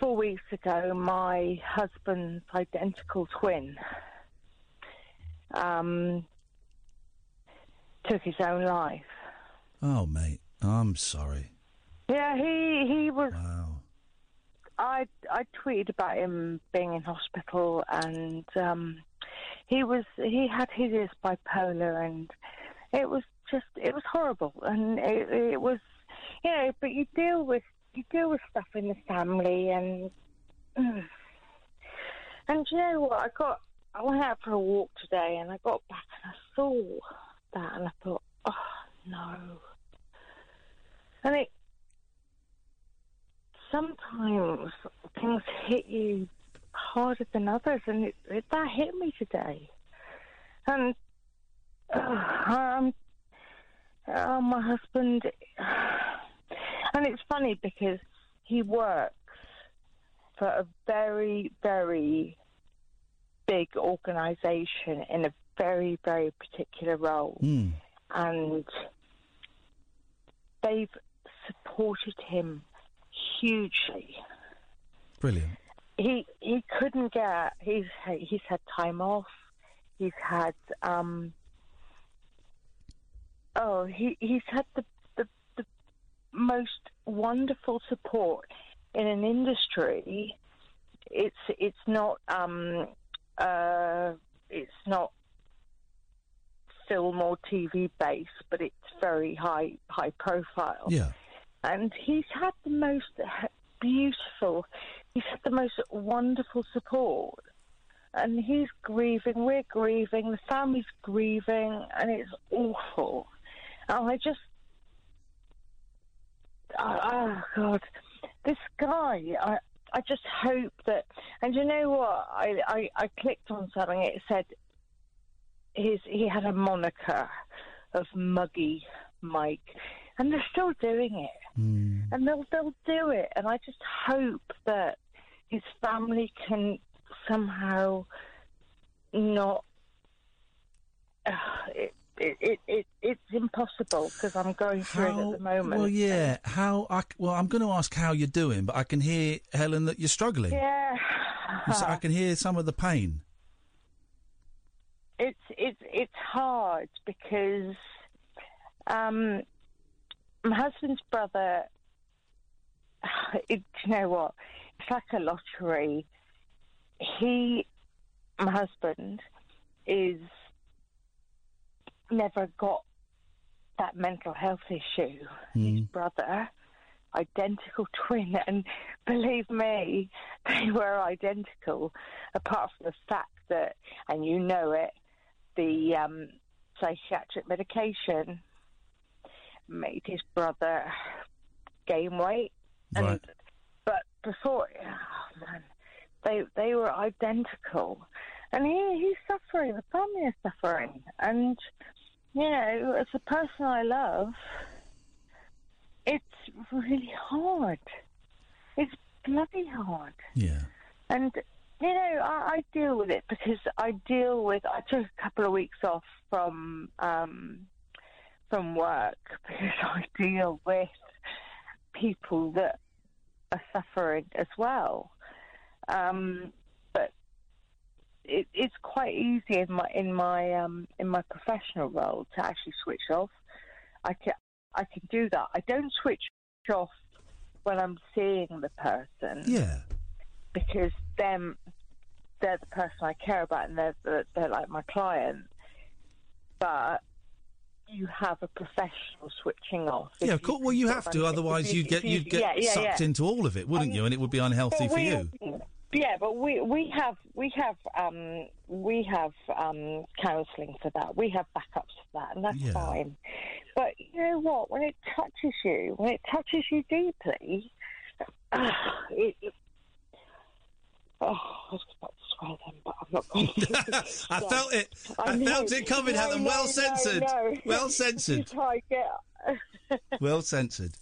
four weeks ago, my husband's identical twin um, took his own life. Oh, mate. I'm sorry. Yeah, he he was. Wow. I I tweeted about him being in hospital, and um, he was he had his is bipolar, and it was just it was horrible, and it, it was you know. But you deal with you deal with stuff in the family, and and do you know what I got. I went out for a walk today, and I got back and I saw that, and I thought, oh no, and it sometimes things hit you harder than others, and it, it, that hit me today. And uh, um, uh, my husband, and it's funny because he works for a very, very big organisation in a very, very particular role Hmm. Mm. and they've supported him hugely. Brilliant. He he couldn't get he's he's had time off. He's had um oh he he's had the the, the most wonderful support in an industry. It's it's not um uh it's not film or TV based, but it's very high high profile. Yeah. And he's had the most beautiful, he's had the most wonderful support. And he's grieving, we're grieving, the family's grieving, and it's awful. And I just, oh, oh God, this guy, I, I just hope that, and you know what? I, I, I clicked on something, it said his he had a moniker of Muggy Mike, and they're still doing it, and they'll they'll do it. And I just hope that his family can somehow not. it, it, it, it it's impossible because I'm going through it at the moment. Well, yeah. How? I, c- well, I'm going to ask how you're doing, but I can hear, Helen, that you're struggling. Yeah. So I can hear some of the pain. It's it's it's hard because um, my husband's brother. It, do you know what? It's like a lottery. He, my husband, is never got that mental health issue. His Mm. brother, identical twin, and believe me, they were identical, apart from the fact that, and you know it, the um, psychiatric medication made his brother gain weight. Right. But before, oh man, they they were identical, and he he's suffering. The family is suffering, and you know, as a person I love, it's really hard. It's bloody hard. Yeah. And you know, I, I deal with it because I deal with. I took a couple of weeks off from um, from work because I deal with people that are suffering as well. Um, but it, it's quite easy in my in my um, in my professional role to actually switch off. I can I can do that. I don't switch off when I'm seeing the person. Yeah. Because them, they're the person I care about, and they're the, they're like my client. But you have a professional switching off. Yeah, of course. Well, you have to, otherwise if you- you'd get if you- you'd get yeah, yeah, sucked yeah. into all of it, wouldn't you? And it would be unhealthy But for we- you. Yeah, but we we have we have um, we have um, counselling for that. We have backups for that, and that's Yeah. fine. But you know what? When it touches you, when it touches you deeply, it, it- oh, I was about to swear then, but I'm not going to. I felt it. I, know. felt it coming, No, Helen. no, Well no, censored. no. Well censored. If I get well censored.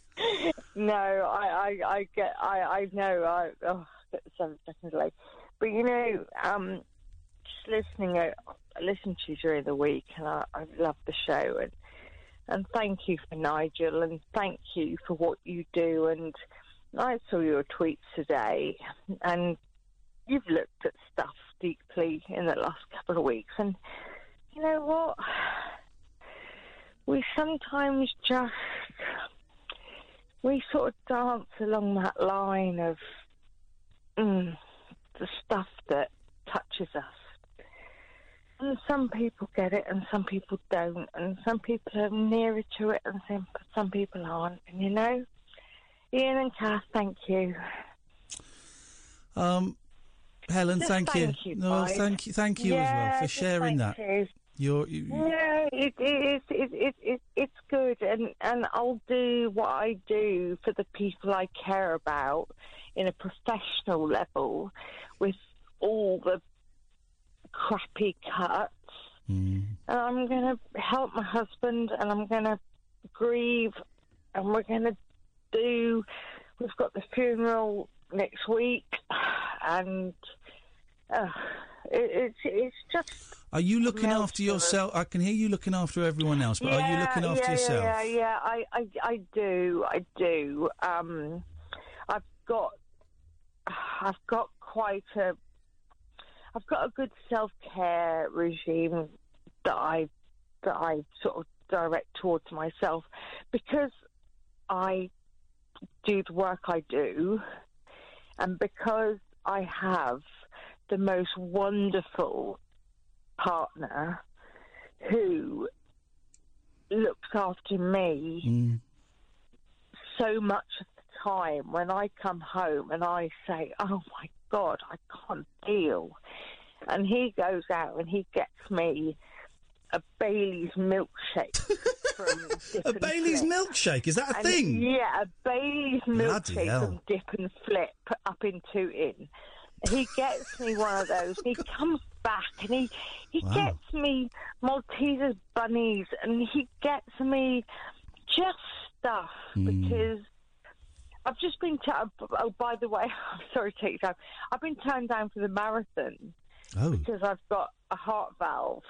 no, I, I, I get, I, I know, I, oh, get the seven seconds late. But you know, um, just listening, I, I listened to you during the week, and I, I love the show, and and thank you for Nigel, and thank you for what you do, and I saw your tweets today, and you've looked at stuff deeply in the last couple of weeks, and you know what? We sometimes just we sort of dance along that line of mm, the stuff that touches us. And some people get it and some people don't, and some people are nearer to it and some, some people aren't. And you know, Ian and Kath, thank you. Um, Helen, Just thank, thank you, no, guys. thank you, thank you as well Yeah, for just sharing that. thank you. You're, you, No, it, it, it, it, it, it's good, and, and I'll do what I do for the people I care about in a professional level with all the crappy cuts. And I'm going to help my husband, and I'm going to grieve, and we're going to do. We've got the funeral next week, and uh, it, it's it's just are you looking after yourself? I can hear you looking after everyone else, but are you looking after yeah, yourself? Yeah, yeah, I, I, I do, I do. Um, I've got, I've got quite a, I've got a good self care regime that I, that I sort of direct towards myself because I do the work I do, and because I have the most wonderful partner who looks after me Mm. so much of the time when I come home and I say, Oh my God, I can't deal. And he goes out and he gets me a Bailey's milkshake. from Dip A and Bailey's Flip. milkshake is that a And- thing? Yeah, a Bailey's Bloody milkshake hell. from Dip and Flip up in Tooting. He gets me one of those. and He comes back and he he Wow. gets me Maltesers bunnies and he gets me just stuff because I've just been. T- oh, by the way, I'm sorry to take your time. I've been turned down for the marathon Oh. because I've got a heart valve,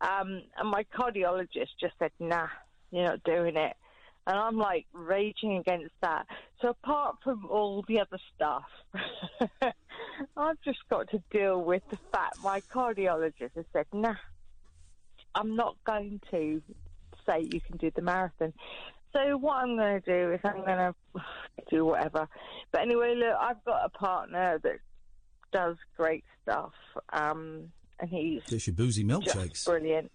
um, and my cardiologist just said, "Nah, you're not doing it." And I'm like raging against that. So apart from all the other stuff, I've just got to deal with the fact my cardiologist has said, "Nah, I'm not going to say you can do the marathon. So what I'm going to do is I'm going to do whatever. But anyway, look, I've got a partner that does great stuff, um, and he's There's your boozy milkshakes. just brilliant.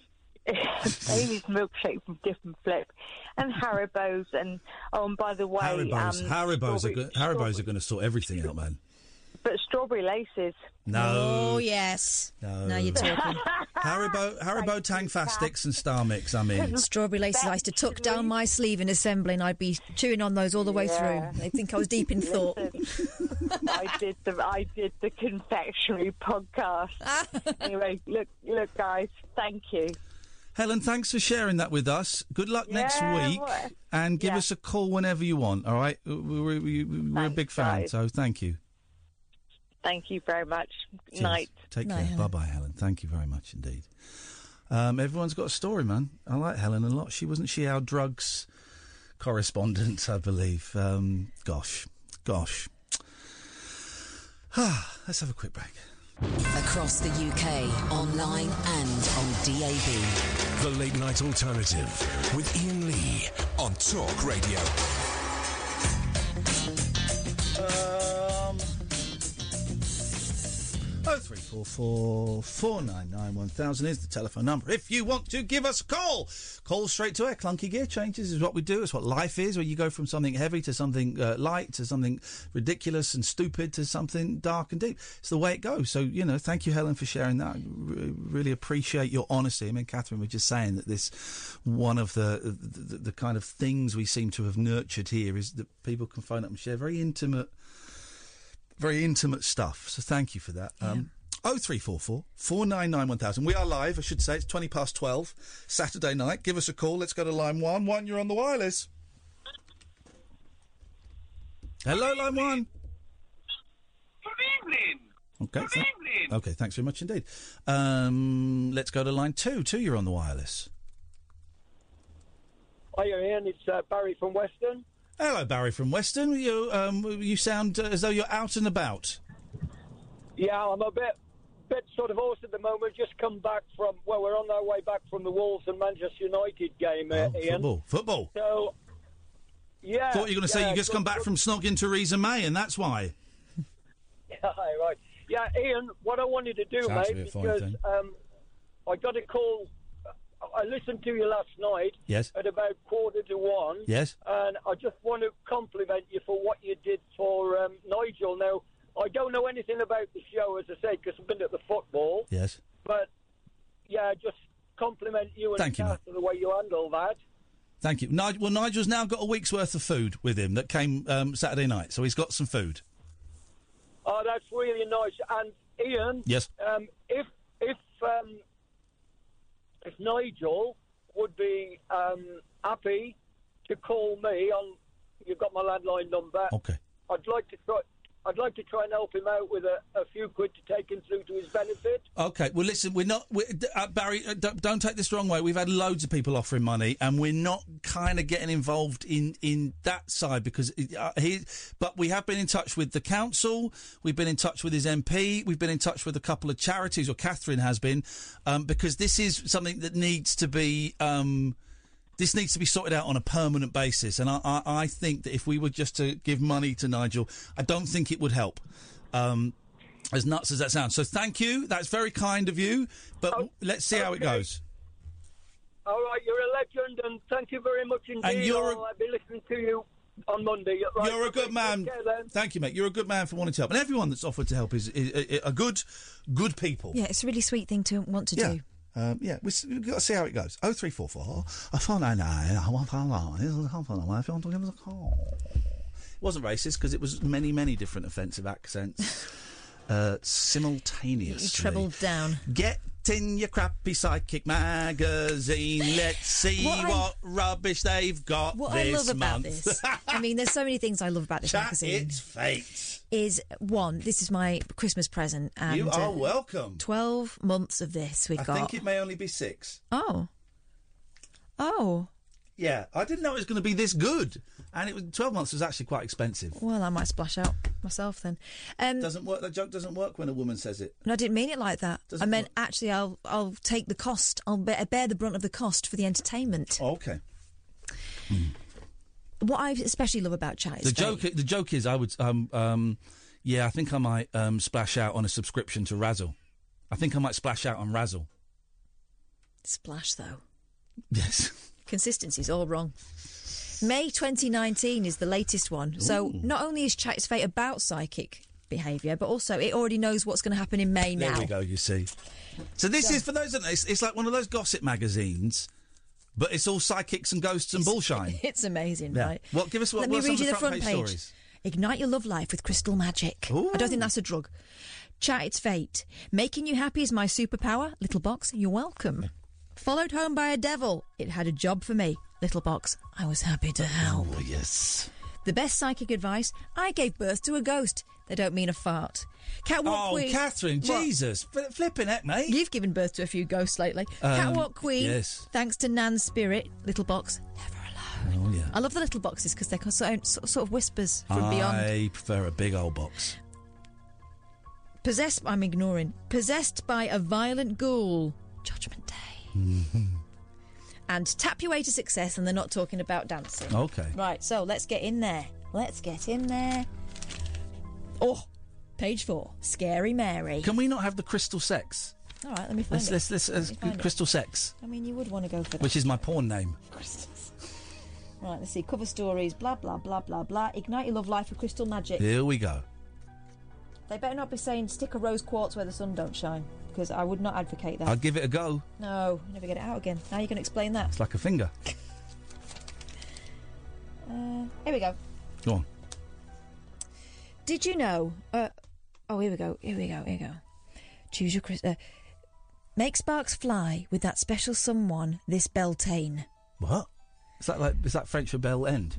Amy's milkshake from different flip, and Haribo's, and oh, and by the way, Haribo's. um, Haribo's, are strawberry- go- Haribo's are going to sort everything out, man. but strawberry laces. No. Oh, yes. No. Oh, Now you're talking. Haribo, Haribo Tang Fast Sticks and Star Mix. I mean, Strawberry laces I used to tuck down my sleeve in assembly and I'd be chewing on those all the way Yeah. through. They'd think I was deep in thought. I did the I did the confectionery podcast. anyway, look look guys, thank you. Helen, thanks for sharing that with us. Good luck next Yeah, uh, week, what- and give us a call whenever you want. All right, We- we- we- we- we're, a big fan, guys. so thank you. Thank you very much. Cheers. Night. Take care. Bye bye, Helen. Thank you very much indeed. Um, everyone's got a story, man. I like Helen a lot. She wasn't she our drugs correspondent, I believe. Um, gosh, gosh. Let's have a quick break. Across the UK, online and on DAB. The Late Night Alternative with Ian Lee on Talk Radio. Um, oh three four four four nine nine one thousand is the telephone number. If you want to give us a call, call straight to air. Clunky gear changes is what we do. It's what life is. Where you go from something heavy to something uh, light to something ridiculous and stupid to something dark and deep. It's the way it goes. So you know, thank you, Helen, for sharing that. I re- really appreciate your honesty. I mean, Catherine was just saying that this one of the the, the kind of things we seem to have nurtured here is that people can phone up and share very intimate very intimate stuff. So thank you for that. Um, 0344 499 1000. We are live, I should say. It's 20 past 12, Saturday night. Give us a call. Let's go to line one. One, you're on the wireless. Hello, line one. Okay. Good evening. Okay, thanks very much indeed. Um, let's go to line two. Two, you're on the wireless. Hi, Ian. It's uh, Barry from Weston. Hello, Barry from Weston. You, um, you sound uh, as though you're out and about. Yeah, I'm a bit, bit sort of hoarse at the moment. Just come back from well, we're on our way back from the Wolves and Manchester United game, uh, Oh, Ian. football. Football. So, yeah. Thought you were going to say yeah, you just good- come back good- from snogging Theresa May, and that's why. Yeah, right. Yeah, Ian. What I wanted to do, Sounds a mate, bit fine, because thing. um, I got a call. I listened to you last night. Yes. At about quarter to one. Yes. And I just want to compliment you for what you did for um, Nigel. Now, I don't know anything about the show, as I say, because I've been at the football. Yes. But yeah, just compliment you and Thank you, Kath for the way you handle that. Thank you. Nigel, well, Nigel's now got a week's worth of food with him that came um, Saturday night, so he's got some food. Oh, that's really nice. And Ian, Yes. um, if if um, if Nigel would be um, happy to call me on, you've got my landline number. Okay. I'd like to try. I'd like to try and help him out with a, a few quid to take him through to his benefit. Okay. Well, listen, we're not we're, d- uh, Barry. Uh, don't, don't take this the wrong way. We've had loads of people offering money, and we're not kind of getting involved in in that side because it, uh, he. But we have been in touch with the council. We've been in touch with his MP. We've been in touch with a couple of charities, or Catherine has been, um, because this is something that needs to be. Um, this needs to be sorted out on a permanent basis. And I, I, I think that if we were just to give money to Nigel, I don't think it would help. Um, as nuts as that sounds. So thank you. That's very kind of you. But Oh, let's see how it goes. All right, you're a legend, and thank you very much indeed. you're a- I'll uh, be listening to you on Monday. Right, You're a good man. Thank you, mate. You're a good man for wanting to help. And everyone that's offered to help is, is, is are good, good people. Yeah, it's a really sweet thing to want to yeah. do. Um, yeah, we s- we've got to see how it goes. Oh three four four. I found I know. I want I know. If you want to give us a call, it wasn't racist because it was many many different offensive accents uh, simultaneously. You trebled down. Get in your crappy psychic magazine. Let's see What what, I- rubbish they've got What this I love about month. this, I mean, there's so many things I love about this Chat magazine. its fate. Is one, this is my Christmas present. And, you are uh, welcome. Twelve months of this we've I got. think it may only be six. Oh, oh. Yeah, I didn't know it was going to be this good, and it was twelve months was actually quite expensive. Well, I might splash out. myself then. Um, doesn't work. That joke doesn't work when a woman says it. No, I didn't mean it like that. I meant actually, I'll I'll take the cost. I'll bear, bear the brunt of the cost for the entertainment. Oh, Hmm. okay. What I especially love about chat is The that- joke. The joke is, I would. Um, um, yeah, I think I might um, splash out on a subscription to Razzle. I think I might splash out on Razzle. Splash though. Yes. Consistency's all wrong. May 2019 is the latest one. So Ooh. not only is chat's fate about psychic behaviour, but also it already knows what's going to happen in May now. There we go. You see. So this is for those. that- It's, it's like one of those gossip magazines, but it's all psychics and ghosts and bullshine. It's amazing, Yeah. right? What- give us what- Let what me are some read of you the the front front, page page. stories? Ignite your love life with crystal magic. I don't think that's a drug. Chat its fate. Making you happy is my superpower. Little box, you're welcome. Followed home by a devil. It had a job for me. Little box, I was happy to help. Oh yes. The best psychic advice: I gave birth to a ghost. They don't mean a fart. Catwalk oh, queen. Catherine, What? Jesus, Fli- flipping it, mate. You've given birth to a few ghosts lately. Um, Catwalk Queen, yes. thanks to Nan's spirit, Little Box. Oh yeah. I love the little boxes because they're sort of, sort of whispers from I beyond. prefer a big old box. Possessed, I'm ignoring. Possessed by a violent ghoul. Mm-hmm. And tap your way to success, and they're not talking about dancing. Okay. Right, so let's get in there. Let's get in there. Oh, page four. Scary Mary. Can we not have the crystal sex? All right, let me find Let's, it. let's, let's, Let me uh, find it. crystal sex, I mean, you would want to go for that. which is my porn name. Right, let's see. Cover stories, blah, blah, blah, blah, blah. Ignite your love life with crystal magic. Here we go. They better not be saying stick a rose quartz where the sun don't shine, because I would not advocate that. I'll give it a go. No, you never get it out again. Now you can explain that. It's like a finger. Uh, here we go. Go on. Did you know? Uh, oh, here we go. Here we go. Here we go. Choose your Chris. Uh, make sparks fly with that special someone. This Beltane. What? Is that like is that French for bell end?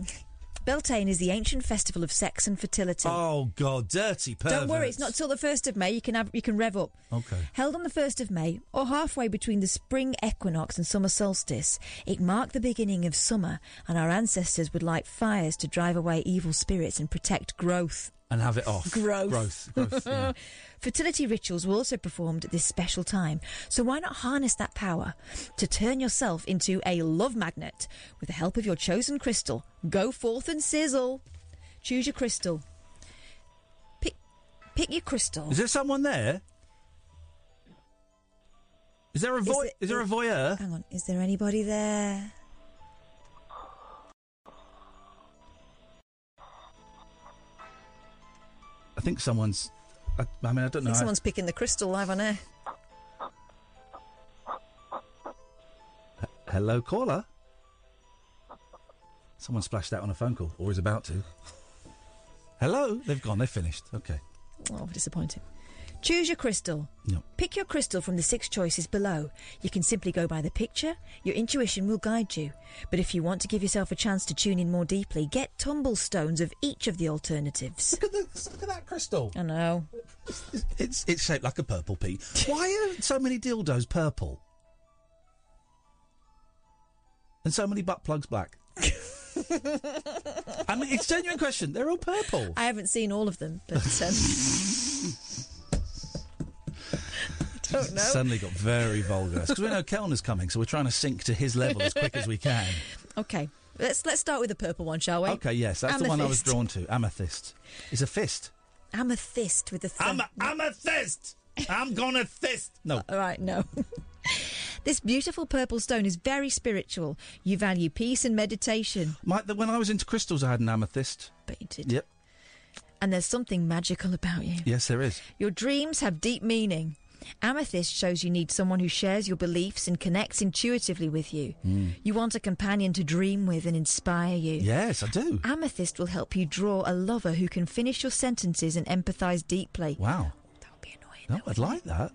Beltane is the ancient festival of sex and fertility. oh God, dirty pervert. Don't worry, it's not till the first of May. You can have, you can rev up. Okay. Held on the 1st of May, or halfway between the spring equinox and summer solstice, it marked the beginning of summer, and our ancestors would light fires to drive away evil spirits and protect growth. And have it off. Growth. Growth. growth yeah. Fertility rituals were also performed at this special time, so why not harness that power to turn yourself into a love magnet with the help of your chosen crystal? Go forth and sizzle. Choose your crystal. Pick, pick your crystal. Is there someone there? Is there a Is Uh. voy- it- is there a voyeur? Hang on, is there anybody there? I think someone's. I, I mean, I don't know. I think someone's picking the crystal live on air. Hello, caller. Someone splashed out on a phone call, or is about to. Hello, they've gone. They're finished. Okay. Oh, disappointing. Choose your crystal. No. Pick your crystal from the six choices below. You can simply go by the picture. Your intuition will guide you. But if you want to give yourself a chance to tune in more deeply, get tumblestones of each of the alternatives. Look at, the, look at that crystal. I know. It's it's shaped like a purple pea. Why are so many dildos purple? And so many butt plugs black. I mean, it's a genuine question. They're all purple. I haven't seen all of them, but um, I don't know. Suddenly got very vulgar because we know Kellner's coming, so we're trying to sink to his level as quick as we can. Okay, let's let's start with the purple one, shall we? Okay, yes, that's the one I was Amethyst. drawn to. Amethyst. It's a fist. Amethyst with the. Th- I'm a, I'm a fist. I'm gonna fist. No. All Uh, right, no. this beautiful purple stone is very spiritual. You value peace and meditation, My, the, when I was into crystals, I had an amethyst. But you did. Yep. and there's something magical about you. Yes, there is. Your dreams have deep meaning. Amethyst shows you need someone who shares your beliefs and connects intuitively with you. Mm. You want a companion to dream with and inspire you. Yes, I do. Amethyst will help you draw a lover who can finish your sentences and empathise deeply. Wow. No, I'd like that.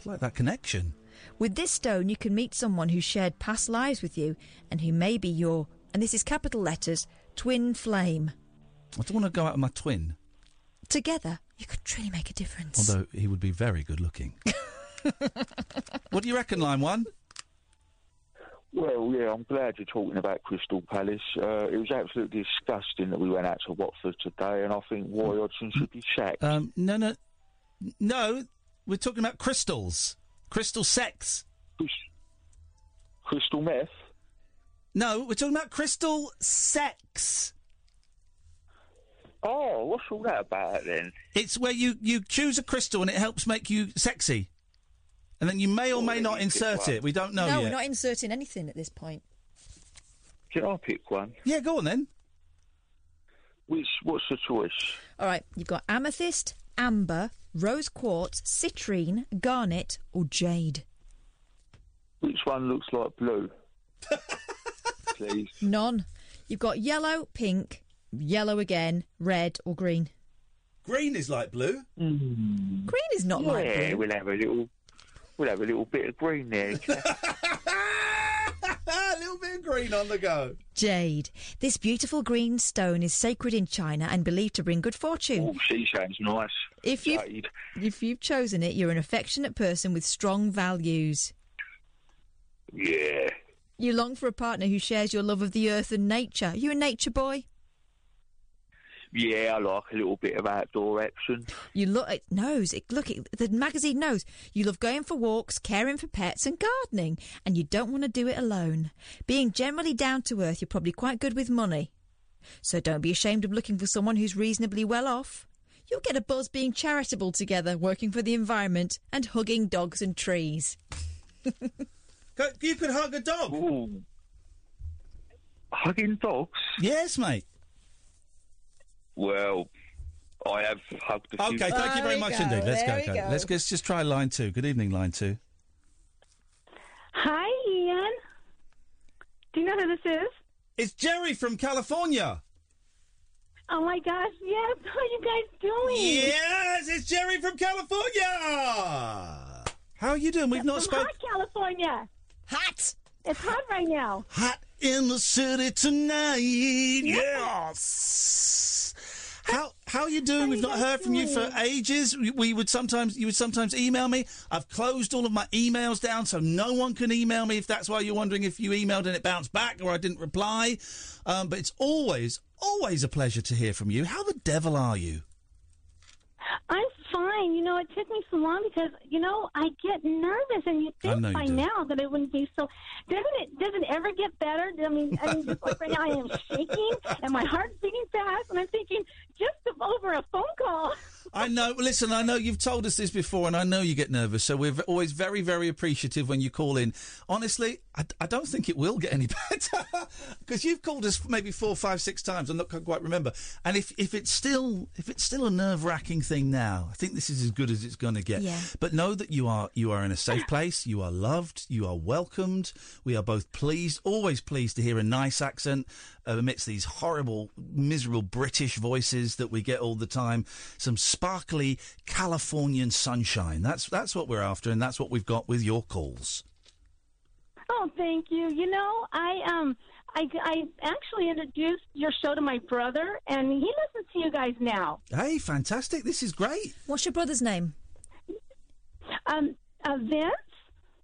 I'd like that connection. With this stone, you can meet someone who shared past lives with you and who may be your, and this is capital letters, twin flame. I don't want to go out with my twin, Together, you could truly make a difference. although he would be very good looking. what do you reckon, line one? Well, yeah, I'm glad you're talking about Crystal Palace. Uh, it was absolutely disgusting that we went out to Watford today, and I think Mm. Roy Hodgson should be sacked. Um, no, no, no. We're talking about crystals, crystal sex, crystal meth. No, we're talking about crystal sex. Oh, what's all that about then? It's where you you choose a crystal and it helps make you sexy, and then you may or may not insert it. We don't know no, yet. we're not inserting anything at this point. Can I pick one? Yeah, go on then. Which, what's the choice? All right, you've got amethyst, amber, rose quartz, citrine, garnet, or jade. Which one looks like blue? Please. None. You've got yellow, pink, yellow again, red, or green. Green is like blue. Hmm. Green is not yeah, like blue. we'll have a little, we'll have a little bit of green there. a little bit of green on the go. Jade. This beautiful green stone is sacred in China and believed to bring good fortune. oh, she sounds nice. If you've, Jade. if you've chosen it, you're an affectionate person with strong values. Yeah. You long for a partner who shares your love of the earth and nature. You a nature boy? Yeah, I like a little bit of outdoor action. You look. It knows. It look. It, the magazine knows. You love going for walks, caring for pets, and gardening, and you don't want to do it alone. Being generally down to earth, you're probably quite good with money. So don't be ashamed of looking for someone who's reasonably well off. You'll get a buzz being charitable together, working for the environment, and hugging dogs and trees. You could hug a dog. Hugging dogs? Yes, mate. Well, I have hugged a few. Okay, thank you very much indeed. Let's go, There we Kate. go. Let's, let's just try line two. Good evening, line two. Hi, Ian. Do you know who this is? It's Jerry from California. Oh my gosh, yes. How are you guys doing? Yes, it's Jerry from California. How are you doing? We've not From spoken. hot California. Hot. It's hot right now. Hot in the city tonight. Yes. How how are you doing? We've not heard from you for ages. We, we would sometimes you would sometimes email me. I've closed all of my emails down so no one can email me. If that's why you're wondering if you emailed and it bounced back or I didn't reply, um, but it's always always a pleasure to hear from you. How the devil are you? I'm fine. You know, it took me so long because you know I get nervous, and you I think know you by do. now that it wouldn't be so. Doesn't it? Doesn't it ever get better? I mean, I mean, just like right now, I am shaking, and my heart's beating fast, and I'm thinking just over a phone call. I know. Listen, I know you've told us this before, and I know you get nervous. So we're v- always very, very appreciative when you call in. Honestly, I, I don't think it will get any better because you've called us maybe four, five, six times. I'm not can't quite remember. And if, if it's still if it's still a nerve wracking thing now, I think this is as good as it's going to get. Yeah. But know that you are you are in a safe place. You are loved. You are welcomed. We are both pleased, always pleased to hear a nice accent uh, amidst these horrible, miserable British voices that we get all the time. Some sparkly Californian sunshine. That's that's what we're after, and that's what we've got with your calls. Oh, thank you. You know, I um, I, I actually introduced your show to my brother, and he listens to you guys now. Hey, fantastic! This is great, What's your brother's name? Um, uh, Vince.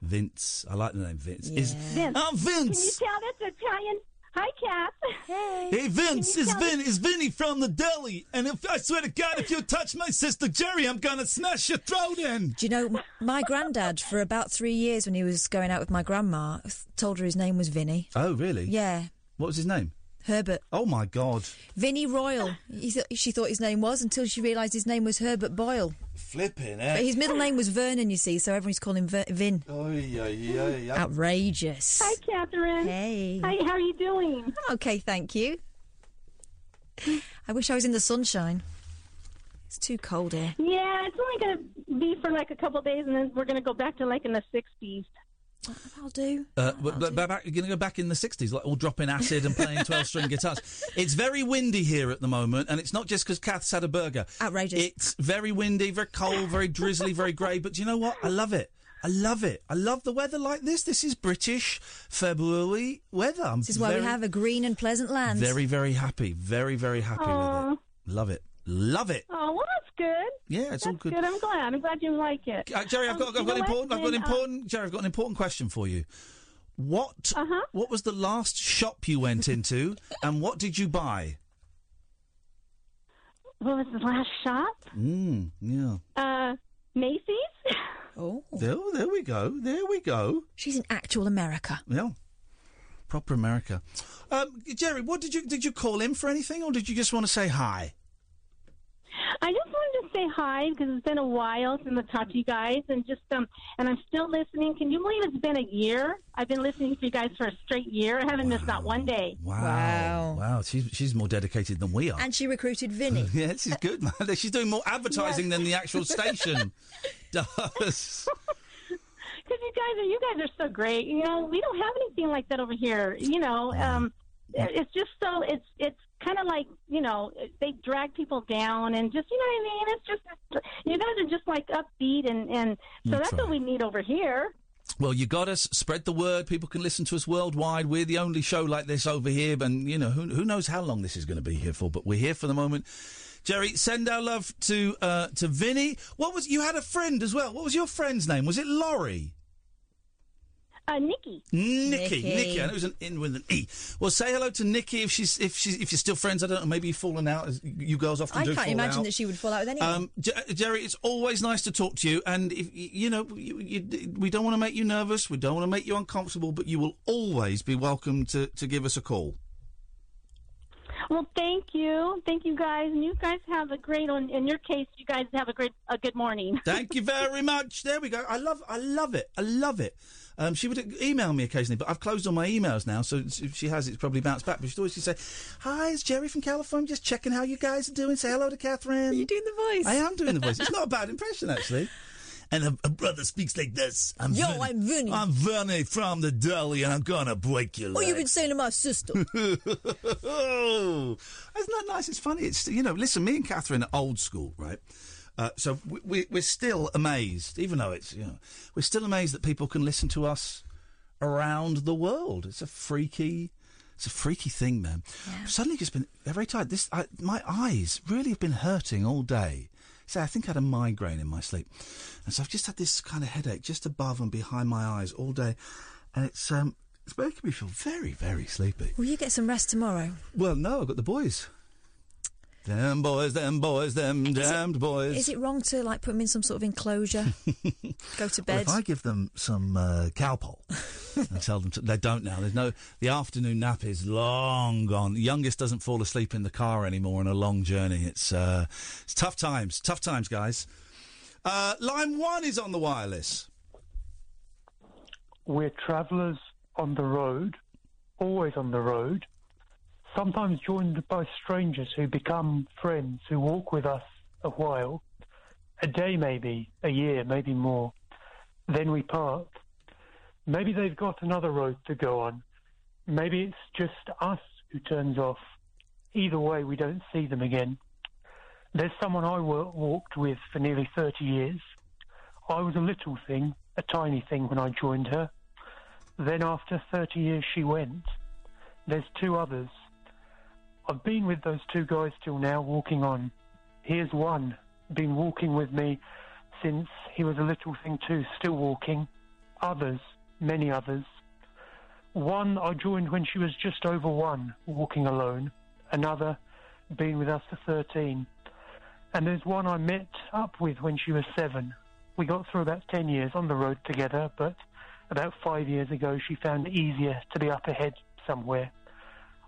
Vince. I like the name Vince. Is Vince. Oh, Vince. Can you tell that's Italian? Hi, Kath. Hey. Hey Vince, it's Vin, it's Vinny from the deli, and if I swear to God, if you touch my sister Jerry, I'm gonna smash your throat in. Do you know m- my granddad for about three years when he was going out with my grandma told her his name was Vinny. Oh, really? Yeah, What was his name? Herbert. Oh my God, Vinny Royal. He th- she thought his name was until she realised his name was Herbert Boyle. flipping But his middle name was Vernon, you see, so everyone's calling him Ver- Vin. Outrageous. Hi, Catherine. Hey. Hi, how are you doing? I'm okay, thank you. I wish I was in the sunshine. It's too cold here. Yeah, it's only going to be for like a couple days, and then we're going to go back to like in the 60s. I'll do. Uh, but, but back, you're going to go back in the 60s, like all dropping acid and playing 12 string guitars. It's very windy here at the moment, and it's not just because Kath's had a burger. Outrageous. It's very windy, very cold, very drizzly, very grey. But do you know what? I love it. I love it. I love the weather like this. This is British February weather. I'm This is why very, we have a green and pleasant land. Very, very happy. Very, very happy Aw. with it. Love it. Love it. Oh, well, that's good. Yeah, it's all That's good. I'm glad. I'm glad you like it. Uh, Jerry, I've Um, got, I've you got know an what? important, I've got an Then, uh, important, Jerry, I've got an important question for you. What Uh-huh. What was the last shop you went into, and what did you buy? uh, What was the last shop? Mm, yeah. Uh, Macy's. Oh. There, there we go. There we go. She's in actual America. Yeah. Proper America. Um, Jerry, what did you did you call in for anything, or did you just want to say hi? I just wanted to say hi because it's been a while since I've talked to you guys, and just um, and I'm still listening. Can you believe it's been a year? I've been listening to you guys for a straight year. I haven't missed not one day. Wow. Wow. She's she's more dedicated than we are. And she recruited Vinny. yeah, this is good, man. She's doing more advertising than the actual station does. Because you guys are you guys are so great. You know, we don't have anything like that over here. You know, um, it's just so it's it's kind of like you know they drag people down and just you know what I mean. It's just you guys are just like upbeat and and so You that's try. what we need over here. Well, you got us. Spread the word. People can listen to us worldwide. We're the only show like this over here, and you know who who knows how long this is going to be here for. But we're here for the moment. Jerry, send our love to uh, to Vinny. What was you had a friend as well? What was your friend's name? Was it Laurie? Uh, Nikki. Nikki, Nikki. Nikki, I know it was an in with an E. Well, say hello to Nikki if she's if she's if you're still friends. I don't know. Maybe you've fallen out. as You girls often I do. can't fall imagine out. that she would fall out with anyone. Um, J- Jerry, it's always nice to talk to you, and if, y- you know you, you, we don't want to make you nervous, we don't want to make you uncomfortable, but you will always be welcome to, to give us a call. Well, thank you, thank you guys, and you guys have a great. On in your case, you guys have a great a good morning. Thank you very much. There we go. I love, I love it. I love it. Um, she would email me occasionally, but I've closed all my emails now, so if she has, it's probably bounced back. But she'd always just say, "Hi, it's Jerry from California. Just checking how you guys are doing. Say hello to Catherine." Are you doing the voice? I am doing the voice. It's not a bad impression actually. And a, a brother speaks like this. I'm Yo, Vinny. I'm Vinny. I'm Vinny from the deli, and I'm gonna break your Oh, leg. you've Mm. been saying to my sister. oh, isn't that nice? It's funny. It's you know, listen, me and Catherine are old school, right? Uh, so we, we, we're still amazed, even though it's you know, we're still amazed that people can listen to us around the world. It's a freaky, it's a freaky thing, man. I've Suddenly, just been very tired. This, I, my eyes really have been hurting all day. So I think I had a migraine in my sleep, and so I've just had this kind of headache just above and behind my eyes all day, and it's um, it's making me feel very, very sleepy. Will you get some rest tomorrow? Well, no, I've got the boys. Them boys, them boys, them damned boys. Is it wrong to like put them in some sort of enclosure? Go to Well, bed. if I give them some uh, cowpole and tell them to, they don't now. There's no the afternoon nap is long gone. The youngest doesn't fall asleep in the car anymore on a long journey. It's uh, it's tough times, tough times, guys. Uh, line one is on the wireless. We're travellers on the road, always on the road, sometimes joined by strangers who become friends, who walk with us a while, a day maybe, a year, maybe more. Then we part. Maybe they've got another road to go on. Maybe it's just us who turns off. Either way, we don't see them again. There's someone I wa- walked with for nearly 30 years. I was a little thing, a tiny thing when I joined her. Then after 30 years, she went. There's two others. I've been with those two guys till now, walking on. Here's one, been walking with me since he was a little thing too, still walking. Others, many others. One I joined when she was just over one, walking alone. Another, been with us for 13. And there's one I met up with when she was seven. We got through about 10 years on the road together, but about five years ago she found it easier to be up ahead somewhere.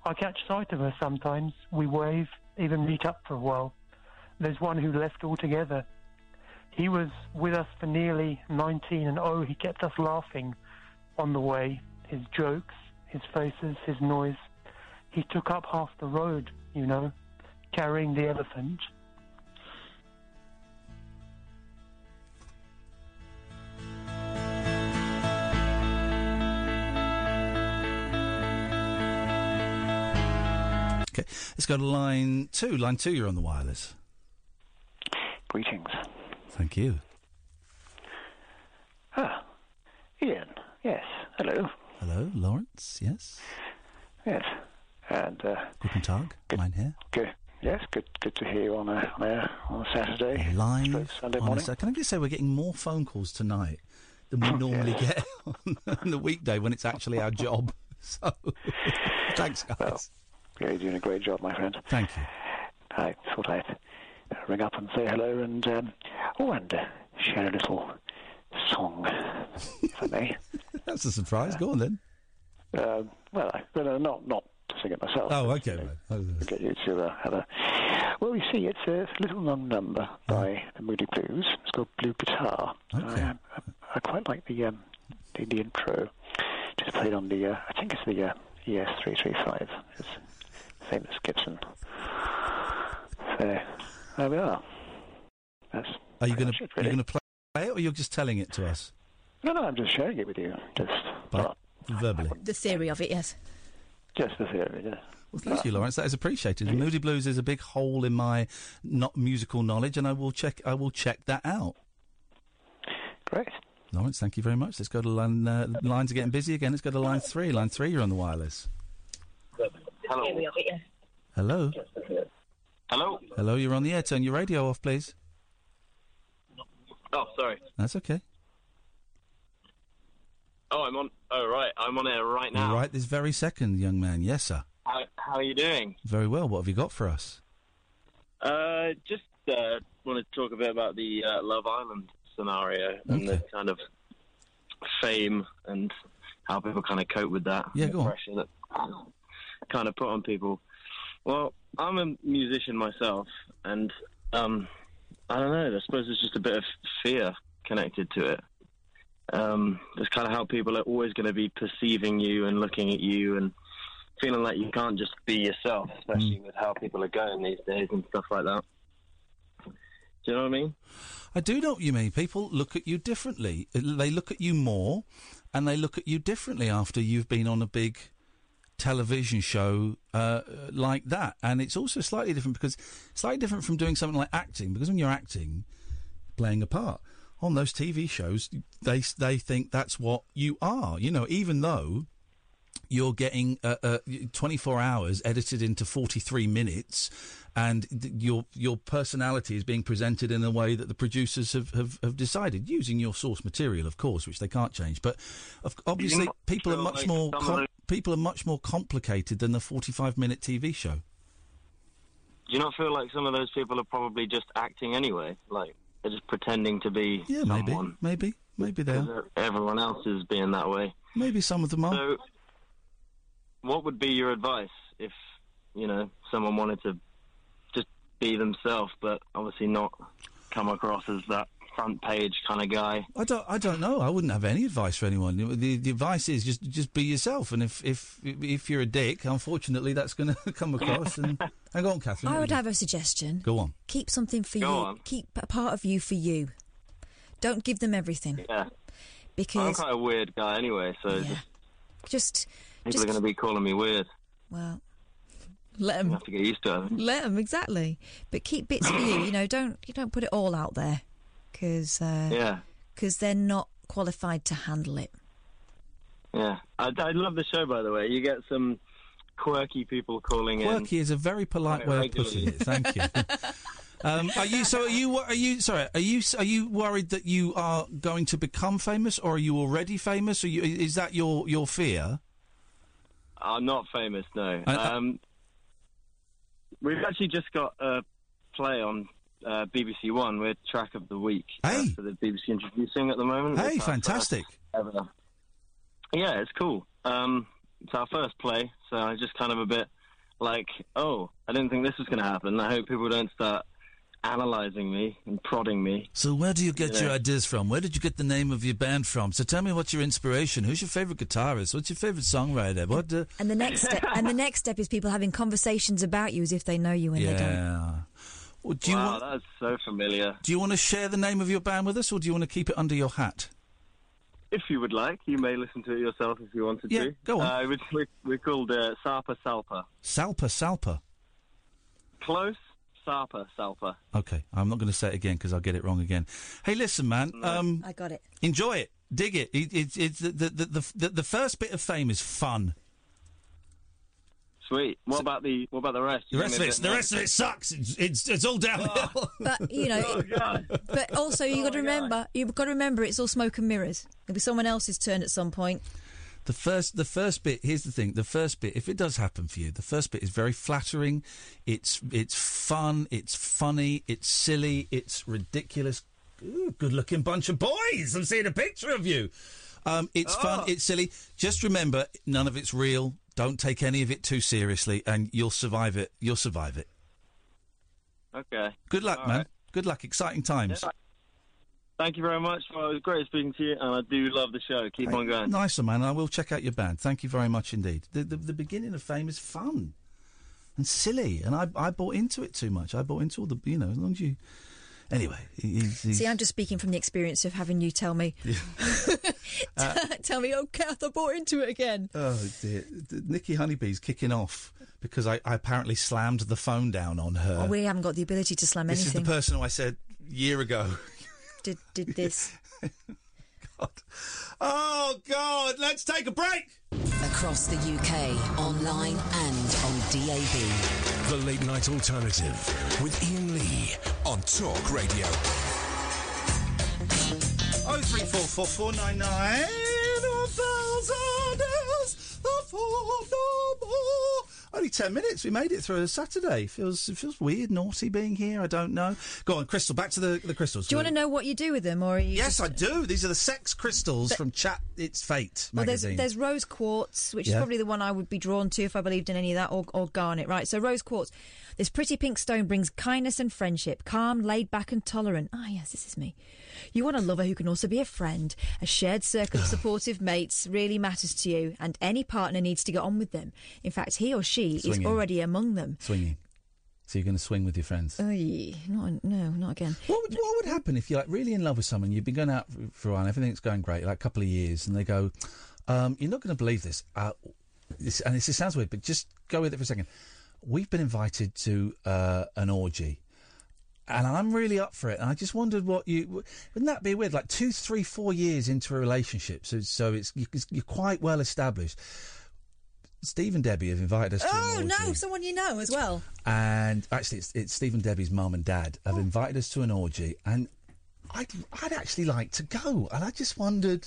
I catch sight of her sometimes. We wave, even meet up for a while. There's one who left altogether. He was with us for nearly 19, and oh, he kept us laughing on the way. His jokes, his faces, his noise. He took up half the road, you know, carrying the elephant. Okay, let's go to line two. Line two, you're on the wireless. Greetings. Thank you. Ah, Ian. Yes. Hello. Hello, Lawrence. Yes. Yes. And uh, Guten Tag, mein Herr. good. Yes. Good. Good to hear you on a on a, on a Saturday. Live Sunday on a morning. uh, Oh, Sa- Can I just say we're getting more phone calls tonight than we normally get on, on the weekday when it's actually our job. So, thanks, guys. yeah, you're doing a great job, my friend. Thank you. I thought I'd uh, ring up and say hello and um, oh, and uh, share a little song, if I may. That's a surprise. Go on then. Uh, well, I, well, no, not not to sing it myself. Oh, okay. mate. Oh, To get you to uh, have a. Well, you see, it's a little known number by the Moody Blues. It's called Blue Guitar. And I, um, I, I quite like the um, the, the intro. Just played on the. Uh, I think it's the uh, ES three three five. It's famous Gibson. So there we are. That's Are you going to you going to play it, or you're just telling it to us? no, no. I'm just sharing it with you. Just But verbally. The theory of it, yes. just the theory. Yeah. Well, thank you, Lawrence. That is appreciated. Moody Blues is a big hole in my not musical knowledge, and I will check. I will check that out. Great, Lawrence. Thank you very much. Let's go to line. Uh, the lines are getting busy again. Let's go to line three. Line three, you're on the wireless. Hello. Hello, Hello. hello. You're on the air. Turn your radio off, please. Oh, sorry. That's okay. Oh, I'm on. Oh, right. I'm on air right now. Right this very second, young man. Yes, sir. How, how are you doing? Very well. What have you got for us? Uh, just uh, wanted to talk a bit about the uh, Love Island scenario and the kind of fame and how people kind of cope with that. Yeah, the go on. Pressure that kind of put on people. Well, I'm a musician myself, and um, I don't know. I suppose there's just a bit of fear connected to it. Um, it's kind of how people are always going to be perceiving you and looking at you and feeling like you can't just be yourself, Mm. especially with how people are going these days and stuff like that. Do you know what I mean? I do know what you mean. People look at you differently. They look at you more, and they look at you differently after you've been on a big television show uh, like that. And it's also slightly different because slightly different from doing something like acting. Because when you're acting, playing a part on those TV shows, they they think that's what you are. You know, even though you're getting uh, uh, 24 hours edited into 43 minutes, and th- your your personality is being presented in a way that the producers have, have, have decided, using your source material, of course, which they can't change. But of, obviously, not people are sure, much like, more some of com- those- people are much more complicated than the 45 minute TV show. Do you not feel like some of those people are probably just acting anyway? Like they're just pretending to be Yeah, maybe, someone maybe, maybe they are. because everyone else is being that way. Maybe some of them are. So, what would be your advice if you know someone wanted to just be themselves, but obviously not come across as that front page kind of guy? I don't. I don't know. I wouldn't have any advice for anyone. The, the advice is just just be yourself, and if if if you're a dick, unfortunately, that's going to come across. And hang on, Catherine. I what would you- have a suggestion. Go on. Keep something for Go you. on. Keep a part of you for you. Don't give them everything. Yeah, I'm Because quite a weird guy anyway, so just, just, people just are going to be calling me weird. well, let I them, have to get used to it. I think. let them exactly. But keep bits for you. You know, don't you don't put it all out there because Yeah. because they're not qualified to handle it. Yeah, I, I love the show. By the way, you get some quirky people calling in. Quirky is a very polite way of putting it. Thank you. um, are you so? Are you? wo- Are you? Sorry. Are you? Are you worried that you are going to become famous, or are you already famous? Or you, is that your your fear? I'm Uh, not famous, no. I- I- um, we've actually just got a play on uh, BBC One. We're track of the week uh, for the BBC introducing at the Mm, moment. Hey, It's our fantastic. first ever. Yeah, it's cool. Um, it's our first play, so I just kind of a bit like, oh, I didn't think this was going to happen. I hope people don't start analysing me and prodding me. So where do you get your Yeah. ideas from? Where did you get the name of your band from? So tell me what's your inspiration? Who's your favorite guitarist? What's your favorite songwriter? What? Uh, And the next step, and the next step is people having conversations about you as if they know you and they don't. yeah. Well, do you wow, want? that's so familiar. Do you want to share the name of your band with us, or do you want to keep it under your hat? If you would like, you may listen to it yourself if you wanted Yeah, to. go on. Uh, we- we- we're called uh, Sarpa Salpa. Salpa, Salpa. Close, Sarpa Salpa. Okay, I'm not going to say it again because I'll get it wrong again. Hey, listen, man. Um, I got it. Enjoy it. Dig it. It- It's it's the the, the the the first bit of fame is fun. Sweet. What about the what about the rest? The rest of it, the rest of it sucks. sucks. It's it's, it's all downhill. Oh. But you know, Oh, but also Oh you got to remember, you've got to remember, it's all smoke and mirrors. It'll be someone else's turn at some point. The first, the first bit. Here's the thing: the first bit, if it does happen for you, the first bit is very flattering. It's it's fun. It's funny. It's silly. It's ridiculous. Ooh, good-looking bunch of boys. I'm seeing a picture of you. Um, it's fun. Oh. It's silly. Just remember, none of it's real. Don't take any of it too seriously, and you'll survive it. You'll survive it. Okay. Good luck, All man. right. Good luck. Exciting times. Yeah. Thank you very much. Well, it was great speaking to you, and I do love the show. Keep on going. Nicer, man. I will check out your band. Thank you very much indeed. The, the, the beginning of fame is fun and silly, and I, I bought into it too much. I bought into all the, you know, as long as you. Anyway, he's, he's, See, I'm just speaking from the experience of having you tell me, Uh, tell me, oh, Kath, I bought into it again. oh dear. D- Nikki Honeybee's kicking off because I, I apparently slammed the phone down on her. Oh, we haven't got the ability to slam Uh, this anything. is the person who I said year ago. did did this. Oh God, let's take a break. Across the UK, online and on DAB. The Late Night Alternative with Ian Lee on Talk Radio. Oh three four four four nine nine. A thousand years, a fourth no more. Only ten minutes. We made it through a Saturday. Feels it feels weird, naughty being here. I don't know. Go on, Crystal. Back to the the crystals. Do you want to know what you do with them, or are you Yes, just- I do. These are the sex crystals But- from Chat It's Fate Well, there's magazine. there's rose quartz, which Yeah. is probably the one I would be drawn to if I believed in any of that, or, or garnet, right? So rose quartz, this pretty pink stone brings kindness and friendship, calm, laid back, and tolerant. Ah, yes, this is me. You want a lover who can also be a friend. A shared circle of supportive mates really matters to you, and any partner needs to get on with them. In fact, he or she Swinging. is already among them. Swinging. So you're going to swing with your friends. Oy, not no, not again. What would, what would happen if you're like really in love with someone? You've been going out for- for a while, everything's going great, like a couple of years, and they go, um, "You're not going to believe this." Uh, this and this, this sounds weird, but just go with it for a second. We've been invited to uh, an orgy, and I'm really up for it. And I just wondered what you wouldn't that be weird? Like two, three, four years into a relationship, so so it's you, you're quite well established. Steve and Debbie have invited us. to an Oh orgy no, someone you know as well. and actually, it's, it's Steve and Debbie's mum and dad have invited us to an orgy, and I'd I'd actually like to go, and I just wondered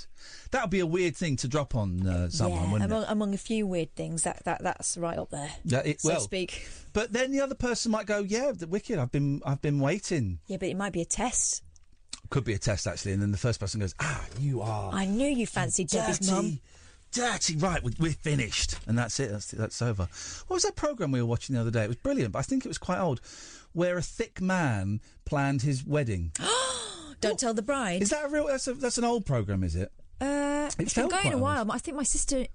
that would be a weird thing to drop on uh, someone, yeah, wouldn't among, it? among a few weird things, that, that that's right up there, Yeah, it- so to well, speak. But then the other person might go, "Yeah, the wicked. I've been I've been waiting. Yeah, but it might be a test. Could be a test actually." And then the first person goes, "Ah, you are." I knew you fancied Debbie's dirty, mum. Dirty, right? We're, we're finished, and that's it. That's that's over. What was that program we were watching the other day? It was brilliant, but I think it was quite old. Where a thick man planned his wedding. Don't tell the bride. Is that a real? That's a, that's an old program, is it? It Uh, it's been felt going quite a while. I think my sister.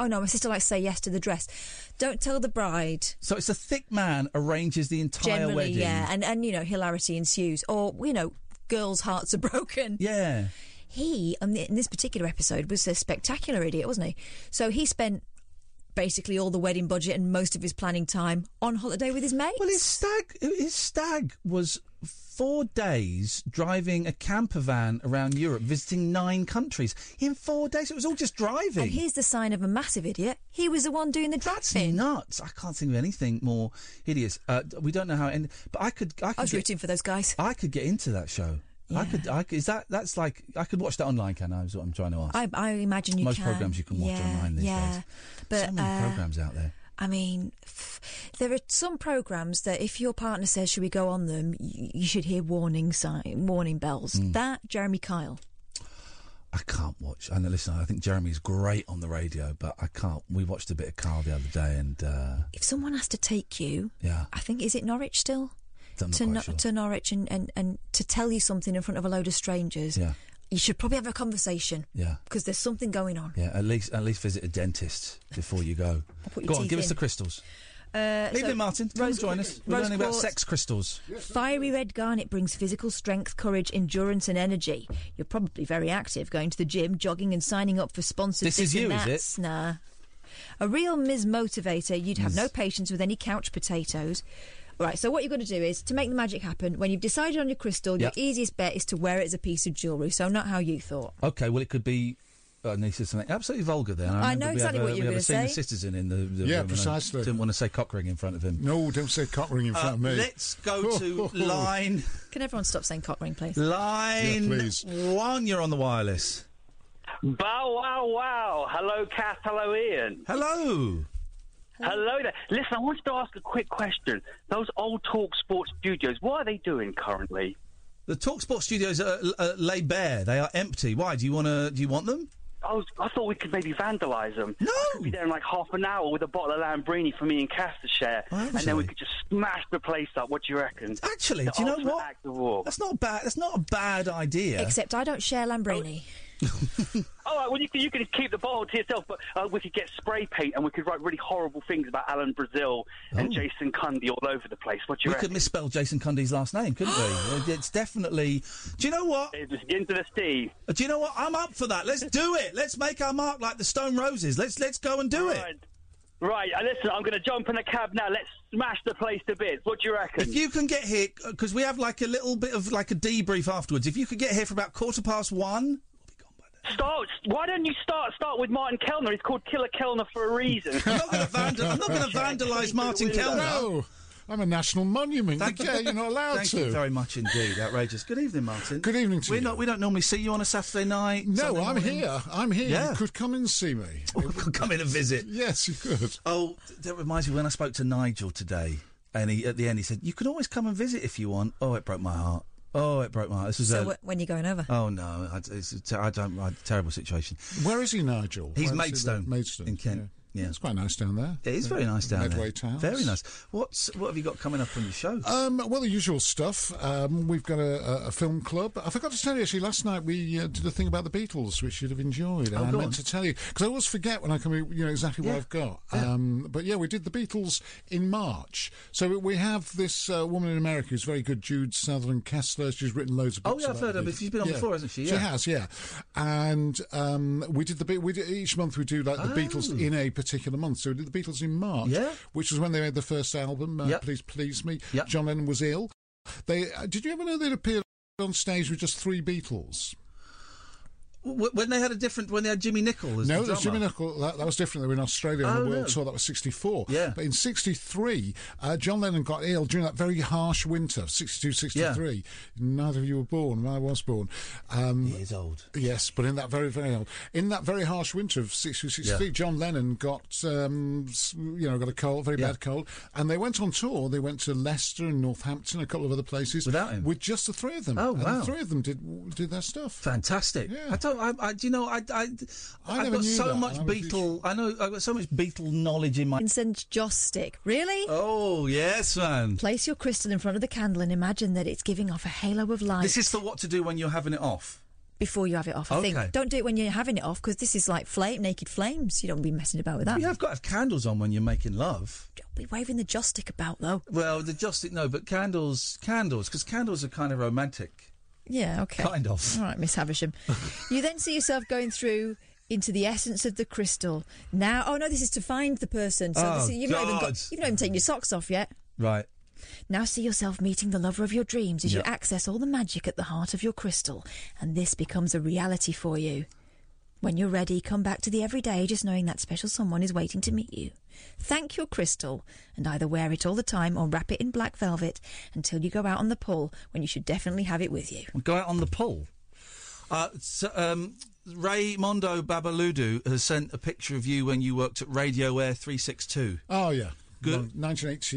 Oh no, my sister likes to say yes to the dress. Don't tell the bride. So it's a thick man arranges the entire Generally, wedding. yeah, and and you know hilarity ensues, or you know girls' hearts are broken. Yeah. He on the, in this particular episode was a spectacular idiot, wasn't he? So he spent basically all the wedding budget and most of his planning time on holiday with his mates. Well, his stag, his stag was four days driving a camper van around Europe, visiting nine countries in four days. It was all just driving. And here's the sign of a massive idiot. He was the one doing the driving. It's nuts. I can't think of anything more hideous. Uh, we don't know how. And but I could. I, could I was get- rooting for those guys. I could get into that show. I could. I could, is that that's like I could watch that online. Can I? Is what I'm trying to ask. I, I imagine you Most can. programmes you can watch yeah, online these yeah. days. But so many uh, programs out there. I mean, f- there are some programs that if your partner says, "Should we go on them?" You, you should hear warning sign, warning bells. Hmm. That Jeremy Kyle. I can't watch. And listen, I think Jeremy's great on the radio, but I can't. We watched a bit of Carl the other day, and uh, If someone has to take you, yeah, I think is it Norwich still I'm not to quite Nor- sure. to Norwich and, and and to tell you something in front of a load of strangers. Yeah. You should probably have a conversation yeah, because there's something going on. yeah. At least, at least visit a dentist before you go. I'll put your go on, teeth give us in. the crystals. Uh, Leave so- them, Martin. Come and join us. We're Rose learning about quartz. sex crystals. Fiery red garnet brings physical strength, courage, endurance, and energy. You're probably very active, going to the gym, jogging, and signing up for sponsored. This is and you, is it? that's. Nah. A real Ms. Motivator. You'd have Ms. no patience with any couch potatoes. Right, so what you've got to do is to make the magic happen. When you've decided on your crystal, Yep. your easiest bet is to wear it as a piece of jewellery. So not how you thought. Okay, well, it could be Oh, and he said something absolutely vulgar then. I remember know we exactly had, what you were We had a gonna senior say. citizen in the, the Yeah, room, and I precisely. Didn't want to say cock ring in front of him. No, don't say cock ring in front Uh, of me. let's go to line Can everyone stop saying cock ring, please? line one. You're on the wireless. Bow wow wow. Hello, Kath. Hello, Ian. Hello. Hello there. Listen, I wanted to ask a quick question. Those old Talk Sports studios, what are they doing currently? The Talksport studios are uh, lay bare. They are empty. Why? Do you want to? Do you want them? I, was, I thought we could maybe vandalise them. No! I could be there in like half an hour with a bottle of Lambrini for me and Kath to share. and then we could just smash the place up. What do you reckon? Actually, The do you know ultimate what? Act of war. That's not bad. That's not a bad idea. Except I don't share Lambrini. All right, well, you can, you can keep the bottle to yourself, but uh, we could get spray paint and we could write really horrible things about Alan Brazil Oh. and Jason Cundy all over the place. What do we you could reckon? misspell Jason Cundy's last name, couldn't we? It's definitely. Do you know what? Uh, Just into the sea. Do you know what? I'm up for that. Let's do it. Let's make our mark like the Stone Roses. Let's let's go and do it. Right, uh, listen, I'm going to jump in a cab now. Let's smash the place to bits. What do you reckon? If you can get here, because we have like a little bit of like a debrief afterwards. If you could get here for about quarter past one, Start. Why don't you start start with Martin Kellner? He's called Killer Kellner for a reason. I'm not going to vandal- I'm not gonna vandalise Martin Kellner. No, I'm a national monument. Thank you can't- you're not allowed Thank to. you very much indeed. Outrageous. Good evening, Martin. Good evening to We're you. Not, we don't normally see you on a Saturday night. No, Sunday I'm morning. here. I'm here. Yeah. You could come and see me. come in and visit. Yes, you could. Oh, th- that reminds me when I spoke to Nigel today, and he at the end he said, "You can always come and visit if you want." Oh, it broke my heart. Oh, it broke my heart. This was So a, wh- when you're going over? Oh no, I, it's a ter- I don't. I, terrible situation. Where is he, Nigel? Where He's is he Maidstone, there? Maidstone in Kent. Yeah. It's quite nice down there. It is very nice down Medway there. Towers. Very nice. What's what have you got coming up on your show? Um, well, the usual stuff. Um, we've got a, a, a film club. I forgot to tell you actually. Last night we uh, did a thing about the Beatles, which you'd have enjoyed. And Oh, I go meant on. to tell you because I always forget when I come. in, You know exactly what Yeah. I've got. Um, but yeah, we did the Beatles in March. So we have this uh, woman in America who's very good, Jude Sutherland Kessler. She's written loads of Oh, books. yeah, I've about heard the of her. Beatles. She's been on before, hasn't she? She Yeah. has. Yeah, and um, we did the Be- we did, each month we do like the Beatles Oh. in a particular month. So we did the Beatles in March, Yeah. which was when they made the first album. Uh, Yep. Please please me. John Lennon was ill. They uh, did you ever know they'd appeared on stage with just three Beatles? W- when they had a different, when they had Jimmy Nicol as no, the there's drummer. Jimmy Nicol. That, that was different. They were in Australia on Oh, the world no. tour. That was 64. Yeah. But in 63, uh, John Lennon got ill during that very harsh winter, 62, 63. Neither of you were born. I was born. Um, he is old. Yes, but in that very, very old. In that very harsh winter of 62, 63, Yeah. John Lennon got, um, s- you know, got a cold, very bad cold. And they went on tour. They went to Leicester and Northampton, a couple of other places. Without him? With just the three of them. Oh, And wow. the three of them did, did their stuff. Fantastic. Yeah. I don't. I, I. Do you know? I. I. I have never got knew so that. much I was Beatle. I know. I've got so much Beatle knowledge in my. Vincent Joss stick. Really? Oh yes, man. Place your crystal in front of the candle and imagine that it's giving off a halo of light This is for what to do when you're having it off. before you have it off. I Okay. think don't do it when you're having it off because this is like flame, naked flames. You don't be messing about with that. You have got to have candles on when you're making love. Don't be waving the joss stick about though. Well, the just no, but candles, candles, because candles are kind of romantic. Yeah, okay. Kind of. All right, Miss Havisham. you then see yourself going through into the essence of the crystal. Now, oh no, this is to find the person. So Oh, this, you've not even God. got, you've not even taken your socks off yet. Right. Now see yourself meeting the lover of your dreams as Yeah. you access all the magic at the heart of your crystal, and this becomes a reality for you. When you're ready, come back to the everyday, just knowing that special someone is waiting to meet you. Thank your crystal, and either wear it all the time or wrap it in black velvet until you go out on the pull, when you should definitely have it with you. Go out on the pull. Uh, so, um, Ray Mondo Babaludu has sent a picture of you when you worked at Radio Air 362. Oh, yeah. Good.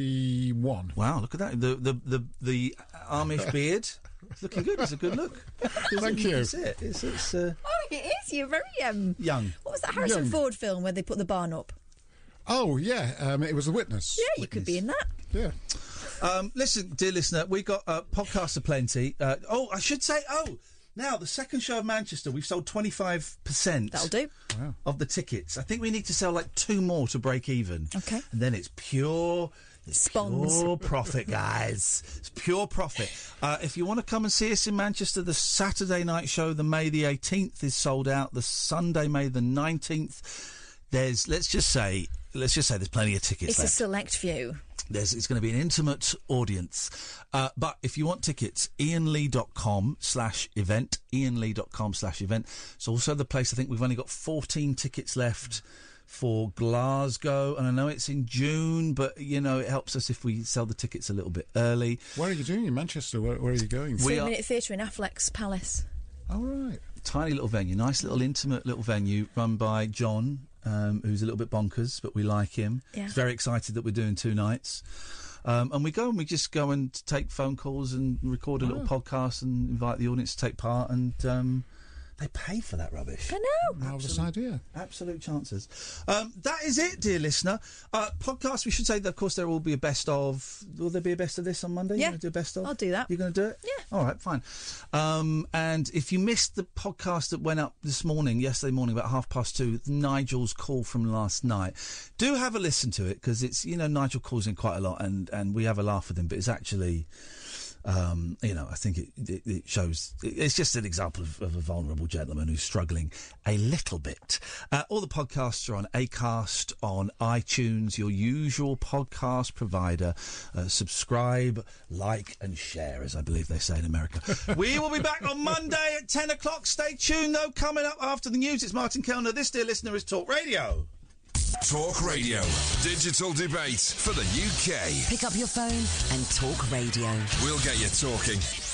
1981. Wow, look at that. The the the, the Uh, Amish beard. It's looking good. It's a good look. Thank It's- you. It's it. It's, it's uh, Oh, it is. You're very um. young. What was that Harrison Young. Ford film where they put the barn up? Oh, yeah. Um, it was The Witness. Yeah, you could be in that. Yeah. Um, listen, dear listener, we got uh, podcasts aplenty. Uh, oh, I should say, oh, now the second show of Manchester, we've sold 25%. That'll do. Of the tickets. I think we need to sell like two more to break even. Okay. And then it's pure. It's Spons. Pure profit, guys. It's pure profit. Uh, if you want to come and see us in Manchester, the Saturday night show, the May the 18th, is sold out. The Sunday, May the 19th, there's, let's just say, let's just say there's plenty of tickets It's, a left. select few. There's, it's going to be an intimate audience. Uh, but if you want tickets, ianlee.com slash event. ianlee.com slash event. It's also the place I think we've only got 14 tickets left for Glasgow. And I know it's in June, but, you know, it helps us if we sell the tickets a little bit early. Where are you doing in Manchester? Where, where are you going? We Three are- Minute Theatre in Affleck's Palace. All right. tiny little venue, nice little intimate little venue run by John, um, who's a little bit bonkers, but we like him. Yeah. He's very excited that we're doing two nights. Um, and we go and we just go and take phone calls and record a little Oh. podcast and invite the audience to take part. And um, they pay for that rubbish. I know. Marvellous idea. Absolute chances. Um, that is it, dear listener. Uh, podcast, we should say that, of course, there will be a best of. Will there be a best of this on Monday? Yeah. do a best of? I'll do that. You're going to do it? Yeah. All right, fine. Um, and if you missed the podcast that went up this morning, yesterday morning, about half past two, Nigel's call from last night, do have a listen to it because it's, you know, Nigel calls in quite a lot and, and we have a laugh with him, but it's actually. Um, you know, I think it, it, it shows. it- It's just an example of, of a vulnerable gentleman who's struggling a little bit. Uh, all the podcasts are on Acast, on iTunes, your usual podcast provider. Uh, subscribe, like, and share, as I believe they say in America. we will be back on Monday at ten o'clock. Stay tuned, though. Coming up after the news, it's Martin Kellner. This dear listener is Talk Radio. Talk Radio. Digital debate for the UK. Pick up your phone and talk radio. We'll get you talking.